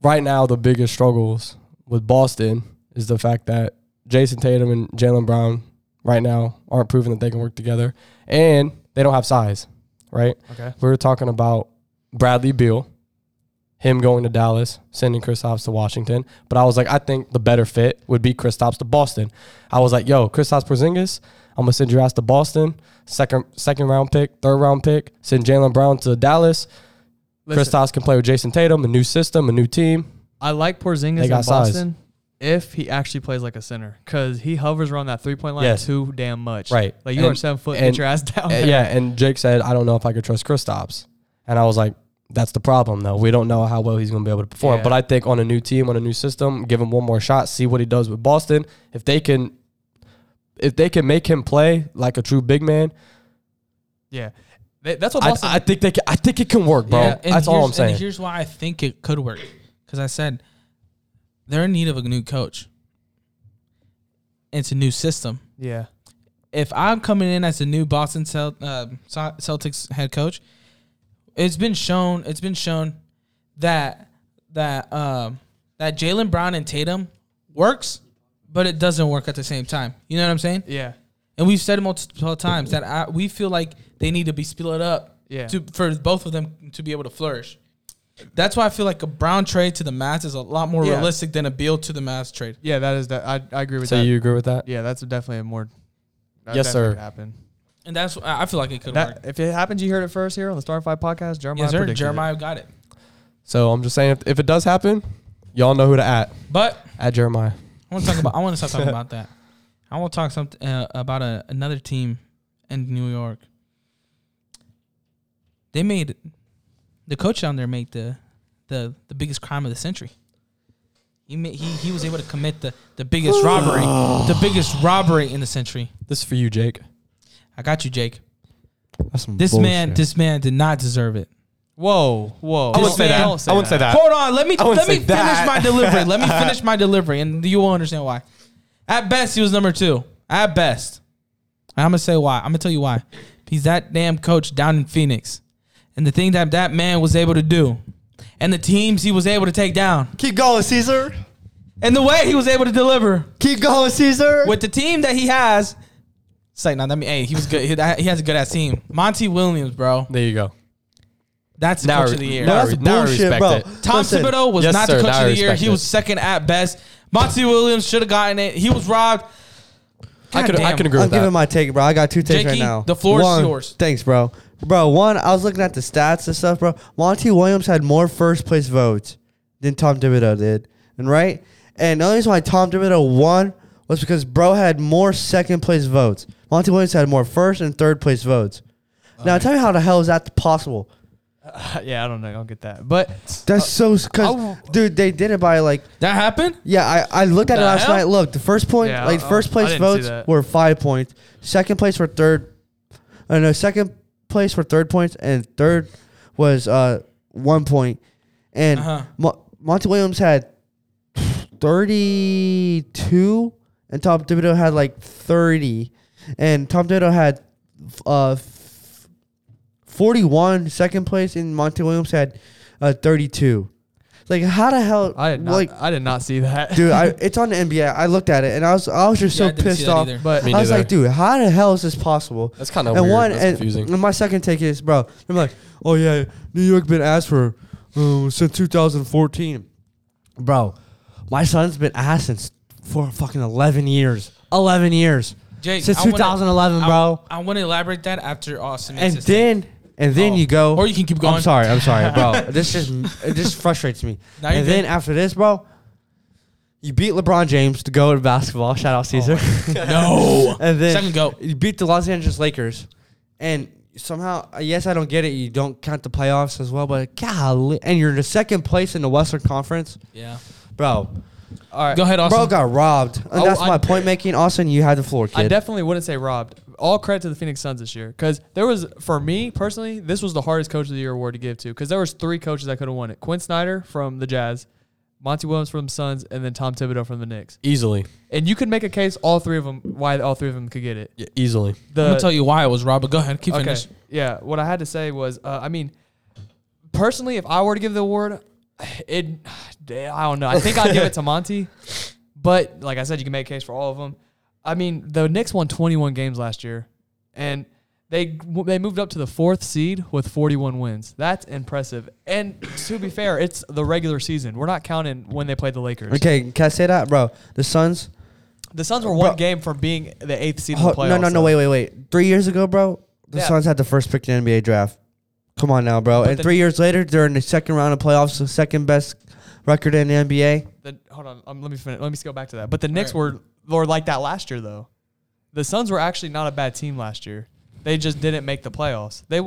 Speaker 4: right now the biggest struggles with Boston is the fact that Jason Tatum and Jalen Brown right now aren't proving that they can work together, and they don't have size. Right?
Speaker 2: Okay.
Speaker 4: We were talking about Bradley Beal, him going to Dallas, sending Kristaps to Washington. But I was like, I think the better fit would be Kristaps to Boston. I was like, yo, Kristaps Porzingis, I'm gonna send your ass to Boston. Second second round pick, third round pick. Send Jalen Brown to Dallas.
Speaker 2: Listen,
Speaker 4: Kristaps can play with Jason Tatum, a new system, a new team.
Speaker 2: I like Porzingis
Speaker 4: They
Speaker 2: in
Speaker 4: got size.
Speaker 2: Boston if he actually plays like a center because he hovers around that three point line
Speaker 4: Yes.
Speaker 2: too damn much.
Speaker 4: Right.
Speaker 2: Like you
Speaker 4: And-
Speaker 2: are seven foot,
Speaker 4: and-
Speaker 2: get your ass down.
Speaker 4: Uh,
Speaker 2: there.
Speaker 4: yeah, and Jake said, I don't know if I could trust Kristaps, and I was like, that's the problem though. We don't know how well he's going to be able to perform.
Speaker 2: Yeah.
Speaker 4: But I think on a new team, on a new system, give him one more shot, see what he does with Boston. If they can, if they can make him play like a true big man,
Speaker 2: Yeah. They- that's what
Speaker 4: I,
Speaker 2: Boston.
Speaker 4: I think they can, I think it can work, bro.
Speaker 1: Yeah, and
Speaker 4: that's all
Speaker 1: here's-
Speaker 4: I'm saying.
Speaker 1: And here's why I think it could work. Because I said they're in need of a new coach. It's a new system.
Speaker 2: yeah.
Speaker 1: If I'm coming in as a new Boston Cel- uh, Cel- Celtics head coach, it's been shown. It's been shown that that um, that Jalen Brown and Tatum works, but it doesn't work at the same time. You know what I'm saying?
Speaker 2: Yeah.
Speaker 1: And we've said it multiple times that I, we feel like they need to be split up
Speaker 2: Yeah.
Speaker 1: to, for both of them to be able to flourish. That's why I feel like a Brown trade to the Mavs is a lot more
Speaker 2: Yeah.
Speaker 1: realistic than a Beal to the Mavs trade.
Speaker 2: Yeah. That is that. I, I agree with
Speaker 4: so
Speaker 2: that.
Speaker 4: you agree with that?
Speaker 2: yeah. That's definitely a more. that
Speaker 4: Yes,
Speaker 2: definitely
Speaker 4: sir.
Speaker 2: could Happen.
Speaker 1: And that's why I feel like it could work.
Speaker 2: That, if it happens, you heard it first here on the Star Five podcast. Jeremiah.
Speaker 1: Yes, sir.
Speaker 2: predicted it.
Speaker 1: Jeremiah got it.
Speaker 4: So I'm just saying, if, if it does happen, y'all know who to at
Speaker 1: But
Speaker 4: at Jeremiah.
Speaker 1: I want to talk about. I want to start talking about that. I want to talk something uh, about a, another team in New York. They made the coach down there made the the the biggest crime of the century. He ma- he he was able to commit the the biggest robbery, the biggest robbery in the century.
Speaker 4: This is for you, Jake.
Speaker 1: I got you, Jake.
Speaker 3: That's some
Speaker 1: This man,
Speaker 3: bullshit.
Speaker 1: this man did not deserve it.
Speaker 2: Whoa. Whoa.
Speaker 4: I wouldn't say that.
Speaker 2: Don't
Speaker 4: I wouldn't say that.
Speaker 1: Hold on, let me
Speaker 4: I wouldn't
Speaker 1: let me
Speaker 4: say
Speaker 1: finish
Speaker 4: that.
Speaker 1: my delivery. Let me finish my delivery, and you will understand why. At best, he was number two. At best, I'm gonna say why. I'm gonna tell you why. He's that damn coach down in Phoenix, and the thing that that man was able to do, and the teams he was able to take down,
Speaker 3: Keep going, Caesar.
Speaker 1: and the way he was able to deliver
Speaker 3: Keep going, Caesar.
Speaker 1: with the team that he has. It's like, nah, that mean, hey, he was good. He, that- he has a good ass team. Monty Williams, bro.
Speaker 4: There you go.
Speaker 1: That's the
Speaker 4: Now
Speaker 1: coach
Speaker 4: I-
Speaker 1: of the year.
Speaker 4: now I
Speaker 3: No, that's
Speaker 4: re- now I
Speaker 3: bullshit,
Speaker 4: respect
Speaker 3: bro.
Speaker 4: it.
Speaker 1: Tom
Speaker 3: Listen,
Speaker 1: Thibodeau was
Speaker 4: Yes,
Speaker 1: not
Speaker 4: sir.
Speaker 1: the coach
Speaker 4: Now
Speaker 1: of
Speaker 4: I
Speaker 1: the year. He
Speaker 4: respect
Speaker 1: was
Speaker 4: it.
Speaker 1: second at best. Monty Williams should have gotten it. He was robbed.
Speaker 4: I could I
Speaker 1: damn.
Speaker 4: can agree
Speaker 3: I'm
Speaker 4: with
Speaker 3: giving
Speaker 4: that.
Speaker 3: my take, bro. I got two takes
Speaker 1: Jakey,
Speaker 3: right now.
Speaker 1: the floor is
Speaker 3: One-
Speaker 1: yours.
Speaker 3: Thanks, bro. Bro, one, I was looking at the stats and stuff, bro. Monty Williams had more first place votes than Tom Thibodeau did. And right? And the only reason why Tom Thibodeau won was because bro had more second place votes. Monty Williams had more first and third place votes. Now tell me how the hell is that possible?
Speaker 2: yeah. I don't know. I don't get that. But
Speaker 3: That's so because
Speaker 1: Oh.
Speaker 2: I'll-
Speaker 3: dude, they did it by like
Speaker 1: That happened?
Speaker 3: yeah, I, I looked at it
Speaker 1: The
Speaker 3: last
Speaker 1: hell?
Speaker 3: night. Look, the first point,
Speaker 2: Yeah,
Speaker 3: like
Speaker 2: I-
Speaker 3: first
Speaker 2: I
Speaker 3: place
Speaker 2: didn't see
Speaker 3: votes
Speaker 2: that.
Speaker 3: were five points. Second place were third. I no, second place were third points, and third was uh one point. And
Speaker 1: Uh-huh.
Speaker 3: Mo- Monty Williams had thirty-two, and Tom Thibodeau had like thirty, and Tom Thibodeau had uh f- forty-one second place, and Monty Williams had uh thirty-two. Like how the hell?
Speaker 2: I did not.
Speaker 3: like
Speaker 2: I did not see that.
Speaker 3: dude. I, it's on the NBA. I looked at it and I was I was just
Speaker 1: Yeah, I
Speaker 3: so
Speaker 1: didn't see
Speaker 3: pissed
Speaker 1: that
Speaker 3: off.
Speaker 1: either.
Speaker 2: but
Speaker 4: Me
Speaker 3: I was
Speaker 4: neither.
Speaker 3: like, dude, how the hell is this possible?
Speaker 4: That's kind of
Speaker 3: and
Speaker 4: weird.
Speaker 3: one
Speaker 4: That's
Speaker 3: and,
Speaker 4: confusing.
Speaker 3: and my second take is, bro. I'm like, oh yeah, New York been asked for uh, since 2014, bro. My son's been asked since for fucking 11 years. 11 years
Speaker 1: Jake,
Speaker 3: since
Speaker 1: I wanna-
Speaker 3: 2011, bro.
Speaker 1: I, want to elaborate that after Austin.
Speaker 3: and then and then
Speaker 1: Oh.
Speaker 3: you go.
Speaker 1: Or you can keep going.
Speaker 3: I'm sorry. I'm sorry, bro. this just it just frustrates me.
Speaker 1: Now you're
Speaker 3: and then
Speaker 1: good.
Speaker 3: after this, bro, you beat LeBron James to go to basketball. Shout
Speaker 1: Oh
Speaker 3: out Caesar.
Speaker 1: no.
Speaker 3: and then
Speaker 1: Second go.
Speaker 3: you beat the Los Angeles Lakers, and somehow, uh, yes, I don't get it. You don't count the playoffs as well, but golly, and you're in the second place in the Western Conference,
Speaker 1: Yeah.
Speaker 3: bro. All right,
Speaker 1: Go ahead, Austin.
Speaker 3: Bro got robbed, and
Speaker 2: Oh,
Speaker 3: that's
Speaker 2: I-
Speaker 3: my point making. Austin, you had the floor, kid.
Speaker 2: I definitely wouldn't say robbed. All credit to the Phoenix Suns this year because there was, for me personally, this was the hardest Coach of the Year award to give to because there was three coaches that could have won it: Quinn Snyder from the Jazz, Monty Williams from the Suns, and then Tom Thibodeau from the Knicks.
Speaker 4: Easily.
Speaker 2: And you could make a case all three of them why all three of them could get it.
Speaker 4: Yeah, easily.
Speaker 2: The,
Speaker 1: I'm gonna tell you why it was Rob, but go ahead, keep
Speaker 2: okay,
Speaker 1: finished.
Speaker 2: yeah. What I had to say was, uh, I mean, personally, if I were to give the award, it, I don't know. I think I'd give it to Monty, but like I said, you can make a case for all of them. I mean, the Knicks won 21 games last year, and they they moved up to the fourth seed with 41 wins. That's impressive. And to be fair, it's the regular season. We're not counting when they played the Lakers.
Speaker 5: Okay, can I say that, bro? The Suns.
Speaker 2: The Suns were one
Speaker 5: Bro.
Speaker 2: game from being the eighth seed in
Speaker 5: Oh,
Speaker 2: the playoffs.
Speaker 5: no, no, no.
Speaker 2: though.
Speaker 5: Wait, wait, wait. Three years ago, bro, the
Speaker 2: Yeah.
Speaker 5: Suns had the first pick in the NBA draft. Come on now, bro.
Speaker 2: But
Speaker 5: and
Speaker 2: the-
Speaker 5: three years later, they're in the second round of playoffs, the second best record in the NBA.
Speaker 2: The, hold on, um, let me finish. Let me just go back to that. But the Knicks were were like that last year though. The Suns were actually not a bad team last year. They just didn't make the playoffs. They,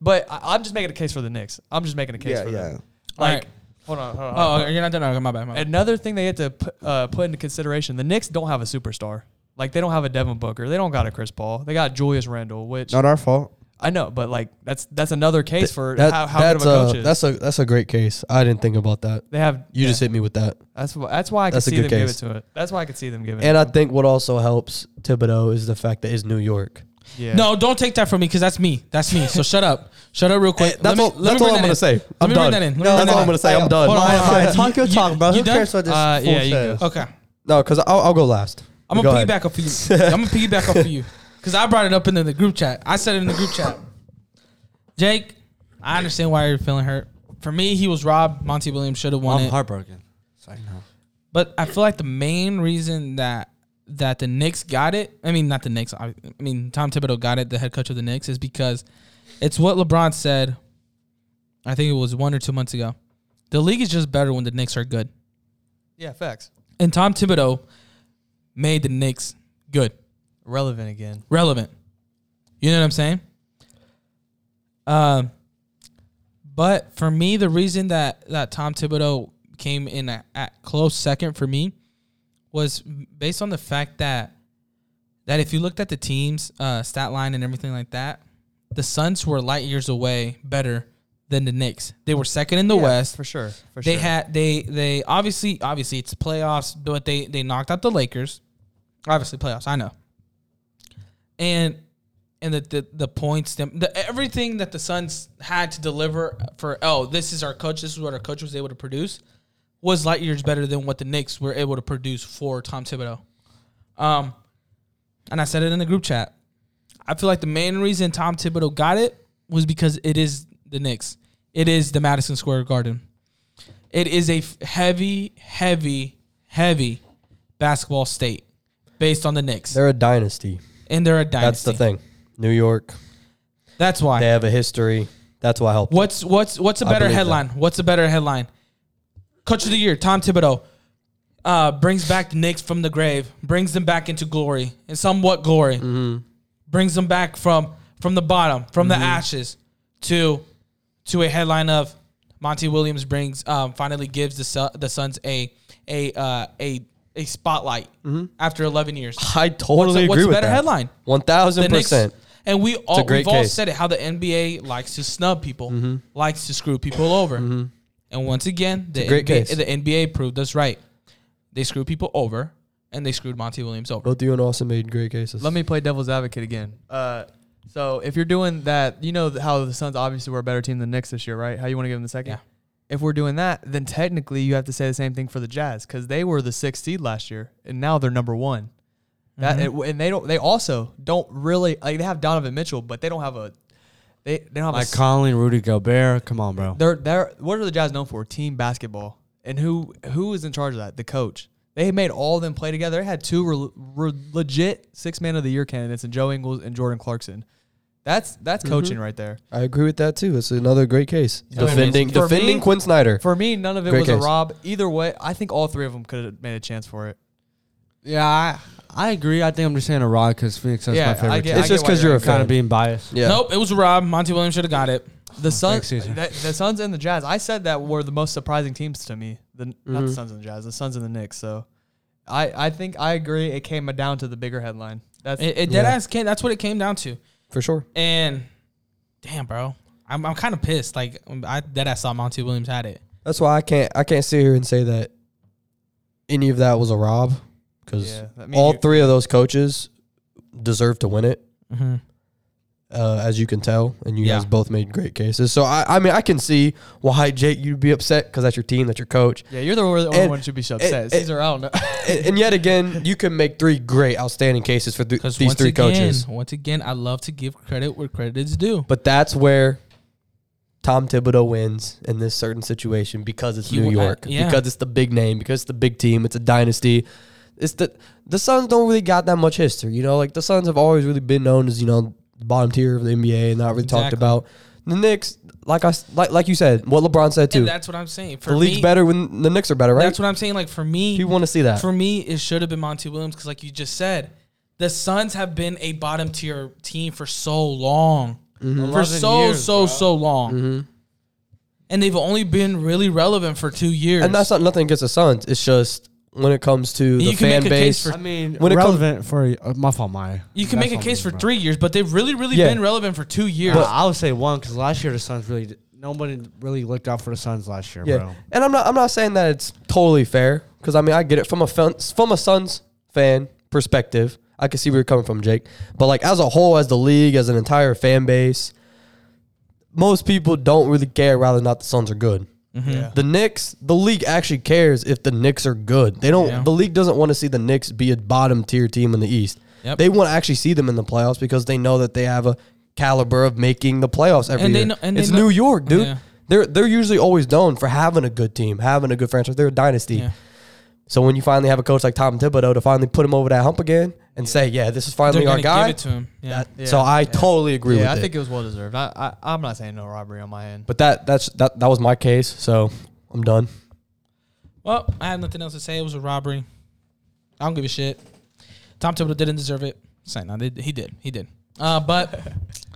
Speaker 2: but I, I'm just making a case for the Knicks. I'm just making a case for them. Like,
Speaker 1: Alright.
Speaker 2: hold on, hold on. hold on.
Speaker 1: Oh, you're not done. Okay, my bad. My bad.
Speaker 2: Another thing they had to put, uh, put into consideration: the Knicks don't have a superstar. Like they don't have a Devin Booker. They don't got a Chris Paul. They got Julius Randle, which
Speaker 5: Not our fault.
Speaker 2: I know, but like that's that's another case for
Speaker 4: That-
Speaker 2: how, how good of a
Speaker 4: that's
Speaker 2: coach
Speaker 4: a
Speaker 2: is.
Speaker 4: that's a that's a great case. I didn't think about that.
Speaker 2: they have
Speaker 4: You
Speaker 2: yeah.
Speaker 4: just hit me with that.
Speaker 2: That's why. That's why I could
Speaker 4: That's a
Speaker 2: see
Speaker 4: good
Speaker 2: them
Speaker 4: case.
Speaker 2: give it to it. That's why I could see them give it.
Speaker 4: And
Speaker 2: to
Speaker 4: I
Speaker 2: them.
Speaker 4: think what also helps Thibodeau is the fact that it's New York.
Speaker 2: yeah.
Speaker 1: No, don't take that from me because that's me. That's me. So shut up. Shut up real quick.
Speaker 4: Eh, that's all- that's all I'm gonna say.
Speaker 1: Let
Speaker 4: I'm
Speaker 1: me bring
Speaker 4: done.
Speaker 1: that in. Let me
Speaker 4: No,
Speaker 1: bring
Speaker 4: that's all
Speaker 1: that
Speaker 4: I'm
Speaker 1: in.
Speaker 4: gonna say. I'm done.
Speaker 1: Hold on, hold on, hold on.
Speaker 5: Talk your
Speaker 1: You-
Speaker 5: talk, bro.
Speaker 1: you
Speaker 5: Who
Speaker 1: done?
Speaker 5: cares what this
Speaker 2: Uh,
Speaker 5: fool
Speaker 2: yeah, you
Speaker 5: says?
Speaker 1: Okay.
Speaker 4: No, because I'll, I'll go last.
Speaker 1: I'm
Speaker 4: Go
Speaker 1: gonna
Speaker 4: ahead.
Speaker 1: piggyback off you. I'm gonna piggyback off of you because I brought it up in the, the group chat. I said it in the group chat. Jake, I understand why you're feeling hurt. For me, he was robbed. Monty Williams should have won
Speaker 5: I'm
Speaker 1: it.
Speaker 5: heartbroken. Sorry, no.
Speaker 1: But I feel like the main reason that that the Knicks got it, I mean not the Knicks, I, I mean Tom Thibodeau got it, the head coach of the Knicks, is because it's what LeBron said. I think it was one or two months ago. The league is just better when the Knicks are good,
Speaker 2: Yeah, facts.
Speaker 1: and Tom Thibodeau made the Knicks good,
Speaker 2: Relevant again.
Speaker 1: relevant. You know what I'm saying? Um, but for me, the reason that that Tom Thibodeau came in at, at close second for me was based on the fact that that if you looked at the team's uh, stat line and everything like that, the Suns were light years away better than the Knicks. They were second in the
Speaker 2: Yeah,
Speaker 1: West
Speaker 2: for sure. For
Speaker 1: they
Speaker 2: sure.
Speaker 1: had they they obviously obviously it's playoffs, but they they knocked out the Lakers. Obviously playoffs, I know. And and the the, the points, the, the everything that the Suns had to deliver for oh this is our coach, this is what our coach was able to produce, was light years better than what the Knicks were able to produce for Tom Thibodeau. Um, and I said it in the group chat. I feel like the main reason Tom Thibodeau got it was because it is the Knicks. It is the Madison Square Garden. It is a f- heavy, heavy, heavy basketball state based on the Knicks,
Speaker 4: They're a dynasty.
Speaker 1: and they're a dynasty.
Speaker 4: That's the thing. New York.
Speaker 1: That's why.
Speaker 4: They have a history. That's why I helped.
Speaker 1: What's what's what's a
Speaker 4: I
Speaker 1: better
Speaker 4: believe that.
Speaker 1: headline? What's a better headline? Coach of the year, Tom Thibodeau, uh, brings back the Knicks from the grave, brings them back into glory and somewhat glory,
Speaker 4: Mm-hmm.
Speaker 1: brings them back from from the bottom, from the ashes, to to a headline of Monty Williams brings um, finally gives the Su- the Suns a a uh, a a spotlight
Speaker 4: Mm-hmm.
Speaker 1: after 11 years.
Speaker 4: I totally
Speaker 1: What's a-
Speaker 4: agree
Speaker 1: what's a
Speaker 4: with
Speaker 1: better
Speaker 4: that.
Speaker 1: headline?
Speaker 4: One thousand percent.
Speaker 1: and we all
Speaker 4: great
Speaker 1: we've all
Speaker 4: case. Mm-hmm.
Speaker 1: said it how the NBA likes to snub people, likes to screw people over. And once again, the
Speaker 4: a great
Speaker 1: NBA,
Speaker 4: case.
Speaker 1: the NBA proved us right. They screwed people over, and they screwed Monty Williams over.
Speaker 4: Both you and Austin made great cases.
Speaker 2: Let me play devil's advocate again. Uh, so if you're doing that, you know how the Suns obviously were a better team than Knicks this year, right? How you want to give them the second?
Speaker 1: Yeah.
Speaker 2: If we're doing that, then technically you have to say the same thing for the Jazz because they were the sixth seed last year and now they're number one. That and- and they don't. They also don't really like they have Donovan Mitchell, but they don't have a. They they don't have a
Speaker 5: Mike
Speaker 2: s-
Speaker 5: Conley, Rudy Gobert. Come on, bro.
Speaker 2: They're they're what are the Jazz known for? Team basketball. And who who is in charge of that? The coach. They made all of them play together. They had two re- re- legit six man of the year candidates, and Joe Ingles and Jordan Clarkson. That's that's
Speaker 4: Mm-hmm.
Speaker 2: coaching right there.
Speaker 4: I agree with that too. It's another great case. Defending
Speaker 2: For
Speaker 4: defending
Speaker 2: me-
Speaker 4: Quinn Snyder.
Speaker 2: For me, none of it
Speaker 4: Great
Speaker 2: was a
Speaker 4: case.
Speaker 2: rob. Either way, I think all three of them could have made a chance for it.
Speaker 5: Yeah, I, I agree. I think I'm just saying a rod because Phoenix is
Speaker 2: Yeah,
Speaker 5: my favorite.
Speaker 2: I
Speaker 5: I
Speaker 2: get-
Speaker 4: it's just
Speaker 2: why
Speaker 4: because
Speaker 2: you're
Speaker 4: you're a
Speaker 2: angry.
Speaker 4: fan.
Speaker 5: kind of being biased.
Speaker 4: yeah.
Speaker 1: Nope, it was Rob. Monty Williams should have got it.
Speaker 4: Oh,
Speaker 2: The Suns,
Speaker 5: Caesar.
Speaker 2: the, the Suns and the Jazz. I said that were the most surprising teams to me. The not
Speaker 4: Mm-hmm.
Speaker 2: the Suns and the Jazz, the Suns and the Knicks. So, I I think I agree. It came down to the bigger headline. That's
Speaker 1: It, it dead ass came. That's what it came down to.
Speaker 4: for sure.
Speaker 1: um, And damn, bro, I'm I'm kind of pissed. Like I that I saw Monty Williams had it.
Speaker 4: That's why I can't I can't sit here and say that any of that was a rob because
Speaker 2: I
Speaker 4: all three of those coaches deserve to win it,
Speaker 1: Mhm.
Speaker 4: uh, as you can tell, and you
Speaker 1: Yeah.
Speaker 4: guys both made great cases. So I, I mean, I can see why Jake you'd be upset because that's your team, that's your coach,
Speaker 2: yeah, you're the only
Speaker 4: and-
Speaker 2: one who should be upset.
Speaker 4: and-
Speaker 2: Caesar, I don't know.
Speaker 4: and, and yet again, you can make three great, outstanding cases for th-
Speaker 1: Because
Speaker 4: these three coaches.
Speaker 1: Once again, I love to give credit where credit is due.
Speaker 4: But that's where Tom Thibodeau wins in this certain situation because it's
Speaker 1: He
Speaker 4: New
Speaker 1: wa-
Speaker 4: York,
Speaker 1: yeah.
Speaker 4: because it's the big name, because it's the big team, it's a dynasty. It's the the Suns don't really got that much history, you know. Like the Suns have always really been known as you know the bottom tier of the NBA, and not really talked
Speaker 1: Exactly.
Speaker 4: about. The Knicks, like I s- like like you said, what LeBron said too.
Speaker 1: and that's what I'm saying. For
Speaker 4: The league's
Speaker 1: me,
Speaker 4: better when the Knicks are better, right?
Speaker 1: That's what I'm saying. Like for me,
Speaker 4: People want to see that.
Speaker 1: for me, it should have been Monty Williams because, like you just said, the Suns have been a bottom tier team for so long,
Speaker 4: Mm-hmm.
Speaker 1: for
Speaker 3: 11
Speaker 1: so
Speaker 3: years,
Speaker 1: so so long, and they've only been really relevant for two years.
Speaker 4: and that's not nothing against the Suns. It's just when it comes to
Speaker 1: You
Speaker 4: the
Speaker 1: can
Speaker 4: fan
Speaker 1: make a case
Speaker 4: base.
Speaker 1: for-
Speaker 3: I mean,
Speaker 4: When it comes-
Speaker 3: relevant for uh, my fault, my.
Speaker 1: you can
Speaker 3: That's
Speaker 1: make a
Speaker 3: on
Speaker 1: case for
Speaker 3: me, bro.
Speaker 1: three years, but they've really really
Speaker 4: Yeah.
Speaker 1: been relevant for two years.
Speaker 3: Nah, I would say one because last year the Suns really d- nobody really looked out for the Suns last year,
Speaker 4: Yeah,
Speaker 3: bro.
Speaker 4: and I'm not I'm not saying that it's totally fair because I mean I get it from a fan, from a Suns fan perspective. I can see where you're coming from, Jake. But like as a whole, as the league, as an entire fan base, most people don't really care whether or not the Suns are good.
Speaker 1: Mm-hmm.
Speaker 2: Yeah.
Speaker 4: The Knicks, the league actually cares if the Knicks are good. They don't.
Speaker 1: Yeah.
Speaker 4: The league doesn't want to see the Knicks be a bottom tier team in the East.
Speaker 1: Yep.
Speaker 4: They want to actually see them in the playoffs because they know that they have a caliber of making the playoffs every
Speaker 1: And they
Speaker 4: year.
Speaker 1: know- and they
Speaker 4: it's
Speaker 1: know-
Speaker 4: New York, dude.
Speaker 1: Yeah.
Speaker 4: They're they're usually always known for having a good team, having a good franchise. They're a dynasty.
Speaker 1: Yeah.
Speaker 4: So when you finally have a coach like Tom Thibodeau to finally put him over that hump again and say, "Yeah, this is
Speaker 1: They're
Speaker 4: finally our
Speaker 1: gonna
Speaker 4: guy,"
Speaker 1: give it to him. Yeah.
Speaker 4: that- so I totally agree
Speaker 2: yeah, I
Speaker 4: with
Speaker 2: think
Speaker 4: it.
Speaker 2: it was well deserved. I, I I'm not saying no robbery on my end.
Speaker 4: But that that's that that was my case. So I'm done.
Speaker 1: Well, I had nothing else to say. It was a robbery. I don't give a shit. Tom Thibodeau didn't deserve it. Say no, they- he did. He did. Uh, but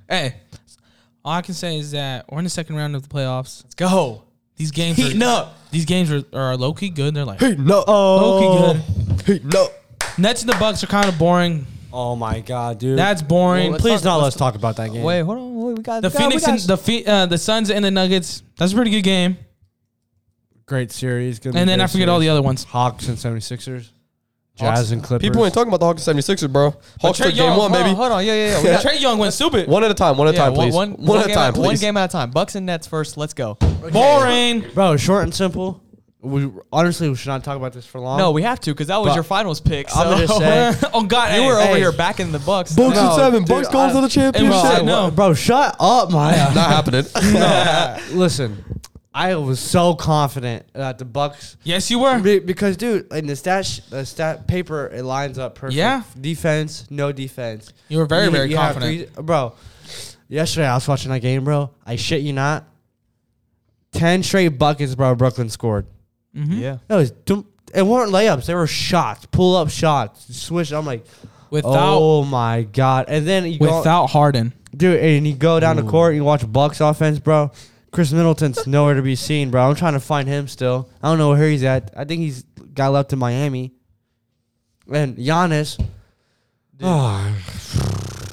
Speaker 1: hey, all I can say is that we're in the second round of the playoffs. Let's go. These games are,
Speaker 4: up.
Speaker 1: These games are, are low key good. They're like
Speaker 4: Heating up.
Speaker 1: low key
Speaker 4: Heating up.
Speaker 1: good. Nets and the Bucks are kind of boring.
Speaker 3: Oh my god, dude.
Speaker 1: That's boring.
Speaker 3: Please not. Let's talk about that game.
Speaker 2: Wait, hold on. wait, We got
Speaker 1: the
Speaker 2: we got- we
Speaker 1: Phoenix
Speaker 2: got-
Speaker 1: and the Phe- uh, the Suns and the Nuggets. That's a pretty good game.
Speaker 3: Great series. Gonna be
Speaker 1: And then
Speaker 3: great
Speaker 1: I forget all the
Speaker 3: series.
Speaker 1: other ones.
Speaker 3: Hawks and 76ers. Jazz and Clippers.
Speaker 4: People ain't talking about the Hawks and 76ers, bro. Hawks
Speaker 1: Trey
Speaker 4: took game
Speaker 1: Young,
Speaker 4: one,
Speaker 2: hold
Speaker 4: baby.
Speaker 2: on, hold on. Yeah, yeah, yeah. We got-
Speaker 1: Trey Young went stupid.
Speaker 4: One at a time. One at a
Speaker 2: yeah,
Speaker 4: time, please. One, at a
Speaker 2: game
Speaker 4: time,
Speaker 2: at- One
Speaker 4: please. Um,
Speaker 2: game at a time. Bucks and Nets first. Let's go.
Speaker 1: Boring.
Speaker 3: bro. Short and simple. We honestly we should not talk about this for long.
Speaker 2: No, we have to because that was
Speaker 3: But-
Speaker 2: your finals pick. So.
Speaker 3: I'm gonna just say-
Speaker 1: oh God,
Speaker 2: you were
Speaker 1: hey.
Speaker 2: over
Speaker 3: hey.
Speaker 2: here backing the Bucks.
Speaker 4: Bucks
Speaker 3: No,
Speaker 4: and seven.
Speaker 3: dude,
Speaker 4: Bucks
Speaker 3: I-
Speaker 4: going to the championship.
Speaker 1: Bro, I know.
Speaker 3: bro. Shut up, Maya.
Speaker 4: Not happening.
Speaker 3: Listen, I was so confident that the Bucks
Speaker 1: Yes, you were.
Speaker 3: Be- because dude, in the stat sh- the stat paper it lines up perfect.
Speaker 1: Yeah.
Speaker 3: defense, no defense.
Speaker 1: You were very,
Speaker 3: You-
Speaker 1: very
Speaker 3: you have
Speaker 1: confident.
Speaker 3: three- bro. Yesterday I was watching that game, bro. I shit you not. Ten straight buckets, bro. Brooklyn scored.
Speaker 1: Mm-hmm.
Speaker 2: Yeah.
Speaker 4: Mm-hmm.
Speaker 3: That was dumb. It weren't layups. They were shots, pull up shots, swish. I'm like,
Speaker 1: Without
Speaker 3: oh my god. And then you go,
Speaker 1: without Harden.
Speaker 3: dude, and you go down the court, you watch Bucks offense, bro. Chris Middleton's nowhere to be seen, bro. I'm trying to find him still. I don't know where he's at. I think he's got left to Miami. And Giannis, dude, oh,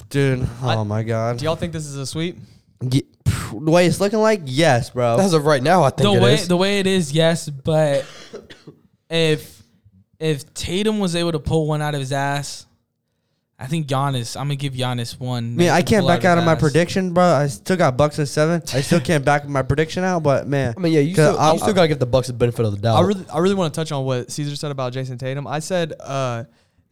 Speaker 3: dude, oh
Speaker 2: I-
Speaker 3: my
Speaker 2: Do
Speaker 3: god,
Speaker 2: y'all think this is a sweep?
Speaker 3: Ye- phew, the way it's looking like, yes, bro.
Speaker 4: As of right now, I think
Speaker 1: The
Speaker 4: it
Speaker 1: way
Speaker 4: is.
Speaker 1: the way it is, yes, but if if Tatum was able to pull one out of his ass, I think Giannis. I'm gonna give Giannis one.
Speaker 3: Man, I can't
Speaker 1: Pull
Speaker 3: back out of
Speaker 1: his
Speaker 3: my
Speaker 1: ass.
Speaker 3: prediction, bro. I still got Bucks at seven. I still can't back my prediction out, but man,
Speaker 4: I mean, yeah, you
Speaker 3: 'Cause
Speaker 4: still,
Speaker 3: I-
Speaker 4: you still got to give the Bucks the benefit of the doubt.
Speaker 2: I really, I really want to touch on what Caesar said about Jason Tatum. I said, uh,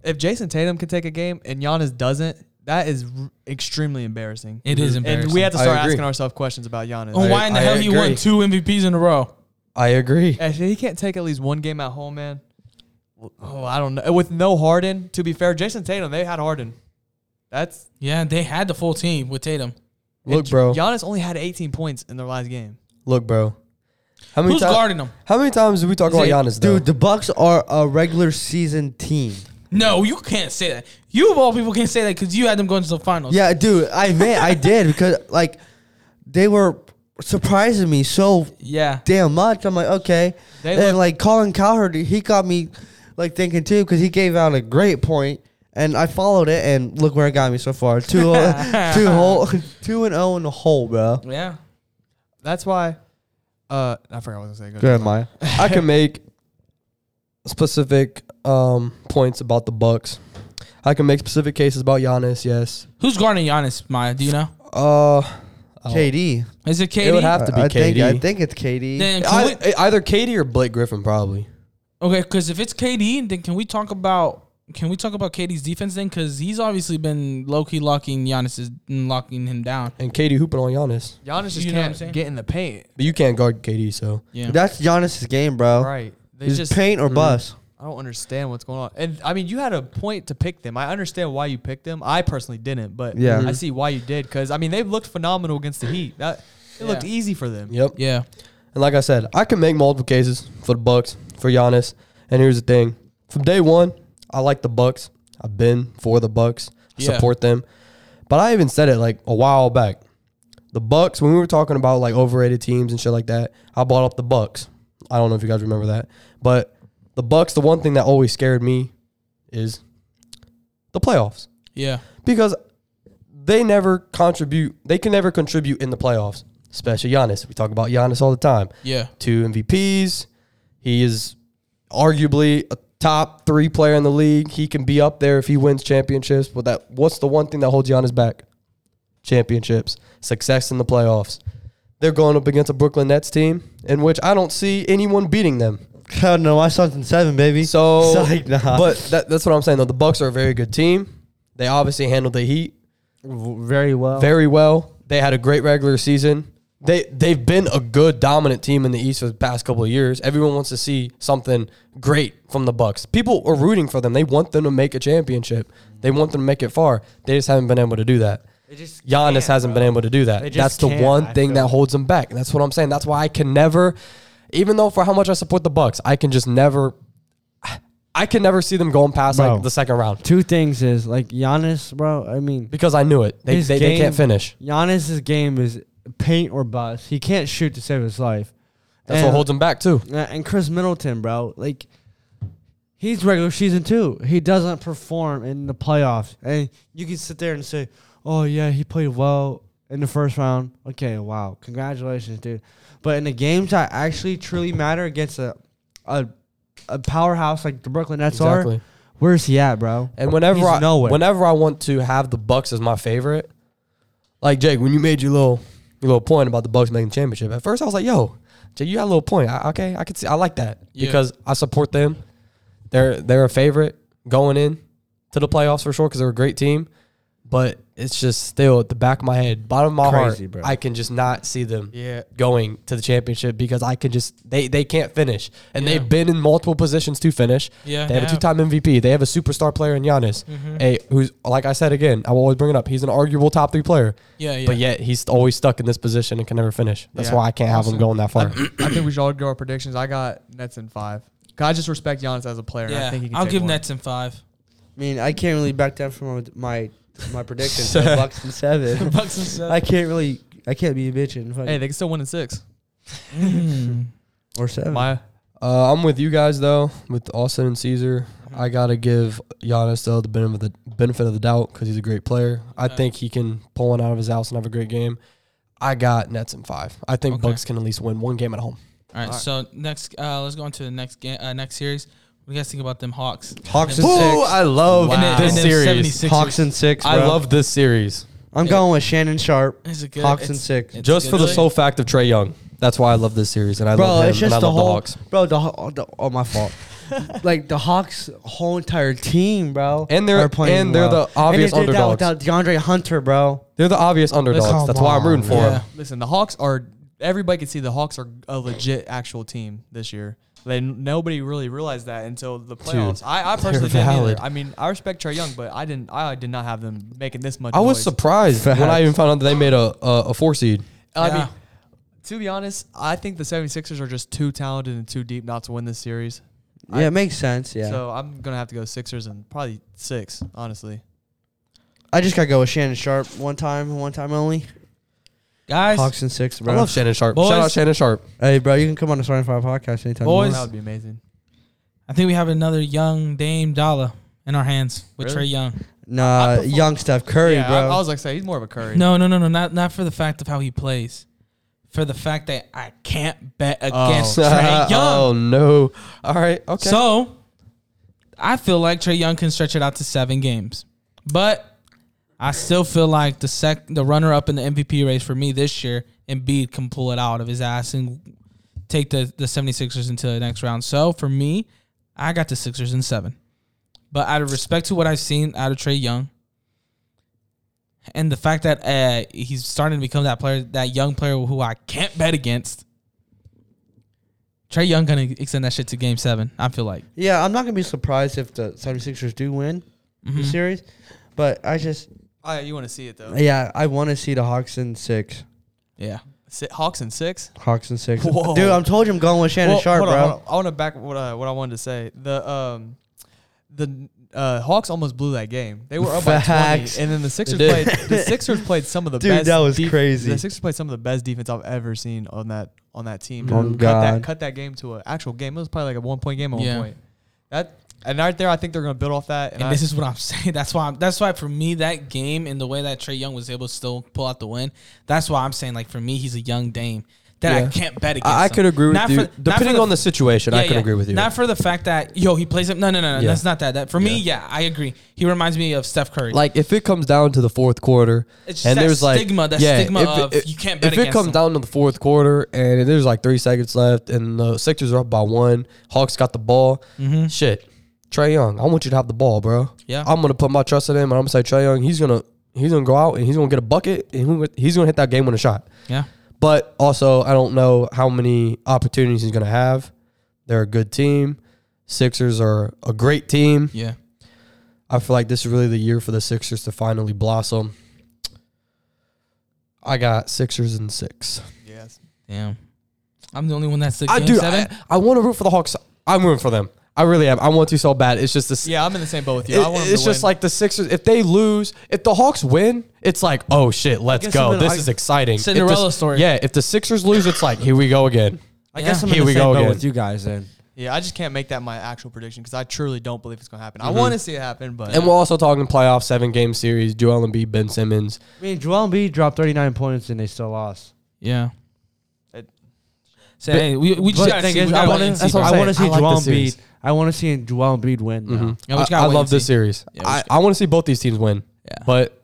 Speaker 2: if Jason Tatum can take a game and Giannis doesn't, that is r- extremely embarrassing.
Speaker 1: It is
Speaker 2: And
Speaker 1: embarrassing.
Speaker 2: we had to
Speaker 4: I
Speaker 2: start
Speaker 4: agree. Oh,
Speaker 2: asking ourselves questions about Giannis.
Speaker 1: And why in the
Speaker 4: I
Speaker 1: hell you won
Speaker 4: agree.
Speaker 1: two MVPs in a row?
Speaker 4: I agree.
Speaker 2: If he can't take at least one game at home, man. Oh, I don't know. With no Harden, to be fair, Jason Tatum they had Harden. That's
Speaker 1: Yeah, they had the full team with Tatum.
Speaker 4: Look,
Speaker 2: and
Speaker 4: bro.
Speaker 2: Giannis only had 18 points in their last game.
Speaker 4: Look, bro. How many
Speaker 1: Who's
Speaker 4: times?
Speaker 1: guarding them?
Speaker 4: How many times do we talk about
Speaker 1: it-
Speaker 4: Giannis, though?
Speaker 3: dude, the Bucks are a regular season team.
Speaker 1: No, you can't say that. You of all people can't say that because you had them going to the finals.
Speaker 3: Yeah, dude, I man, I did because like they were surprising me so
Speaker 1: yeah.
Speaker 3: damn much. I'm like, okay,
Speaker 2: They
Speaker 3: and
Speaker 2: look-
Speaker 3: like Colin Cowherd, he got me like thinking too because he gave out a great point, and I followed it, and look where it got me so far two oh two hole two and zero in the hole, bro.
Speaker 1: Yeah.
Speaker 2: That's why Uh, I forgot what I was gonna say.
Speaker 5: Go ahead, Maya.
Speaker 4: I can make specific um, points about the Bucks. I can make specific cases about Giannis. Yes.
Speaker 1: Who's guarding Giannis, Maya? Do you know?
Speaker 4: Uh, I
Speaker 2: Oh.
Speaker 4: don't-
Speaker 5: KD.
Speaker 1: Is it KD?
Speaker 4: It would have to be
Speaker 5: I
Speaker 4: KD.
Speaker 5: think I think it's KD.
Speaker 1: Then can we-
Speaker 4: Ei- either KD or Blake Griffin, probably.
Speaker 1: Okay, because if it's KD, then can we talk about can we talk about KD's defense then? Because he's obviously been low key locking Giannis is locking him down.
Speaker 4: And KD hooping on Giannis.
Speaker 2: Giannis just
Speaker 1: You know what I'm
Speaker 2: can't
Speaker 1: saying?
Speaker 2: get in the paint.
Speaker 4: But you can't guard KD, so
Speaker 1: Yeah,
Speaker 5: That's Giannis's game, bro.
Speaker 2: Right. They
Speaker 5: It's
Speaker 2: just
Speaker 5: paint or
Speaker 4: Mhm.
Speaker 5: bust.
Speaker 2: I don't understand what's going on. And I mean, you had a point to pick them. I understand why you picked them. I personally didn't, but
Speaker 5: Yeah.
Speaker 2: I see why you did because I mean they've looked phenomenal against the Heat. That it looked
Speaker 1: Yeah.
Speaker 2: easy for them.
Speaker 4: yep.
Speaker 1: yeah.
Speaker 4: And like I said, I can make multiple cases for the Bucks for Giannis. And here's the thing: from day one, I like the Bucks. I've been for the Bucks. I
Speaker 1: Yeah.
Speaker 4: Support them. But I even said it like a while back. The Bucks, when we were talking about like overrated teams and shit like that, I bought up the Bucks. I don't know if you guys remember that, but the Bucks. The one thing that always scared me is the playoffs.
Speaker 1: yeah.
Speaker 4: because they never contribute. They can never contribute in the playoffs, especially Giannis. We talk about Giannis all the time.
Speaker 1: Yeah.
Speaker 4: Two MVPs. He is arguably a top three player in the league. He can be up there if he wins championships. But that what's the one thing that holds Giannis back? Championships, success in the playoffs. They're going up against a Brooklyn Nets team in which I don't see anyone beating them.
Speaker 5: I don't know why something seven, baby.
Speaker 4: So,
Speaker 5: It's like, nah.
Speaker 4: but that, that's what I'm saying though. The Bucks are a very good team. They obviously handled the Heat
Speaker 3: V- very well.
Speaker 4: very well. They had a great regular season. They they've been a good dominant team in the East for the past couple of years. Everyone wants to see something great from the Bucks. People are rooting for them. They want them to make a championship. They want them to make it far. They just haven't been able to do that.
Speaker 2: just
Speaker 4: Giannis hasn't been able to do
Speaker 2: They
Speaker 4: that.
Speaker 2: just
Speaker 4: That's the
Speaker 2: can't,
Speaker 4: one
Speaker 2: I
Speaker 4: thing
Speaker 2: feel.
Speaker 4: that holds them back. That's what I'm saying. That's why I can never, even though for how much I support the Bucks, I can just never, I can never see them going past
Speaker 3: Bro.
Speaker 4: like the second round
Speaker 3: Two things is like Giannis, bro. I mean,
Speaker 4: because I knew it. They
Speaker 3: His
Speaker 4: they, they
Speaker 3: game-
Speaker 4: can't finish.
Speaker 3: Giannis's game is paint or bust. He can't shoot to save his life.
Speaker 4: That's
Speaker 3: and,
Speaker 4: what holds them back too.
Speaker 3: uh, And Chris Middleton, bro, like he's regular season too. He doesn't perform in the playoffs, and you can sit there and say, "Oh yeah, he played well in the first round." Okay, wow, congratulations, dude. But in the games that actually truly matter against a a, a powerhouse like the Brooklyn Nets are, where's he at, bro?
Speaker 4: And whenever
Speaker 3: He's
Speaker 4: I
Speaker 3: nowhere.
Speaker 4: whenever I want to have the Bucks as my favorite, like Jake, when you made your little your little point about the Bucks making the championship, at first I was like, "Yo, Jake, you got a little point. I, okay, I could see. I like that
Speaker 1: Yeah.
Speaker 4: because I support them. They're they're a favorite going in to the playoffs for sure because they're a great team. But it's just still at the back of my head, bottom of my
Speaker 3: Crazy,
Speaker 4: heart,
Speaker 3: bro.
Speaker 4: I can just not see them
Speaker 2: Yeah.
Speaker 4: going to the championship because I can just they they can't finish and
Speaker 1: Yeah.
Speaker 4: they've been in multiple positions to finish.
Speaker 1: Yeah,
Speaker 4: they have
Speaker 1: they
Speaker 4: Mm-hmm. a two time MVP. They have a superstar player in Giannis,
Speaker 1: Mhm.
Speaker 4: a who's like I said again, I will always bring it up. He's an arguable top three player,
Speaker 1: Yeah. Yeah.
Speaker 4: but yet he's always stuck in this position and can never finish. That's
Speaker 2: Yeah.
Speaker 4: why I can't have him going that far.
Speaker 2: I think we should all do our predictions. I got Nets in five. 'Cause I just respect Giannis as a player. and I
Speaker 1: Yeah.
Speaker 2: think he can
Speaker 1: I'll
Speaker 2: take
Speaker 1: give
Speaker 2: one.
Speaker 1: Nets in five.
Speaker 5: I mean, I can't really back down from my my prediction. so Bucks and seven.
Speaker 1: Bucks and seven.
Speaker 5: I can't really. I can't be a bitch and fucking
Speaker 2: Hey, they can still win in six.
Speaker 1: Mm.
Speaker 5: or seven.
Speaker 2: Maya,
Speaker 4: Uh, I'm with you guys though, with Austin and Caesar. I gotta give Giannis though the benefit of the benefit of the doubt because he's a great player. I
Speaker 1: Okay.
Speaker 4: think he can pull one out of his house and have a great game. I got Nets in five. I think
Speaker 1: Okay.
Speaker 4: Bucks can at least win one game at home.
Speaker 1: All right.
Speaker 2: All right.
Speaker 1: So next, uh, let's go on to the next game, uh, next series. What do you guys think about them Hawks?
Speaker 5: Hawks and
Speaker 1: Ooh,
Speaker 5: six.
Speaker 4: I love
Speaker 1: And then- and then 76ers.
Speaker 5: Hawks and six. Bro. I love.
Speaker 4: this series
Speaker 5: I'm going with Shannon Sharp.
Speaker 1: Is it good?
Speaker 5: Hawks
Speaker 1: It's-
Speaker 5: and six.
Speaker 1: it's
Speaker 4: just
Speaker 1: good.
Speaker 4: for the sole fact of Trey Young. That's why I love this series and I
Speaker 5: bro,
Speaker 4: love him
Speaker 5: it's just
Speaker 4: and I
Speaker 5: the
Speaker 4: love
Speaker 5: whole.
Speaker 4: the Hawks
Speaker 5: Bro, the, Haw- the oh my fault. like the Hawks' whole entire team, bro.
Speaker 4: And they're-
Speaker 5: are playing
Speaker 4: and they're
Speaker 5: well.
Speaker 4: the obvious
Speaker 5: and they did
Speaker 4: underdogs.
Speaker 5: That without DeAndre Hunter, bro.
Speaker 4: They're the obvious underdogs.
Speaker 5: come
Speaker 4: That's why I'm rooting for
Speaker 1: Yeah.
Speaker 4: them.
Speaker 2: listen, the Hawks are. Everybody can see the Hawks are a legit actual team this year. They nobody really realized that until the playoffs. I, I
Speaker 4: they're
Speaker 2: personally didn't
Speaker 4: valid.
Speaker 2: either. I mean, I respect Trey Young, but I didn't. I did not have them making this much.
Speaker 4: I was
Speaker 2: noise.
Speaker 4: surprised when I even found out that they made a a, a four seed.
Speaker 2: I
Speaker 1: Yeah.
Speaker 2: mean, to be honest, I think the 76ers are just too talented and too deep not to win this series.
Speaker 5: Yeah, it makes sense. Yeah,
Speaker 2: So I'm gonna have to go Sixers and probably six, honestly.
Speaker 5: I just gotta go with Shannon Sharp one time, and one time only.
Speaker 1: guys.
Speaker 5: Hawks and six, bro.
Speaker 4: I love Shannon Sharp.
Speaker 1: Boys.
Speaker 4: Shout out Shannon Sharp.
Speaker 5: hey, bro, you can come on the Starting Five podcast anytime. you want.
Speaker 1: Boys.
Speaker 2: That would be amazing.
Speaker 1: I think we have another young Dame Dala in our hands with
Speaker 2: Really?
Speaker 1: Trey Young.
Speaker 5: nah,
Speaker 2: prefer-
Speaker 5: young Steph Curry,
Speaker 2: yeah,
Speaker 5: bro.
Speaker 2: I, I was like, say he's more of a Curry.
Speaker 1: No, no, no, no, not not for the fact of how he plays. for the fact that I can't bet against Trey Young.
Speaker 4: oh no! All right, okay.
Speaker 1: So I feel like Trey Young can stretch it out to seven games, but I still feel like the sec the runner up in the MVP race for me this year, Embiid can pull it out of his ass and take the the 76ers into the next round. So for me, I got the Sixers in seven. But out of respect to what I've seen out of Trey Young, and the fact that uh, he's starting to become that player, that young player who I can't bet against, Trey Young gonna extend that shit to Game Seven. I feel like.
Speaker 5: Yeah, I'm not gonna be surprised if the 76ers do win the
Speaker 4: Mm-hmm.
Speaker 1: Mm-hmm.
Speaker 5: series, but I just
Speaker 2: Oh, you want to see it though?
Speaker 5: yeah, I want to see the Hawks in six.
Speaker 1: Yeah.
Speaker 2: Si- Hawks and six.
Speaker 5: Hawks in six.
Speaker 2: Whoa.
Speaker 5: Dude, I'm told you I'm going with Shannon
Speaker 2: Well,
Speaker 5: Sharp,
Speaker 2: hold on,
Speaker 5: bro.
Speaker 2: hold on. I want to back what I, what I wanted to say. The um, the uh, Hawks almost blew that game. They were up by
Speaker 5: Facts.
Speaker 2: twenty, and then the Sixers
Speaker 4: They
Speaker 2: played.
Speaker 4: did.
Speaker 2: The Sixers played some of the
Speaker 5: Dude,
Speaker 2: best.
Speaker 5: that was
Speaker 2: def-
Speaker 5: crazy.
Speaker 2: The Sixers played some of the best defense I've ever seen on that on that team.
Speaker 5: Oh,
Speaker 2: cut
Speaker 5: God.
Speaker 2: that cut that game to an actual game. It was probably like a one point game at
Speaker 1: Yeah.
Speaker 2: one point. That and right there, I think they're going to build off that. And,
Speaker 1: And
Speaker 2: I,
Speaker 1: this is what I'm saying. That's why. I'm, that's why for me, that game and the way that Trey Young was able to still pull out the win. That's why I'm saying, like for me, he's a young Dame that
Speaker 4: Yeah.
Speaker 1: I can't bet against.
Speaker 4: I, I
Speaker 1: him.
Speaker 4: could agree with
Speaker 1: Not
Speaker 4: you,
Speaker 1: for- not for
Speaker 4: depending on the situation. I
Speaker 1: yeah,
Speaker 4: could
Speaker 1: yeah.
Speaker 4: agree with you.
Speaker 1: Not for the fact that yo he plays it. No, no, no, no.
Speaker 4: Yeah.
Speaker 1: That's not that. That for me, yeah, I agree. He reminds me of Steph Curry.
Speaker 4: like if it comes down to the fourth quarter,
Speaker 1: It's just
Speaker 4: and
Speaker 1: that
Speaker 4: there's like
Speaker 1: stigma- that stigma of you can't bet
Speaker 4: If it
Speaker 1: against
Speaker 4: comes
Speaker 1: them.
Speaker 4: down to the fourth quarter and there's like three seconds left, and the Sixers are up by one, Hawks got the ball.
Speaker 1: Mm-hmm.
Speaker 4: Shit, Trey Young, I want you to have the ball, bro.
Speaker 1: Yeah.
Speaker 4: I'm gonna put my trust in him, and I'm gonna say Trey Young, he's gonna he's gonna go out and he's gonna get a bucket, and he- he's gonna hit that game winning shot.
Speaker 1: yeah,
Speaker 4: But also, I don't know how many opportunities he's gonna have. They're a good team. Sixers are a great team.
Speaker 1: yeah.
Speaker 4: I feel like this is really the year for the Sixers to finally blossom. I got Sixers and six.
Speaker 2: yes,
Speaker 1: Damn, I'm the only one that's six
Speaker 4: I
Speaker 1: game
Speaker 4: do.
Speaker 1: seven.
Speaker 4: I, I want to root for the Hawks. I'm rooting for them. I really am. I want to so bad. It's just this.
Speaker 2: yeah, I'm in the same boat with you. I
Speaker 4: it-
Speaker 2: want 'em to
Speaker 4: it's just
Speaker 2: win.
Speaker 4: like the Sixers. If they lose, if the Hawks win, it's like, oh shit, let's
Speaker 2: guess
Speaker 4: go.
Speaker 2: I'm in-
Speaker 4: this
Speaker 2: I-
Speaker 4: is exciting. If the-
Speaker 1: Cinderella story.
Speaker 4: Yeah. If the Sixers lose, it's like, here we go again.
Speaker 5: I guess I'm
Speaker 4: Here
Speaker 5: in the
Speaker 4: we
Speaker 5: same
Speaker 4: go
Speaker 5: boat
Speaker 4: again.
Speaker 5: with you guys then.
Speaker 2: yeah. I just can't make that my actual prediction because I truly don't believe it's going to happen.
Speaker 5: Mm-hmm.
Speaker 2: I want to see it happen, but
Speaker 4: And we're also talking playoff seven game series. Joel Embiid, Ben Simmons.
Speaker 5: I mean, Joel Embiid dropped 39 points and they still lost.
Speaker 1: Yeah.
Speaker 2: It-
Speaker 1: So hey, we, we just
Speaker 5: But
Speaker 1: got
Speaker 5: thing
Speaker 1: to see.
Speaker 5: is,
Speaker 1: we
Speaker 5: I
Speaker 1: gotta
Speaker 5: want
Speaker 1: wait
Speaker 5: to
Speaker 1: and
Speaker 5: see
Speaker 1: see,
Speaker 4: what
Speaker 1: bro.
Speaker 4: I'm saying. I like
Speaker 5: Joel
Speaker 4: the series. Mm-hmm.
Speaker 5: Embiid. I want to see Joel Embiid win. now.
Speaker 1: Yeah, we just gotta
Speaker 4: I, I
Speaker 1: wait
Speaker 4: love
Speaker 1: and see.
Speaker 4: this series.
Speaker 1: Yeah, we
Speaker 4: I,
Speaker 1: just
Speaker 4: I want to see both these teams win.
Speaker 1: Yeah.
Speaker 4: But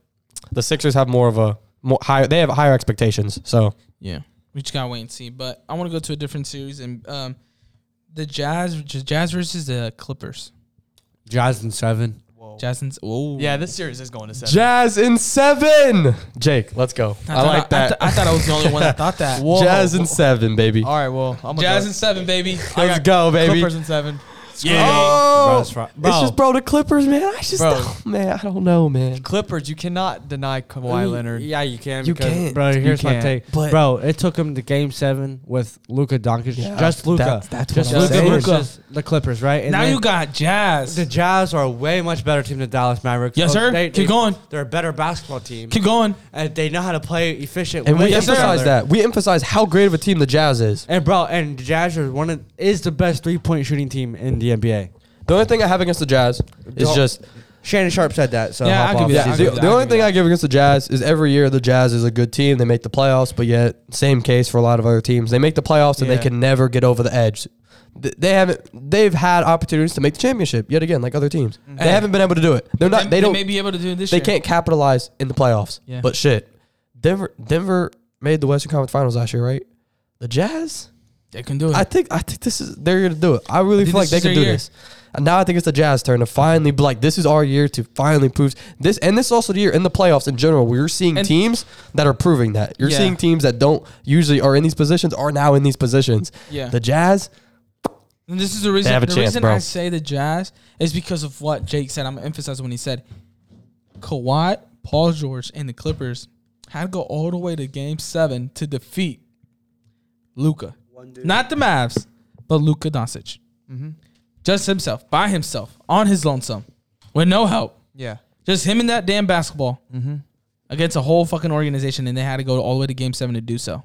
Speaker 4: the Sixers have more of a more higher. They have higher expectations. So
Speaker 1: Yeah, we just gotta wait and see. But I want to go to a different series and um, the Jazz, Jazz versus the Clippers.
Speaker 5: Jazz in seven.
Speaker 2: whoa.
Speaker 1: Jazzens. Oh,
Speaker 2: yeah, this series is going to seven.
Speaker 4: Jazz in seven. Jake, let's go.
Speaker 1: I,
Speaker 4: I,
Speaker 1: thought-
Speaker 4: like
Speaker 1: I,
Speaker 4: that.
Speaker 1: I thought I was the only one that thought that.
Speaker 2: Whoa.
Speaker 4: Jazz in seven, baby.
Speaker 2: All right, well, I'm gonna
Speaker 1: Jazz
Speaker 2: go.
Speaker 1: and seven, baby.
Speaker 2: I
Speaker 4: Let's
Speaker 2: got
Speaker 4: go, baby.
Speaker 2: Clippers and seven.
Speaker 5: Bro,
Speaker 4: Oh,
Speaker 5: it's fr-
Speaker 4: it's just bro the Clippers, man. I just
Speaker 2: Bro.
Speaker 4: oh, man, I don't know, man.
Speaker 2: Clippers, you cannot deny Kawhi Leonard.
Speaker 5: Yeah, you can.
Speaker 4: You
Speaker 5: because-
Speaker 4: can't.
Speaker 5: Bro, here's my
Speaker 2: can't.
Speaker 5: take.
Speaker 4: But-
Speaker 5: bro, it took him to game seven with Luka Doncic. just Luka.
Speaker 4: That's, that's
Speaker 5: just
Speaker 4: what I'm
Speaker 5: Luka
Speaker 4: saying.
Speaker 1: Luka.
Speaker 5: versus the Clippers, right? And
Speaker 1: now
Speaker 5: then
Speaker 1: you got Jazz.
Speaker 5: the Jazz are a way much better team than Dallas Mavericks.
Speaker 1: yes,
Speaker 5: Oh,
Speaker 1: sir.
Speaker 5: they-
Speaker 1: Keep
Speaker 5: they-
Speaker 1: going.
Speaker 5: They're a better basketball team,
Speaker 1: Keep going.
Speaker 5: and they know how to play efficient.
Speaker 4: And
Speaker 5: with
Speaker 4: we
Speaker 5: each
Speaker 4: emphasize
Speaker 5: other.
Speaker 4: that. We emphasize how great of a team the Jazz is.
Speaker 5: And bro, and the Jazz are one of, is the best three point shooting team in the NBA.
Speaker 4: The only thing I have against the Jazz is
Speaker 5: Don't-
Speaker 4: just
Speaker 5: Shannon Sharp said that, so hop
Speaker 1: Yeah, I'll give
Speaker 5: off.
Speaker 1: you
Speaker 4: Yeah,
Speaker 1: Yeah,
Speaker 4: the,
Speaker 1: I
Speaker 4: the only thing I give against the Jazz is every year the Jazz is a good team. They make the playoffs, but yet same case for a lot of other teams. They make the playoffs and
Speaker 2: Yeah.
Speaker 4: they can never get over the edge. Th- They haven't. They've had opportunities to make the championship yet again, like other teams. They
Speaker 1: Hey.
Speaker 4: haven't been able to do it. They're not. They, don't.
Speaker 1: may be able to do it this
Speaker 4: they
Speaker 1: year.
Speaker 4: can't capitalize in the playoffs.
Speaker 1: Yeah.
Speaker 4: But shit, Denver. Denver made the Western Conference Finals last year, right? The Jazz.
Speaker 1: They can do it.
Speaker 4: I think I think this is they're gonna do it. I really
Speaker 1: I think
Speaker 4: feel like
Speaker 1: this
Speaker 4: they
Speaker 1: is
Speaker 4: can
Speaker 1: their
Speaker 4: do
Speaker 1: year.
Speaker 4: this. And now I think it's the Jazz turn to finally be like, this is our year to finally prove this. And this is also the year in the playoffs in general. We're seeing
Speaker 1: And-
Speaker 4: teams that are proving that. You're
Speaker 1: Yeah.
Speaker 4: seeing teams that don't usually are in these positions are now in these positions.
Speaker 1: Yeah.
Speaker 4: The Jazz,
Speaker 1: And this is the reason.
Speaker 4: have a
Speaker 1: the
Speaker 4: chance,
Speaker 1: reason
Speaker 4: bro.
Speaker 1: I say the Jazz is because of what Jake said. I'm emphasizing when he said Kawhi, Paul George, and the Clippers had to go all the way to Game Seven to defeat Luca, not the Mavs, but Luca Doncic,
Speaker 4: Mm-hmm.
Speaker 1: just himself, by himself, on his lonesome, with no help,
Speaker 2: Yeah,
Speaker 1: just him and that damn basketball
Speaker 4: Mm-hmm.
Speaker 1: against a whole fucking organization, and they had to go all the way to Game Seven to do so.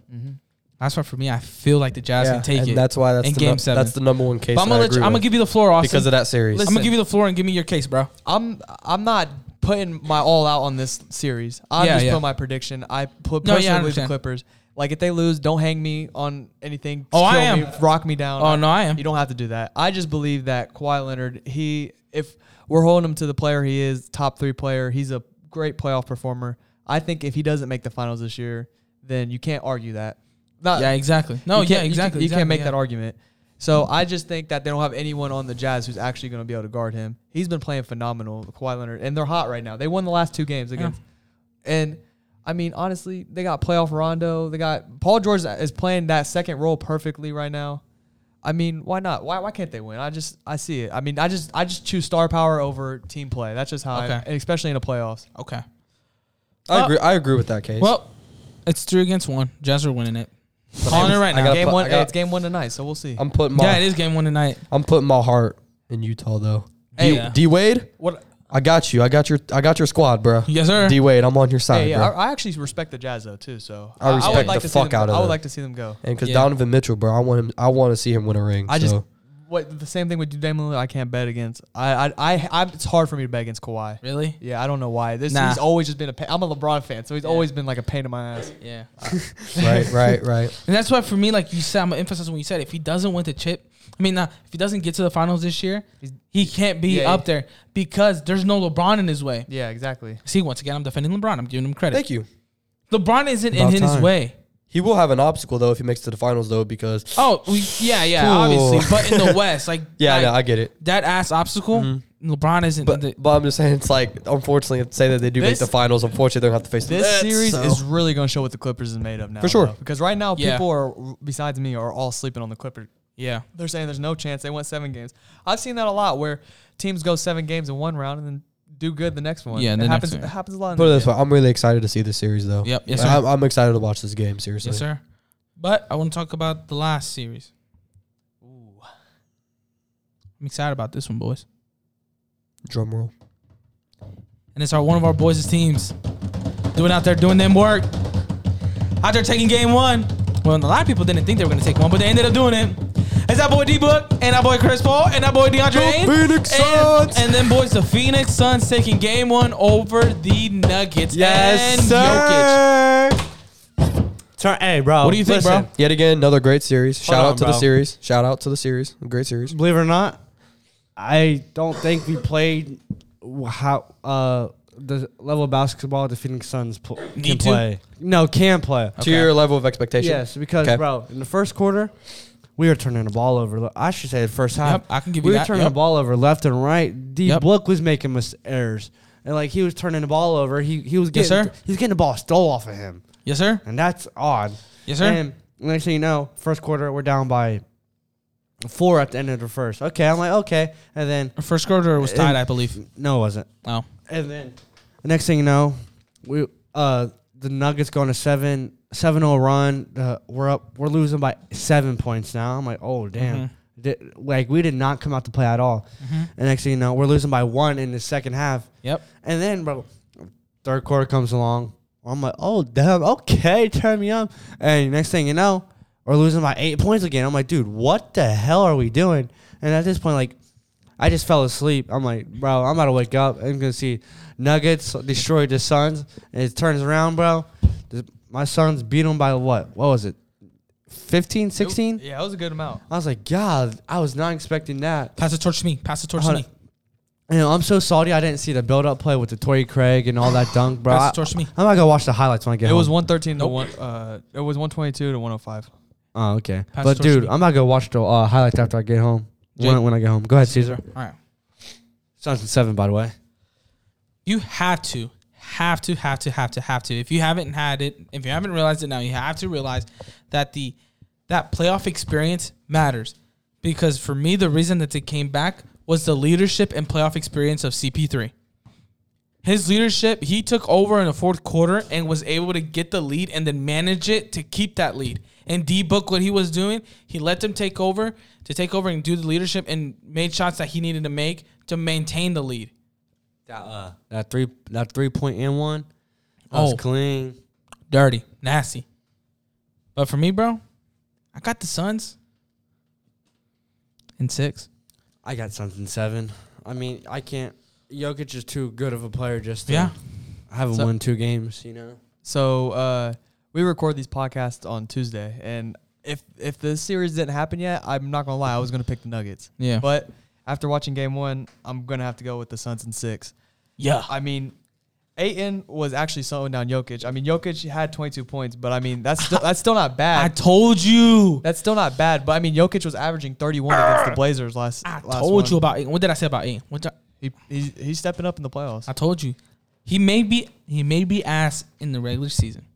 Speaker 1: That's why for me, I feel like the Jazz can take
Speaker 4: Mm-hmm. and
Speaker 1: it.
Speaker 4: that's why that's
Speaker 1: in
Speaker 4: the
Speaker 1: Game
Speaker 4: num-
Speaker 1: Seven.
Speaker 4: that's the number one case.
Speaker 1: But I'm
Speaker 4: that I
Speaker 1: gonna let you,
Speaker 4: agree
Speaker 1: I'm gonna
Speaker 4: with
Speaker 1: give you the floor, Austin.
Speaker 4: because of that series.
Speaker 1: I'm
Speaker 2: Listen.
Speaker 1: gonna give you the floor and give me your case, bro.
Speaker 2: I'm. I'm not putting my all out on this series. I
Speaker 1: Yeah,
Speaker 2: just
Speaker 1: yeah.
Speaker 2: put my prediction. I put
Speaker 1: No, yeah, I
Speaker 2: personally with the
Speaker 1: understand.
Speaker 2: Clippers. Like if they lose, don't hang me on anything.
Speaker 1: Oh, I
Speaker 2: Kill
Speaker 1: am.
Speaker 2: Me, rock me down.
Speaker 1: Oh, no, I am.
Speaker 2: You don't have to do that. I just believe that Kawhi Leonard, he if we're holding him to the player he is, top three player, he's a great playoff performer. I think if he doesn't make the finals this year, then you can't argue that. Not,
Speaker 1: Yeah, exactly. No,
Speaker 2: Uh, you can't-
Speaker 1: yeah,
Speaker 2: you
Speaker 1: exactly.
Speaker 2: can't- You, can't make
Speaker 1: exactly,
Speaker 2: that argument. So I just think that they don't have anyone on the Jazz who's actually going to be able to guard him. He's been playing phenomenal, Kawhi Leonard, and they're hot right now. They won the last two games against, and I mean honestly, they got playoff Rondo. They got Paul George is playing that second role perfectly right now. I mean, why not? Why why can't they win? I just I see it. I mean, I just I just choose star power over team play. That's just how, I-
Speaker 1: Okay.
Speaker 2: especially in the playoffs.
Speaker 1: yeah. Okay.
Speaker 4: I
Speaker 1: Uh,
Speaker 4: agree. I agree with that case.
Speaker 1: Well, it's three against one. Jazz are winning it. Calling it right
Speaker 4: I
Speaker 1: now.
Speaker 4: gotta
Speaker 2: Game
Speaker 4: put-
Speaker 2: one,
Speaker 4: I gotta-
Speaker 2: it's game one tonight, so we'll see.
Speaker 4: I'm putting my
Speaker 1: Yeah, it is game one tonight.
Speaker 4: I'm putting my heart in Utah though.
Speaker 1: Hey,
Speaker 4: D,
Speaker 1: yeah.
Speaker 4: D Wade,
Speaker 1: What?
Speaker 4: I got you. I got your I got your squad, bro.
Speaker 1: Yes, sir.
Speaker 4: D Wade, I'm on your
Speaker 2: Yeah,
Speaker 4: side,
Speaker 2: yeah,
Speaker 4: bro.
Speaker 2: I, I actually respect the Jazz though too. So
Speaker 4: I
Speaker 2: would
Speaker 4: respect
Speaker 2: to
Speaker 4: the
Speaker 2: see
Speaker 4: fuck
Speaker 2: them,
Speaker 4: out of
Speaker 2: I would
Speaker 4: them.
Speaker 2: like to see them go.
Speaker 4: and because
Speaker 1: Yeah.
Speaker 4: Donovan Mitchell, bro, I want him. I want to see him win a ring.
Speaker 2: I just
Speaker 4: so.
Speaker 2: what the same thing with Damian Lillard. I can't bet against. I I, I I it's hard for me to bet against Kawhi.
Speaker 1: Really?
Speaker 2: Yeah, I don't know why. This
Speaker 1: Nah.
Speaker 2: he's always just been a. Pain. I'm a LeBron fan, so he's
Speaker 1: Yeah.
Speaker 2: always been like a pain in my ass.
Speaker 1: Yeah.
Speaker 4: right, right, right.
Speaker 1: And that's why for me, like you said, I'm gonna emphasize when you said if he doesn't win the chip, I mean, nah, if he doesn't get to the finals this year,
Speaker 2: He's-
Speaker 1: he can't be
Speaker 2: Yeah,
Speaker 1: up there because there's no LeBron in his way.
Speaker 2: Yeah, exactly.
Speaker 1: See, once again, I'm defending LeBron. I'm giving him credit.
Speaker 4: Thank you.
Speaker 1: LeBron isn't in
Speaker 4: About
Speaker 1: his
Speaker 4: time.
Speaker 1: way.
Speaker 4: He will have an obstacle though if he makes it to the finals though because
Speaker 1: Oh, we, yeah, yeah,
Speaker 4: Cool.
Speaker 1: obviously. But in the West, like
Speaker 4: yeah,
Speaker 1: like,
Speaker 4: no, I get it.
Speaker 1: that ass obstacle, LeBron isn't. in the,
Speaker 4: Mm-hmm. But, but I'm just saying it's like unfortunately say that they do
Speaker 2: This-
Speaker 4: make the finals. Unfortunately, they're gonna have to face
Speaker 2: This
Speaker 4: the
Speaker 2: series is really going to show what the Clippers is made of now.
Speaker 4: For sure.
Speaker 2: though, because right now
Speaker 1: Yeah.
Speaker 2: people are besides me are all sleeping on the Clippers.
Speaker 1: yeah,
Speaker 2: They're saying there's no chance they won seven games. I've seen that a lot where teams go seven games in one round and then do good the next one.
Speaker 1: Yeah, and
Speaker 2: it
Speaker 1: the next
Speaker 2: happens.
Speaker 1: one.
Speaker 2: It happens a lot. in
Speaker 4: Put
Speaker 2: the
Speaker 4: it this
Speaker 2: NBA.
Speaker 4: way, I'm really excited to see this series though.
Speaker 1: Yep. Yes, sir.
Speaker 4: I'm, I'm excited to watch this game. Seriously,
Speaker 1: yes, sir. But I want to talk about the last series.
Speaker 2: Ooh.
Speaker 1: I'm excited about this one, boys.
Speaker 4: Drum roll.
Speaker 1: and it's our one of our boys' teams doing out there doing them work. Out there taking game one. Well, a lot of people didn't think they were gonna take one, but they ended up doing it. It's our boy D Book and our boy Chris Paul and our boy DeAndre Ayton.
Speaker 4: Phoenix
Speaker 1: and,
Speaker 4: Suns!
Speaker 1: And then boys, the Phoenix Suns taking game one over the Nuggets
Speaker 4: Yes,
Speaker 1: and
Speaker 4: sir.
Speaker 1: Jokic.
Speaker 3: Turn, hey, bro.
Speaker 1: What do you think, bro?
Speaker 4: Yet again, another great series. Shout
Speaker 3: Hold
Speaker 4: out
Speaker 3: on,
Speaker 4: to the
Speaker 3: bro.
Speaker 4: series. Shout out to the series. Great series.
Speaker 3: Believe it or not, I don't think we played wh- how uh, the level of basketball the Phoenix Suns pl- can
Speaker 1: Need to?
Speaker 3: play. No, can play.
Speaker 1: Okay.
Speaker 4: To your level of expectation.
Speaker 3: Yes, because
Speaker 4: Okay.
Speaker 3: bro, in the first quarter, we were turning the ball over. le- I should say the first half.
Speaker 1: Yep, I can give
Speaker 3: we
Speaker 1: you
Speaker 3: were
Speaker 1: that.
Speaker 3: turning
Speaker 1: Yep.
Speaker 3: the ball over left and right. D
Speaker 1: Yep.
Speaker 3: Book was making mis- errors, and like he was turning the ball over. He he was
Speaker 1: Yes,
Speaker 3: getting
Speaker 1: sir.
Speaker 3: he was getting the ball stole off of him,
Speaker 1: Yes, sir.
Speaker 3: and that's odd.
Speaker 1: Yes, sir.
Speaker 3: And next thing you know, first quarter we're down by four at the end of the first. Okay, I'm like okay, and then
Speaker 1: Our first quarter was tied, I believe.
Speaker 3: no, it wasn't.
Speaker 1: Oh,
Speaker 3: And then the next thing you know, we uh the Nuggets go on a 7 7-0 run. Uh, we're up we're losing by 7 points now. I'm like, "Oh, damn."
Speaker 1: Mhm.
Speaker 3: Di- like we did not come out to play at all. And next thing you know, we're losing by 1 in the second half.
Speaker 1: yep.
Speaker 3: And then, bro, third quarter comes along. I'm like, "Oh, damn. Okay, turn me up." And next thing you know, we're losing by 8 points again. I'm like, "Dude, what the hell are we doing?" And at this point like I just fell asleep. I'm like, bro, I'm about to wake up. I'm gonna see Nuggets destroy the Suns, and it turns around, bro. The- my Suns beat them by what? What was it? 15, 16?
Speaker 2: Yeah, it was a good amount.
Speaker 3: I was like, God, I was not expecting that.
Speaker 1: Pass the torch to me. Pass the torch to
Speaker 3: Hold
Speaker 1: me.
Speaker 3: on. You know, I'm so salty. I didn't see the build-up play with the Torrey Craig and all that dunk, bro. I,
Speaker 1: Pass the torch to me.
Speaker 3: I'm not gonna watch the highlights when I get
Speaker 2: It
Speaker 3: home.
Speaker 2: was 113
Speaker 1: Nope.
Speaker 2: to one. Uh, it was 122 to 105.
Speaker 3: oh, okay.
Speaker 1: Pass
Speaker 3: But
Speaker 1: the torch to
Speaker 3: dude,
Speaker 1: me.
Speaker 3: I'm not gonna watch the uh, highlights after I get home. When,
Speaker 1: Jake.
Speaker 3: when I get home, go ahead, Caesar.
Speaker 1: All right.
Speaker 3: Suns in seven, by the way.
Speaker 1: you have to have to have to have to have to if you haven't had it if you haven't realized it now you have to realize that the that playoff experience matters because for me the reason that they came back was the leadership and playoff experience of CP3 his leadership he took over in the fourth quarter and was able to get the lead and then manage it to keep that lead and D book what he was doing he let them take over to take over and do the leadership and made shots that he needed to make to maintain the lead
Speaker 3: That uh, that three that three point and one. That was
Speaker 1: Oh.
Speaker 3: clean.
Speaker 1: dirty, nasty. But for me, bro, I got the Suns in six.
Speaker 3: I got something seven. I mean, I can't. Jokic is too good of a player just to
Speaker 1: Yeah.
Speaker 3: haven't
Speaker 2: So-
Speaker 3: won two games. You know,
Speaker 2: So uh, we record these podcasts on Tuesday, and if if the series didn't happen yet, I'm not gonna lie, I was gonna pick the Nuggets.
Speaker 1: Yeah.
Speaker 2: But after watching Game One, I'm gonna have to go with the Suns in six.
Speaker 1: yeah.
Speaker 2: I mean, Aiton was actually slowing down Jokic. I mean, Jokic had 22 points, but I mean that's still, that's still not
Speaker 1: I
Speaker 2: bad.
Speaker 1: told you.
Speaker 2: that's still not bad, but I mean, Jokic was averaging 31 against the Blazers last.
Speaker 1: I
Speaker 2: last
Speaker 1: told
Speaker 2: one.
Speaker 1: you about Aiden. What did I say about Aiden? What did I-
Speaker 2: He, he's, he's stepping up in the playoffs.
Speaker 1: I told you. He may be he may be ass in the regular season,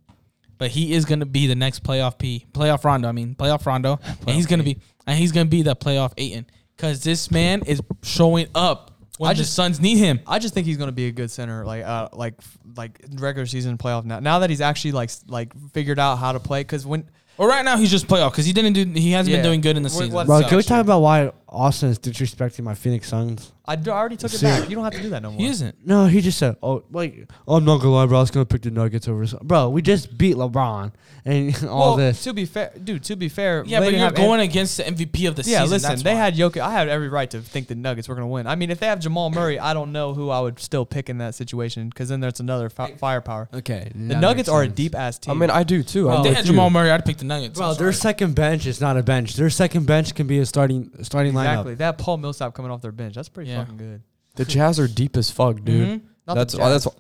Speaker 1: but he is gonna be the next playoff P playoff Rondo. I mean playoff Rondo, and he's gonna be and he's gonna be the playoff Aiton because this man is showing up when
Speaker 2: I
Speaker 1: the
Speaker 2: just-
Speaker 1: Suns need him.
Speaker 2: I just think he's going to be a good center, like uh, like like regular season playoff. Now, now that he's actually like s- like figured out how to play, because when
Speaker 1: Or right now he's just playoff because he didn't do he hasn't
Speaker 2: Yeah.
Speaker 1: been doing good in the
Speaker 2: Wait,
Speaker 1: season.
Speaker 2: what-
Speaker 3: Bro,
Speaker 2: So-
Speaker 3: can we talk about why Austin is disrespecting my Phoenix Suns?
Speaker 2: I, d- I already took it back, you don't have to do that no more.
Speaker 1: He isn't.
Speaker 3: No, he just said, "Oh, like I'm not gonna lie, bro. I was gonna pick the Nuggets over." Sun- Bro, we just beat LeBron and all
Speaker 2: well,
Speaker 3: this.
Speaker 2: to be fair, dude. To be fair,
Speaker 1: Yeah,
Speaker 2: they
Speaker 1: but
Speaker 2: didn't
Speaker 1: you're
Speaker 2: have An-
Speaker 1: going against the MVP of the
Speaker 2: yeah,
Speaker 1: season.
Speaker 2: listen,
Speaker 1: that's
Speaker 2: they
Speaker 1: why.
Speaker 2: had Jokic. I had every right to think the Nuggets were going to win. I mean, if they have Jamal Murray, I don't know who I would still pick in that situation, because then there's another fi- firepower.
Speaker 3: Okay,
Speaker 2: The Nuggets are a deep ass team.
Speaker 4: I mean, I do too. I'm
Speaker 1: If they
Speaker 4: with
Speaker 1: had
Speaker 4: you.
Speaker 1: Jamal Murray. I'd pick the Nuggets.
Speaker 3: Bro,
Speaker 1: I'm
Speaker 3: their
Speaker 1: sorry.
Speaker 3: second bench is not a bench. Their second bench can be a starting starting
Speaker 2: exactly.
Speaker 3: lineup.
Speaker 2: That Paul Millsap coming off their bench, that's pretty
Speaker 1: Yeah.
Speaker 2: fucking good.
Speaker 4: The Jazz are deep as fuck, dude.
Speaker 1: Mhm.
Speaker 2: Not
Speaker 4: That's
Speaker 2: the
Speaker 4: oh, that's
Speaker 2: Jazz.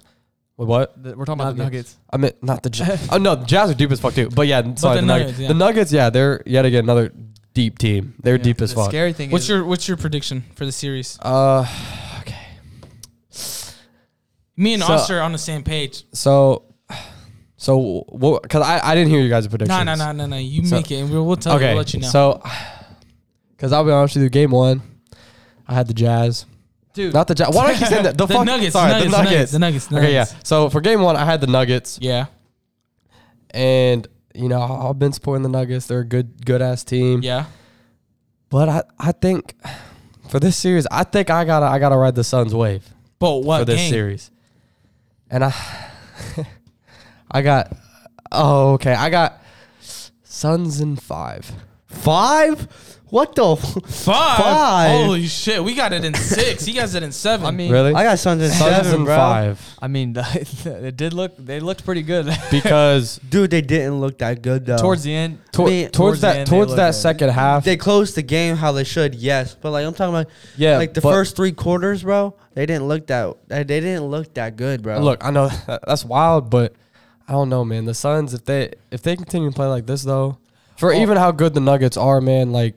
Speaker 4: wait, what
Speaker 2: The- we're talking about the Nuggets.
Speaker 3: Nuggets.
Speaker 4: I meant. Not the Jazz. oh no, the Jazz are deep as fuck too. But yeah, sorry,
Speaker 1: the
Speaker 4: the, Nuggets.
Speaker 1: Nuggets, yeah.
Speaker 4: The Nuggets, yeah, they're yet again another deep team. They're
Speaker 1: Yeah.
Speaker 4: deep as
Speaker 2: The
Speaker 4: fuck.
Speaker 2: scary thing
Speaker 1: What's
Speaker 2: is
Speaker 1: your what's your prediction for the series?
Speaker 4: Uh, okay.
Speaker 1: Me and
Speaker 4: So-
Speaker 1: Austin are on the same page.
Speaker 4: So, so what? Because I, I didn't hear you guys' predictions.
Speaker 1: No, no, no, no, no. You
Speaker 4: So-
Speaker 1: make it, and we'll, we'll tell you. We'll let you know.
Speaker 4: So, because I'll be honest with you, game one, I had the Jazz.
Speaker 2: dude.
Speaker 4: Not the Jazz. Why do I keep saying that? The,
Speaker 1: The
Speaker 4: fuck-
Speaker 1: Nuggets,
Speaker 4: Sorry,
Speaker 1: Nuggets,
Speaker 4: the Nuggets.
Speaker 1: Nuggets, the Nuggets,
Speaker 4: Okay, yeah.
Speaker 1: Nuggets.
Speaker 4: So for game one, I had the Nuggets,
Speaker 1: yeah,
Speaker 4: and you know I- I've been supporting the Nuggets. They're a good, good ass team.
Speaker 1: yeah.
Speaker 4: But I, I think for this series, I think I gotta, I gotta ride the Suns wave
Speaker 1: But what
Speaker 4: for this
Speaker 1: game?
Speaker 4: series. And I, I got. Oh, okay. I got Suns in five.
Speaker 5: Five? What the? F-
Speaker 1: Five.
Speaker 5: Five.
Speaker 1: Holy shit, we got it in six. he guys it in seven.
Speaker 2: I mean,
Speaker 5: I got Suns in
Speaker 4: Suns
Speaker 5: seven,
Speaker 4: in
Speaker 5: bro.
Speaker 4: five
Speaker 2: I mean, it did look. They looked pretty good
Speaker 4: because
Speaker 5: Dude, they didn't look that good though.
Speaker 2: towards the end.
Speaker 4: to-
Speaker 5: mean,
Speaker 2: towards
Speaker 4: towards,
Speaker 2: the
Speaker 4: that
Speaker 2: end, they
Speaker 4: towards
Speaker 2: look
Speaker 4: that
Speaker 2: good.
Speaker 4: second half,
Speaker 5: they closed the game how they should, yes, but like I'm talking about,
Speaker 4: yeah,
Speaker 5: like the
Speaker 4: but-
Speaker 5: first three quarters, bro. They didn't look that. They they didn't look that good, bro.
Speaker 4: Look, I know that's wild, but I don't know, man. The Suns, if they if they continue to play like this, though, for even how good the Nuggets are, man, like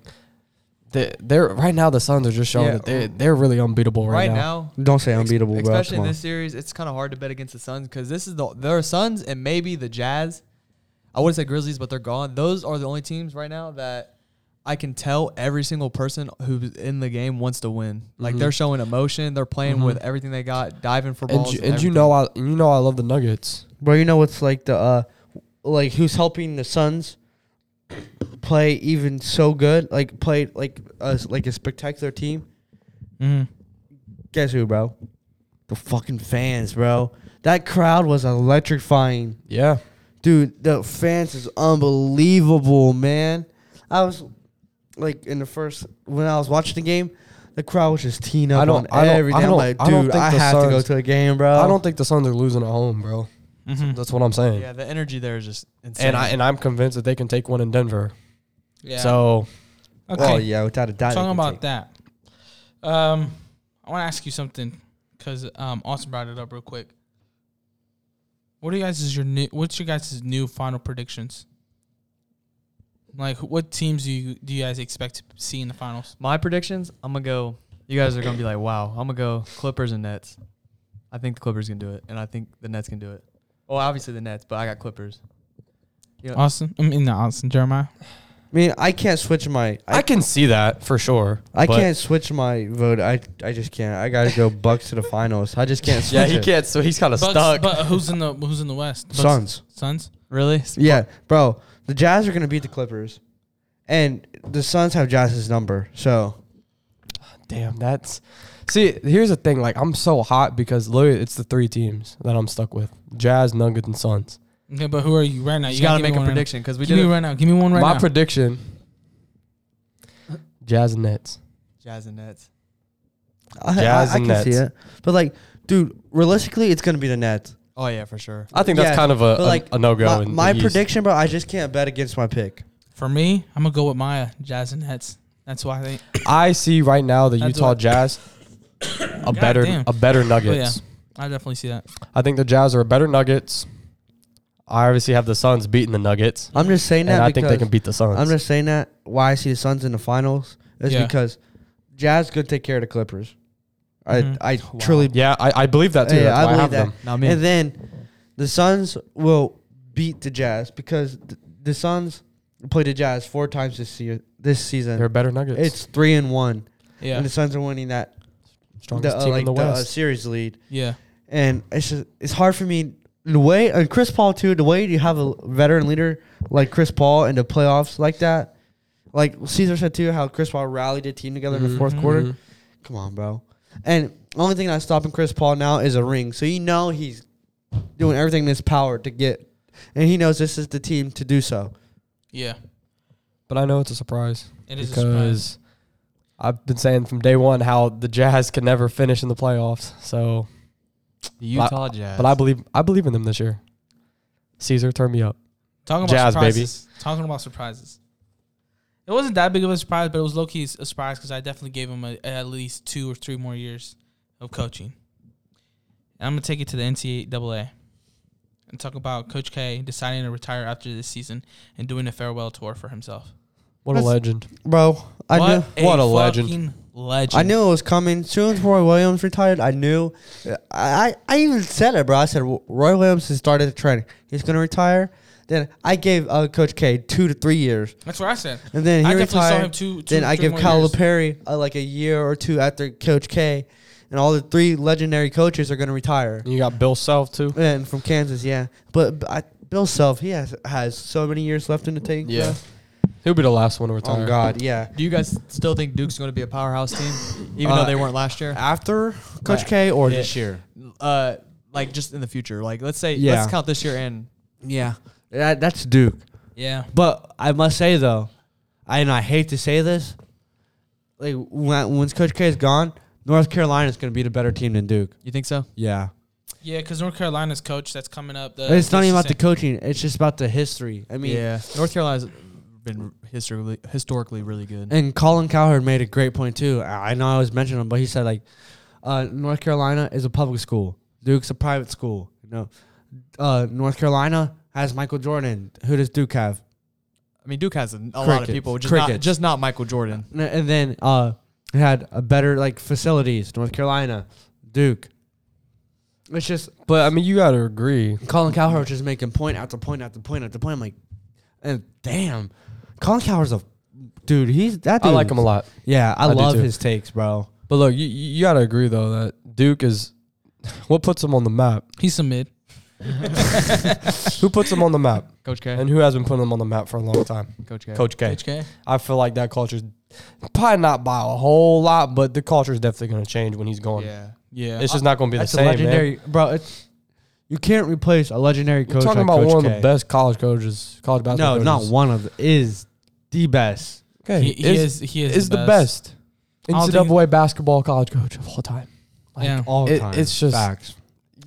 Speaker 4: they, they're right now, the Suns are just showing
Speaker 2: Yeah.
Speaker 4: that they they're really unbeatable right,
Speaker 2: Right
Speaker 4: now.
Speaker 2: now,
Speaker 5: don't say unbeatable, bro.
Speaker 2: especially
Speaker 5: Come on.
Speaker 2: in this series, it's kind of hard to bet against the Suns because this is the their Suns and maybe the Jazz. I would say Grizzlies, but they're gone. Those are the only teams right now that I can tell every single person who's in the game wants to win. Like
Speaker 4: Mhm.
Speaker 2: they're showing emotion, they're playing
Speaker 4: Mhm.
Speaker 2: with everything they got, diving for
Speaker 4: And
Speaker 2: balls.
Speaker 4: you, and you know, I and you know, I love the Nuggets.
Speaker 5: bro. You know what's like the uh, like who's helping the Suns play even so good, like play like a like a spectacular team.
Speaker 1: Mhm.
Speaker 5: Guess who, bro? The fucking fans, bro. That crowd was electrifying,
Speaker 4: Yeah,
Speaker 5: dude. The fans is unbelievable, man. I was like in the first when I was watching the game. The crowd was just teeing up
Speaker 4: I don't-
Speaker 5: on
Speaker 4: I don't-
Speaker 5: everything.
Speaker 4: I don't-
Speaker 5: I'm like,
Speaker 4: I don't
Speaker 5: dude,
Speaker 4: think
Speaker 5: I,
Speaker 4: the
Speaker 5: have to go
Speaker 4: Suns-
Speaker 5: to a game, bro.
Speaker 3: Uh,
Speaker 4: I don't think the Suns are losing at home, bro.
Speaker 1: Mhm.
Speaker 4: That's what I'm saying.
Speaker 2: yeah, the energy there is just insane.
Speaker 4: and I and I'm convinced that they can take one in Denver.
Speaker 1: yeah.
Speaker 4: So
Speaker 1: okay.
Speaker 5: Oh yeah, without a doubt. they
Speaker 1: Talking
Speaker 5: can
Speaker 1: about
Speaker 5: take-
Speaker 1: that, um, I want to ask you something because um, Austin brought it up real quick. What are you guys is your new? What's your guys' new final predictions? Like, wh- what teams do you do you guys expect to see in the finals?
Speaker 2: My predictions, I'm gonna go. You guys are gonna be like, wow. I'm gonna go Clippers and Nets. I think the Clippers can do it, and I think the Nets can do it. Well, obviously the Nets, but I got Clippers. Yeah.
Speaker 1: Austin, I mean not Austin, Jeremiah.
Speaker 5: I mean, I can't switch my.
Speaker 4: I,
Speaker 5: I,
Speaker 4: can see that for sure.
Speaker 5: I
Speaker 4: but-
Speaker 5: can't switch my vote. I I just can't. I gotta go Bucks to the finals. I just can't switch.
Speaker 4: Yeah, he
Speaker 5: it.
Speaker 4: can't. So he's kind of
Speaker 1: Bucks,
Speaker 4: stuck.
Speaker 1: But who's in the who's in the West? Bucks-
Speaker 5: Suns.
Speaker 1: Suns.
Speaker 2: Really?
Speaker 5: Yeah, bro. The Jazz are gonna beat the Clippers, and the Suns have Jazz's number. So
Speaker 4: Damn, that's. See, here's the thing. Like, I'm so hot because literally it's the three teams that I'm stuck with: Jazz, Nuggets, and Suns.
Speaker 1: Okay, but who are you right now?
Speaker 2: You, gotta
Speaker 1: give
Speaker 2: make
Speaker 1: me
Speaker 2: a
Speaker 1: one right now.
Speaker 2: prediction because we
Speaker 1: give
Speaker 2: did
Speaker 1: me
Speaker 2: it.
Speaker 1: right now. Give me one right
Speaker 4: My
Speaker 1: now.
Speaker 4: prediction: Jazz and Nets.
Speaker 2: Jazz and Nets.
Speaker 5: I, I-
Speaker 4: Jazz
Speaker 5: I
Speaker 4: and
Speaker 5: can see
Speaker 4: Nets.
Speaker 5: it. But like, dude, realistically, it's gonna be the Nets.
Speaker 2: Oh yeah, for sure.
Speaker 4: I think that's
Speaker 3: Yeah,
Speaker 4: kind of a,
Speaker 3: but
Speaker 4: a-
Speaker 3: like,
Speaker 4: a no go.
Speaker 3: my my prediction, bro. I just can't bet against my pick.
Speaker 1: For me, I'm gonna go with Maya Jazz and Nets. That's why I think.
Speaker 4: I see right now the
Speaker 1: That's
Speaker 4: Utah
Speaker 1: what-
Speaker 4: Jazz a better
Speaker 1: damn.
Speaker 4: a
Speaker 3: Oh,
Speaker 4: better Nuggets.
Speaker 1: I definitely see that.
Speaker 4: I think the Jazz are a better Nuggets. I obviously have the Suns beating the Nuggets,
Speaker 3: I'm just saying
Speaker 4: and
Speaker 3: that
Speaker 4: I think
Speaker 3: because
Speaker 4: they can beat the Suns.
Speaker 3: I'm just saying that why I see the Suns in the finals is
Speaker 1: Yeah.
Speaker 3: because Jazz could take care of the Clippers. I
Speaker 1: Mhm.
Speaker 3: I truly
Speaker 4: yeah, I, I believe that too.
Speaker 3: Yeah,
Speaker 4: that's
Speaker 3: I
Speaker 4: why I,
Speaker 3: believe
Speaker 4: have
Speaker 3: that.
Speaker 4: them.
Speaker 2: Now me.
Speaker 3: And then the Suns will beat the Jazz because th- the Suns played the Jazz four times this year this
Speaker 4: They're
Speaker 3: season.
Speaker 4: better Nuggets.
Speaker 3: It's three and one,
Speaker 1: Yeah,
Speaker 3: and the Suns are winning that
Speaker 4: strongest
Speaker 3: the, uh,
Speaker 4: team
Speaker 3: like
Speaker 4: in the
Speaker 3: the, uh,
Speaker 4: West.
Speaker 3: series lead.
Speaker 1: yeah,
Speaker 3: And it's just, it's hard for me the way and Chris Paul too. The way you have a veteran leader like Chris Paul in the playoffs like that, like Caesar said too, how Chris Paul rallied the team together
Speaker 4: Mm-hmm.
Speaker 3: in the 4th
Speaker 1: Mhm.
Speaker 3: quarter. Come on, bro. And only thing that's stopping Chris Paul now is a ring. So you know he's doing everything in his power to get, and he knows this is the team to do so.
Speaker 1: yeah.
Speaker 4: But I know it's a surprise
Speaker 1: It is a surprise.
Speaker 4: because I've been saying from day one how the Jazz can never finish in the playoffs. So,
Speaker 2: the Utah Jazz.
Speaker 4: but I believe I believe in them this year. Caesar, turn me up.
Speaker 1: Talking about
Speaker 4: Jazz, baby.
Speaker 1: surprises. Talking about surprises. It wasn't that big of a surprise, but it was low key a surprise because I definitely gave him a, at least two or three more years of coaching. And I'm gonna take it to the NCAA and talk about Coach K deciding to retire after this season and doing a farewell tour for himself.
Speaker 4: What a
Speaker 3: That's-
Speaker 4: legend!
Speaker 3: Bro, I knew.
Speaker 4: what a legend.
Speaker 1: fucking legend.
Speaker 3: I knew it was coming. Soon as Roy Williams retired, I knew. I, I, I even said it, bro. I said Roy Williams has started the trend. He's going to retire. Then I gave uh, Coach K two to three years.
Speaker 1: That's what I said.
Speaker 3: And then he
Speaker 1: I definitely saw
Speaker 3: retired.
Speaker 1: him two. two
Speaker 3: Then I
Speaker 1: three
Speaker 3: give
Speaker 1: more
Speaker 3: Kyle
Speaker 1: years.
Speaker 3: Perry uh, like a year or two after Coach K, and all the three legendary coaches are going to retire.
Speaker 4: You got Bill Self too.
Speaker 3: And from Kansas, yeah. But b- I, Bill Self, he has has so many years left in the tank. bro.
Speaker 4: he'll be the last one to retire.
Speaker 3: Oh God, yeah.
Speaker 2: Do you guys still think Duke's going to be a powerhouse team, even
Speaker 3: Uh,
Speaker 2: though they weren't last year?
Speaker 3: After Coach K or
Speaker 2: Yeah.
Speaker 3: this year?
Speaker 2: Uh, like just in the future. Like let's say
Speaker 3: Yeah.
Speaker 2: let's count this year and
Speaker 3: Yeah, that, that's Duke.
Speaker 1: Yeah.
Speaker 3: But I must say though, I, and I hate to say this, like when, once Coach K is gone, North Carolina is going to be the better team than Duke.
Speaker 2: you think so?
Speaker 3: Yeah,
Speaker 1: Yeah, because North Carolina's coach that's coming up. The,
Speaker 3: Uh, it's not
Speaker 1: this
Speaker 3: even about the
Speaker 1: season-
Speaker 3: coaching; it's just about the history. I mean,
Speaker 2: yeah. North Carolina's been historically historically really good.
Speaker 3: And Colin Cowherd made a great point too. I I know I was mentioning him, but he said like, uh, North Carolina is a public school. Duke's a private school. You know, uh, North Carolina has Michael Jordan. Who does Duke have?
Speaker 2: I mean, Duke has a, a lot of
Speaker 3: Crickets.
Speaker 2: people, just not,
Speaker 3: Crickets.
Speaker 2: just not Michael Jordan.
Speaker 3: N- And then uh, it had a better like facilities. North Carolina, Duke. It's just
Speaker 4: But I mean, you got to agree.
Speaker 3: Colin Cowherd was just making point after point after point after point. I'm like, and damn, Colin Cowherd's a dude. He's that.
Speaker 4: I
Speaker 3: Dude,
Speaker 4: like him a lot.
Speaker 3: Yeah, I,
Speaker 4: I do
Speaker 3: love
Speaker 4: too.
Speaker 3: his takes, bro.
Speaker 4: But look, you, you got to agree though that Duke is what puts him on the map.
Speaker 1: He's a mid.
Speaker 4: Who puts him on the map,
Speaker 2: Coach K.
Speaker 4: and who has been putting him on the map for a long time?
Speaker 2: Coach K.
Speaker 4: Coach K.
Speaker 1: HK.
Speaker 4: I feel like that culture's probably not by a whole lot, but the culture's definitely going to change when he's gone.
Speaker 2: Yeah.
Speaker 1: Yeah.
Speaker 4: It's just not going to be the
Speaker 3: That's
Speaker 4: same,
Speaker 3: a
Speaker 4: man.
Speaker 3: legendary, bro. It's you can't replace a legendary
Speaker 4: You're
Speaker 3: coach.
Speaker 4: talking
Speaker 3: like
Speaker 4: about
Speaker 3: Coach
Speaker 4: one
Speaker 3: K.
Speaker 4: of the best college coaches, college
Speaker 3: No,
Speaker 4: basketball
Speaker 3: not
Speaker 4: coaches.
Speaker 3: one of the, is the best.
Speaker 4: Okay,
Speaker 1: he, he
Speaker 4: is,
Speaker 1: is, he is,
Speaker 4: is the best
Speaker 1: I don't think-
Speaker 4: NCAA basketball college coach of all time. Like,
Speaker 1: yeah.
Speaker 3: All
Speaker 4: It-
Speaker 3: time.
Speaker 4: it's just-
Speaker 3: facts.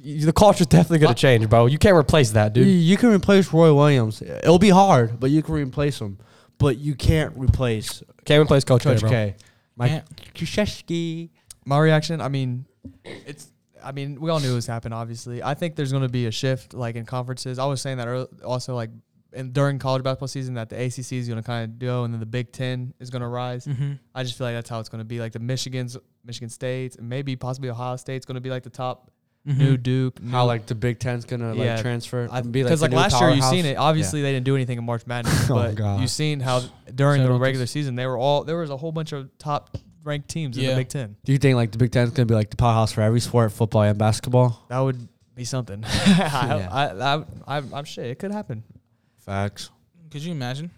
Speaker 4: y- The culture's definitely going to change, bro. You can't replace that,
Speaker 3: You,
Speaker 4: dude.
Speaker 3: you can replace Roy Williams. It'll be hard, but you can replace him. But you can't replace
Speaker 4: Can't replace Coach,
Speaker 3: Coach
Speaker 4: K, bro.
Speaker 3: K. Mike
Speaker 1: Yeah.
Speaker 3: Krzyzewski.
Speaker 2: my reaction i mean it's i mean we all knew it was happening obviously i think there's going to be a shift like in conferences i was saying that earl- also like and during college basketball season that the acc is going to kind of do and then the big 10 is going to rise
Speaker 1: hmm
Speaker 2: i just feel like that's how it's going to be like the michigan's michigan states and maybe possibly ohio state's going to be like the top
Speaker 1: Mm-hmm.
Speaker 2: new duke new,
Speaker 3: Mm. How like the Big Ten's gonna like
Speaker 2: Yeah.
Speaker 3: transfer?
Speaker 2: I-
Speaker 3: and
Speaker 2: because like,
Speaker 3: the new
Speaker 2: last year you
Speaker 3: powerhouse?
Speaker 2: seen it. Obviously they didn't do anything in March Madness,
Speaker 3: Oh,
Speaker 2: but
Speaker 3: God.
Speaker 2: you seen how during the
Speaker 1: Several
Speaker 2: regular season they were all there was a whole bunch of top ranked teams in
Speaker 1: Yeah.
Speaker 2: the Big Ten.
Speaker 3: Do you think like the Big Ten's gonna be like the powerhouse for every sport, football and basketball?
Speaker 2: That would be something. I,
Speaker 3: Yeah.
Speaker 2: I, I, I, am shit. It could happen.
Speaker 3: Facts.
Speaker 1: Could you imagine?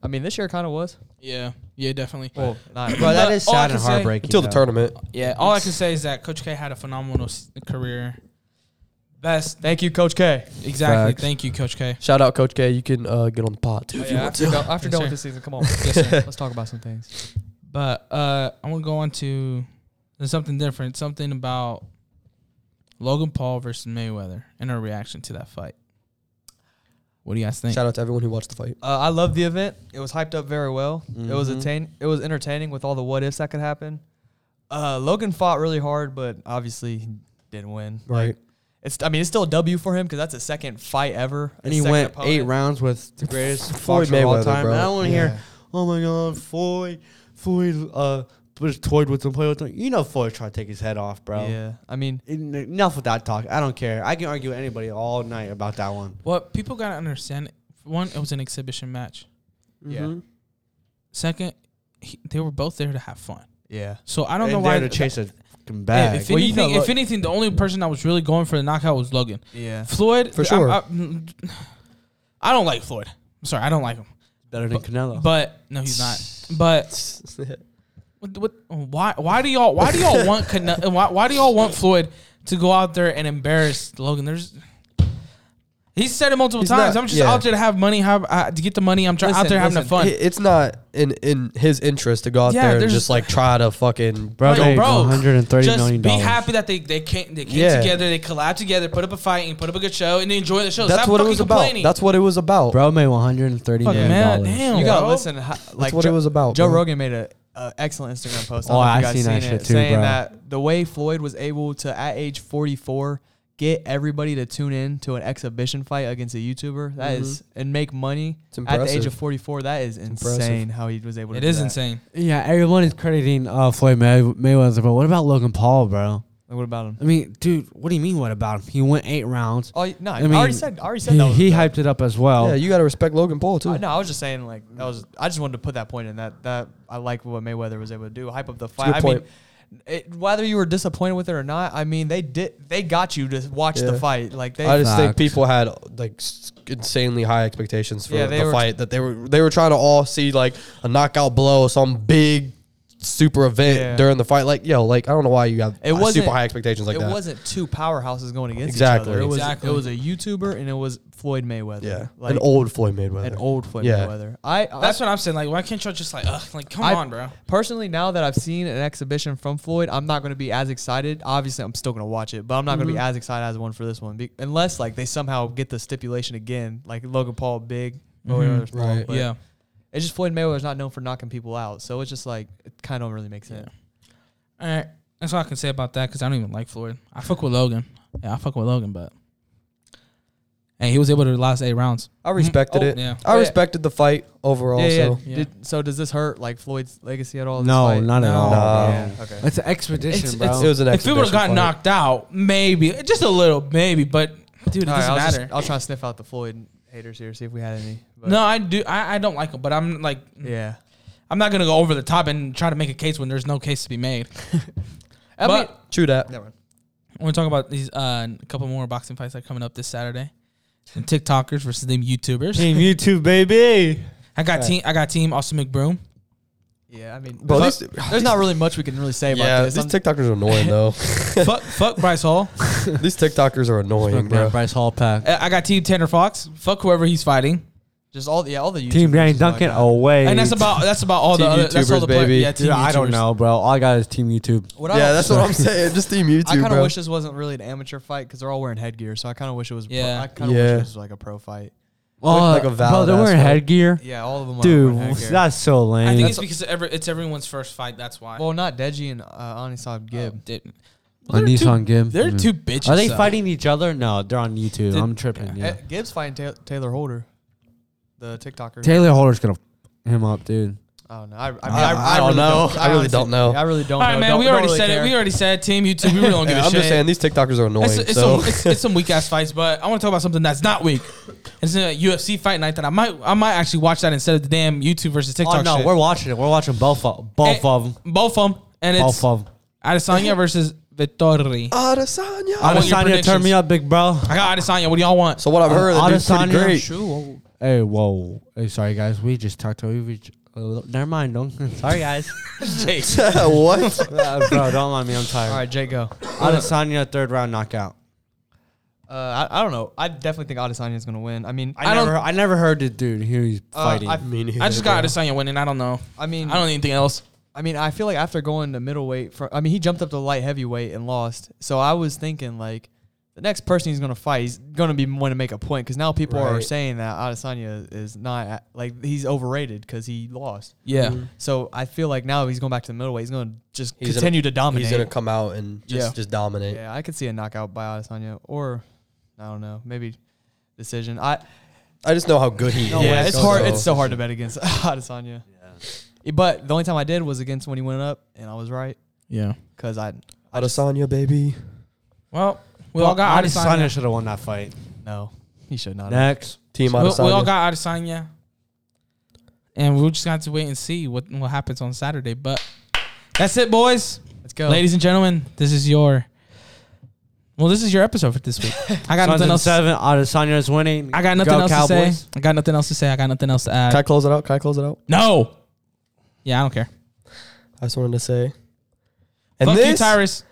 Speaker 2: I mean, this year kind of was.
Speaker 1: Yeah. Yeah, definitely.
Speaker 2: Well, not.
Speaker 3: Bro, that
Speaker 1: But
Speaker 3: is
Speaker 1: all I
Speaker 3: sad
Speaker 1: can
Speaker 3: and
Speaker 1: say-
Speaker 3: heartbreaking.
Speaker 4: Until the
Speaker 3: though.
Speaker 4: tournament.
Speaker 1: Yeah. All I can say is that Coach K had a phenomenal s- career. Best.
Speaker 2: Thank you, Coach K.
Speaker 1: Exactly.
Speaker 3: Facts.
Speaker 1: Thank you, Coach K.
Speaker 4: Shout out Coach K. You can uh, get on the pod too.
Speaker 2: Oh, yeah, after go- after
Speaker 1: Yes,
Speaker 2: done
Speaker 1: sir.
Speaker 2: with this season, come on.
Speaker 1: Yes, sir.
Speaker 2: Let's talk about some things.
Speaker 1: But uh, I want to go on to something different. Something about Logan Paul versus Mayweather and our reaction to that fight. What do you guys think?
Speaker 4: Shout out to everyone who watched the fight.
Speaker 2: Uh, I love the event. It was hyped up very well. It was
Speaker 3: Mhm.
Speaker 2: attain. It was entertaining with all the what ifs that could happen. Uh, Logan fought really hard, but obviously he didn't win. Like,
Speaker 4: Right.
Speaker 2: it's. I mean, it's still a W for him because that's his second fight ever.
Speaker 3: And
Speaker 2: his
Speaker 3: he
Speaker 2: second
Speaker 3: went eight
Speaker 2: opponent.
Speaker 3: rounds with the greatest
Speaker 4: Floyd
Speaker 3: boxer of all
Speaker 4: Mayweather,
Speaker 3: time.
Speaker 4: bro.
Speaker 3: And I want to
Speaker 2: Yeah.
Speaker 3: hear, oh my God, Floyd, Floyd, uh, was toyed with him, played with him. You know, Floyd tried to take his head off, bro.
Speaker 2: Yeah. I mean,
Speaker 3: En- Enough with that talk. I don't care. I can argue with anybody all night about that one.
Speaker 1: What people gotta understand, for one, it was an exhibition match.
Speaker 2: Yeah.
Speaker 3: Mm-hmm.
Speaker 1: Second, he, they were both there to have fun.
Speaker 2: yeah.
Speaker 1: So I
Speaker 3: I
Speaker 1: don't know why.
Speaker 3: to chase a fucking
Speaker 1: Yeah,
Speaker 3: bag.
Speaker 1: if,
Speaker 2: Well, you
Speaker 1: anything,
Speaker 2: know,
Speaker 1: if
Speaker 2: look-
Speaker 1: anything, the only person that was really going for the knockout was Logan.
Speaker 2: Yeah.
Speaker 1: Floyd,
Speaker 4: For
Speaker 1: I'm-
Speaker 4: sure.
Speaker 1: I'm- I don't like Floyd. I'm sorry, I don't like him.
Speaker 3: Better than
Speaker 4: Oh.
Speaker 3: Canelo.
Speaker 1: But no, he's not. But what, what, why? Why do y'all? Why do y'all want? Canelo, why, why do y'all want Floyd to go out there and embarrass Logan? There's. He's said it multiple
Speaker 4: He's
Speaker 1: times.
Speaker 4: not-
Speaker 1: I'm just
Speaker 4: yeah.
Speaker 1: out there to have money, have uh, to get the money. I'm trying out
Speaker 2: Listen,
Speaker 1: there having the
Speaker 2: listen,
Speaker 1: fun.
Speaker 4: He- It's not in in his interest to go out
Speaker 1: Yeah,
Speaker 4: there and
Speaker 1: there's-
Speaker 4: just like try to fucking
Speaker 3: Bro,
Speaker 1: Like,
Speaker 3: made
Speaker 1: bro,
Speaker 3: 130
Speaker 1: just
Speaker 3: million
Speaker 1: be
Speaker 3: dollars.
Speaker 1: happy that they they came they came
Speaker 4: Yeah.
Speaker 1: together, they collabed together, put up a fight, and put up a good show, and they enjoy the show.
Speaker 4: That's
Speaker 1: Stop
Speaker 4: what it
Speaker 1: fucking
Speaker 4: was about.
Speaker 1: complaining.
Speaker 4: That's what it was about.
Speaker 3: Bro made 130
Speaker 1: Fuck,
Speaker 3: million
Speaker 1: man,
Speaker 3: dollars.
Speaker 1: damn.
Speaker 2: You gotta
Speaker 1: bro.
Speaker 2: listen. How, like
Speaker 4: what it
Speaker 2: Joe-
Speaker 4: was about,
Speaker 2: Joe
Speaker 4: bro.
Speaker 2: Rogan made a, a excellent Instagram post. I
Speaker 3: Oh,
Speaker 2: don't know if
Speaker 3: I
Speaker 2: you guys
Speaker 3: seen that
Speaker 2: seen
Speaker 3: shit
Speaker 2: it,
Speaker 3: too,
Speaker 2: saying
Speaker 3: bro.
Speaker 2: that the way Floyd was able to, at age 44, get everybody to tune in to an exhibition fight against a YouTuber that
Speaker 3: Mm-hmm.
Speaker 2: is and make money
Speaker 4: It's
Speaker 2: at the age
Speaker 4: impressive.
Speaker 2: of 44. That is insane.
Speaker 4: impressive.
Speaker 2: How he was able. to
Speaker 1: It
Speaker 2: do
Speaker 1: is
Speaker 2: that.
Speaker 1: insane.
Speaker 3: Yeah, everyone is crediting uh, Floyd May- Mayweather, but what about Logan Paul, bro?
Speaker 2: Like, what about him?
Speaker 3: I mean, dude, what do you mean? What about him? He went eight rounds.
Speaker 2: Oh y- no! I,
Speaker 3: I mean,
Speaker 2: already said. I already said
Speaker 3: He,
Speaker 2: that. Was
Speaker 3: he
Speaker 2: a-
Speaker 3: hyped it up as well.
Speaker 4: yeah, you got to respect Logan Paul too.
Speaker 2: I, no, I was just saying like that was. I just wanted to put that point in that that I like what Mayweather was able to do. Hype up the fight.
Speaker 4: good
Speaker 2: I
Speaker 4: point.
Speaker 2: mean, it, whether you were disappointed with it or not, I mean they did. They got you to watch the
Speaker 4: Yeah.
Speaker 2: fight. Like they.
Speaker 4: I just think
Speaker 3: Fact.
Speaker 4: people had like s- insanely high expectations for
Speaker 2: Yeah, they
Speaker 4: the
Speaker 2: were-
Speaker 4: fight that they were they were trying to all see like a knockout blow, some big super event
Speaker 2: Yeah.
Speaker 4: during the fight. Like yo, like I don't know why you have
Speaker 2: It wasn't-
Speaker 4: super high expectations like
Speaker 2: it
Speaker 4: that.
Speaker 2: wasn't two powerhouses going against each
Speaker 4: Exactly.
Speaker 2: other. It was
Speaker 1: Exactly.
Speaker 2: it was a YouTuber and it was Floyd Mayweather.
Speaker 4: yeah,
Speaker 2: like
Speaker 4: an old Floyd Mayweather.
Speaker 2: an old Floyd
Speaker 4: Yeah.
Speaker 2: Mayweather. I
Speaker 1: That's
Speaker 2: I,
Speaker 1: what I'm saying. Like, why can't y'all just like, ugh, like, come
Speaker 2: I-
Speaker 1: on, bro.
Speaker 2: personally now that I've seen an exhibition from Floyd, I'm not going to be as excited. Obviously, I'm still going to watch it, but I'm not going to be as excited as one for this one, be, unless like they somehow get the stipulation again, like Logan Paul big. Mayweather's small,
Speaker 4: Right.
Speaker 2: but
Speaker 1: yeah.
Speaker 2: It's just Floyd Mayweather's not known for knocking people out, so it's just like it kind of don't really make sense.
Speaker 1: All right. That's all I can say about that because I don't even like Floyd. I fuck with Logan. Yeah, I fuck with Logan, but. And he was able to last eight rounds.
Speaker 4: I respected
Speaker 2: Oh,
Speaker 4: it.
Speaker 1: yeah.
Speaker 4: I
Speaker 2: Oh, yeah.
Speaker 4: respected the fight overall.
Speaker 2: Oh, Yeah, yeah.
Speaker 4: so
Speaker 1: Yeah.
Speaker 2: Did, so does this hurt like Floyd's legacy at all? this
Speaker 3: no,
Speaker 2: fight?
Speaker 3: not at
Speaker 1: No.
Speaker 3: all.
Speaker 4: No.
Speaker 3: bro.
Speaker 2: Yeah, okay.
Speaker 3: It's an expedition,
Speaker 1: It's-
Speaker 3: bro.
Speaker 1: it's-
Speaker 4: it was an.
Speaker 1: if he would have
Speaker 4: exhibition
Speaker 1: gotten
Speaker 4: fight.
Speaker 1: knocked out, maybe just a little, maybe. But dude, it
Speaker 2: All right,
Speaker 1: doesn't
Speaker 2: I'll just-
Speaker 1: matter.
Speaker 2: I'll try to sniff out the Floyd haters here, see if we had any. but-
Speaker 1: no, I do. I, I don't like him, but I'm like,
Speaker 2: Yeah.
Speaker 1: I'm not gonna go over the top and try to make a case when there's no case to be made.
Speaker 2: I
Speaker 1: but
Speaker 2: mean-
Speaker 4: True that.
Speaker 1: I want to talk about these uh, a couple more boxing fights that are coming up this Saturday. And TikTokers versus them YouTubers.
Speaker 3: Team YouTube, baby.
Speaker 1: I got team. I got team. Austin McBroom.
Speaker 2: Yeah, I mean,
Speaker 4: Bro,
Speaker 2: fuck-
Speaker 4: these-
Speaker 2: there's not really much we can really say about
Speaker 4: Yeah,
Speaker 2: this.
Speaker 4: these
Speaker 2: I'm-
Speaker 4: TikTokers are annoying though.
Speaker 1: fuck, fuck Bryce Hall.
Speaker 4: these TikTokers are annoying, bro.
Speaker 3: Bryce Hall pack.
Speaker 1: Uh, I got team Tanner Fox. Fuck whoever he's fighting.
Speaker 2: just all the yeah, all the YouTubers
Speaker 3: Team Danny
Speaker 2: just like
Speaker 3: Duncan oh,
Speaker 2: that.
Speaker 3: away.
Speaker 1: And that's about that's about all the
Speaker 4: Team
Speaker 1: other, that's all
Speaker 4: YouTubers,
Speaker 1: the play-
Speaker 4: baby.
Speaker 1: Yeah, team
Speaker 3: Dude, I don't
Speaker 1: YouTubers.
Speaker 3: know, bro. All I got is Team YouTube.
Speaker 2: What I
Speaker 4: Yeah,
Speaker 2: don't-
Speaker 4: that's what I'm saying. Just team
Speaker 2: I
Speaker 4: YouTube,
Speaker 2: kind of
Speaker 4: bro.
Speaker 2: wish this wasn't really an amateur fight because they're all wearing headgear. So I kind of wish it was.
Speaker 1: Yeah.
Speaker 2: Pro, I kind of
Speaker 4: Yeah.
Speaker 2: wish this was like a pro fight.
Speaker 3: Oh,
Speaker 4: like a
Speaker 3: bro, they're
Speaker 4: valid-ass
Speaker 3: wearing
Speaker 4: fight.
Speaker 3: headgear.
Speaker 2: Yeah, all of them. are
Speaker 3: Dude,
Speaker 2: wearing headgear.
Speaker 3: that's so
Speaker 1: I
Speaker 3: lame.
Speaker 1: think
Speaker 3: That's-
Speaker 1: it's because every, it's everyone's first fight. That's why.
Speaker 2: well, not Deji and uh, Anisab
Speaker 1: Oh,
Speaker 2: Gibb.
Speaker 1: didn't.
Speaker 3: on
Speaker 1: they're
Speaker 3: Nissan
Speaker 1: two,
Speaker 3: Gim.
Speaker 1: they're
Speaker 3: Mhm.
Speaker 1: two bitches.
Speaker 3: Are they
Speaker 1: though.
Speaker 3: fighting each other? No, they're on YouTube.
Speaker 2: Did-
Speaker 3: I'm tripping.
Speaker 2: Eh,
Speaker 3: Yeah.
Speaker 2: Gibb's fighting Ta- Taylor Holder, the TikToker.
Speaker 3: Taylor Holder's gonna f- him up, dude.
Speaker 2: I don't know. I, I, mean,
Speaker 4: I-
Speaker 2: I,
Speaker 4: I don't
Speaker 2: really
Speaker 4: know.
Speaker 2: Don't,
Speaker 4: I really
Speaker 2: honestly-
Speaker 4: don't know.
Speaker 2: I really don't.
Speaker 1: All right,
Speaker 2: know.
Speaker 1: man.
Speaker 2: Don't-
Speaker 1: we
Speaker 2: don't
Speaker 1: already
Speaker 2: really
Speaker 1: said
Speaker 2: care.
Speaker 1: it. We already said team YouTube. We really don't give a
Speaker 4: I'm
Speaker 1: shit.
Speaker 4: just saying these TikTokers are annoying.
Speaker 1: It's, it's,
Speaker 4: so
Speaker 1: some, it's, it's some weak ass fights, but I want to talk about something that's not weak. It's a UFC fight night that I might I might actually watch that instead of the damn YouTube versus TikTok.
Speaker 3: Oh no,
Speaker 1: shit.
Speaker 3: we're watching it. We're watching both of both
Speaker 1: Eh,
Speaker 3: of them.
Speaker 1: both of them, and it's
Speaker 3: Both of them.
Speaker 1: Adesanya versus Vittori.
Speaker 4: Adesanya.
Speaker 1: want your
Speaker 3: Adesanya, turn me
Speaker 1: predictions.
Speaker 3: up, big bro.
Speaker 1: I got Adesanya. What do y'all want?
Speaker 4: So what I've heard, that dude's pretty
Speaker 3: Adesanya.
Speaker 4: great.
Speaker 3: Shoo. Hey, whoa. Hey, sorry guys. We just talked to we j- uh, Never mind. Don't. Sorry guys.
Speaker 4: what?
Speaker 3: Uh, bro, don't mind me. I'm tired.
Speaker 2: All right, Jake, go.
Speaker 3: Adesanya third round knockout.
Speaker 2: Uh, I, I don't know. I definitely think Adesanya is going to win. I mean,
Speaker 3: I,
Speaker 1: I don't-
Speaker 3: never. I never heard the dude who he's
Speaker 2: uh,
Speaker 3: fighting.
Speaker 2: I,
Speaker 4: mean,
Speaker 1: I just got Adesanya winning. I don't know.
Speaker 2: I mean,
Speaker 1: I don't need anything else.
Speaker 2: I mean, I feel like after going to middleweight, for, I mean, he jumped up to light heavyweight and lost. So I was thinking like, the next person he's gonna fight, he's gonna be want to make a point because now people are
Speaker 4: Right.
Speaker 2: saying that Adesanya is not like he's overrated because he lost.
Speaker 1: Yeah.
Speaker 2: So I feel like now he's going back to the middleweight. He's gonna just
Speaker 4: He's gonna-
Speaker 2: continue to dominate.
Speaker 4: He's gonna come out and just
Speaker 2: Yeah.
Speaker 4: just dominate.
Speaker 2: Yeah, I could see a knockout by Adesanya, or I don't know, maybe decision. I
Speaker 4: I just know how good he is.
Speaker 2: yeah, it's
Speaker 4: so-
Speaker 2: hard. It's so hard to bet against Adesanya. Yeah. But the only time I did was against when he went up, and I was right
Speaker 1: Yeah.
Speaker 2: because I
Speaker 4: Adesanya, baby.
Speaker 1: Well, we all got Adesanya.
Speaker 3: should have won that fight.
Speaker 2: no, he should not. have.
Speaker 3: Next.
Speaker 4: Team
Speaker 1: We,
Speaker 4: Adesanya.
Speaker 1: we all got Adesanya. And we're just going to have to wait and see what, what happens on Saturday. But that's it, boys.
Speaker 2: Let's go,
Speaker 1: Ladies and gentlemen, this is your. Well, this is your episode for this week. I got nothing else.
Speaker 3: Seven. Adesanya is winning.
Speaker 1: I got nothing
Speaker 3: Go
Speaker 1: else to
Speaker 3: Cowboys.
Speaker 1: say. I got nothing else to say. I got nothing else to add.
Speaker 4: Can I close it out? Can I close it out?
Speaker 1: no. Yeah, I don't care.
Speaker 4: I just wanted to say.
Speaker 1: Fuck you, Tyrus.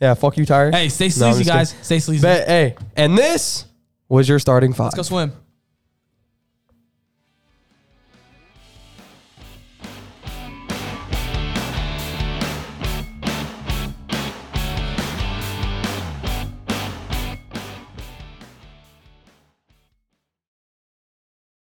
Speaker 4: Yeah, fuck you, Tyrus.
Speaker 1: Hey, stay
Speaker 4: No, I'm
Speaker 1: sleazy,
Speaker 4: just
Speaker 1: guys. Stay sleazy.
Speaker 4: But hey, and this was your starting five.
Speaker 2: Let's go swim.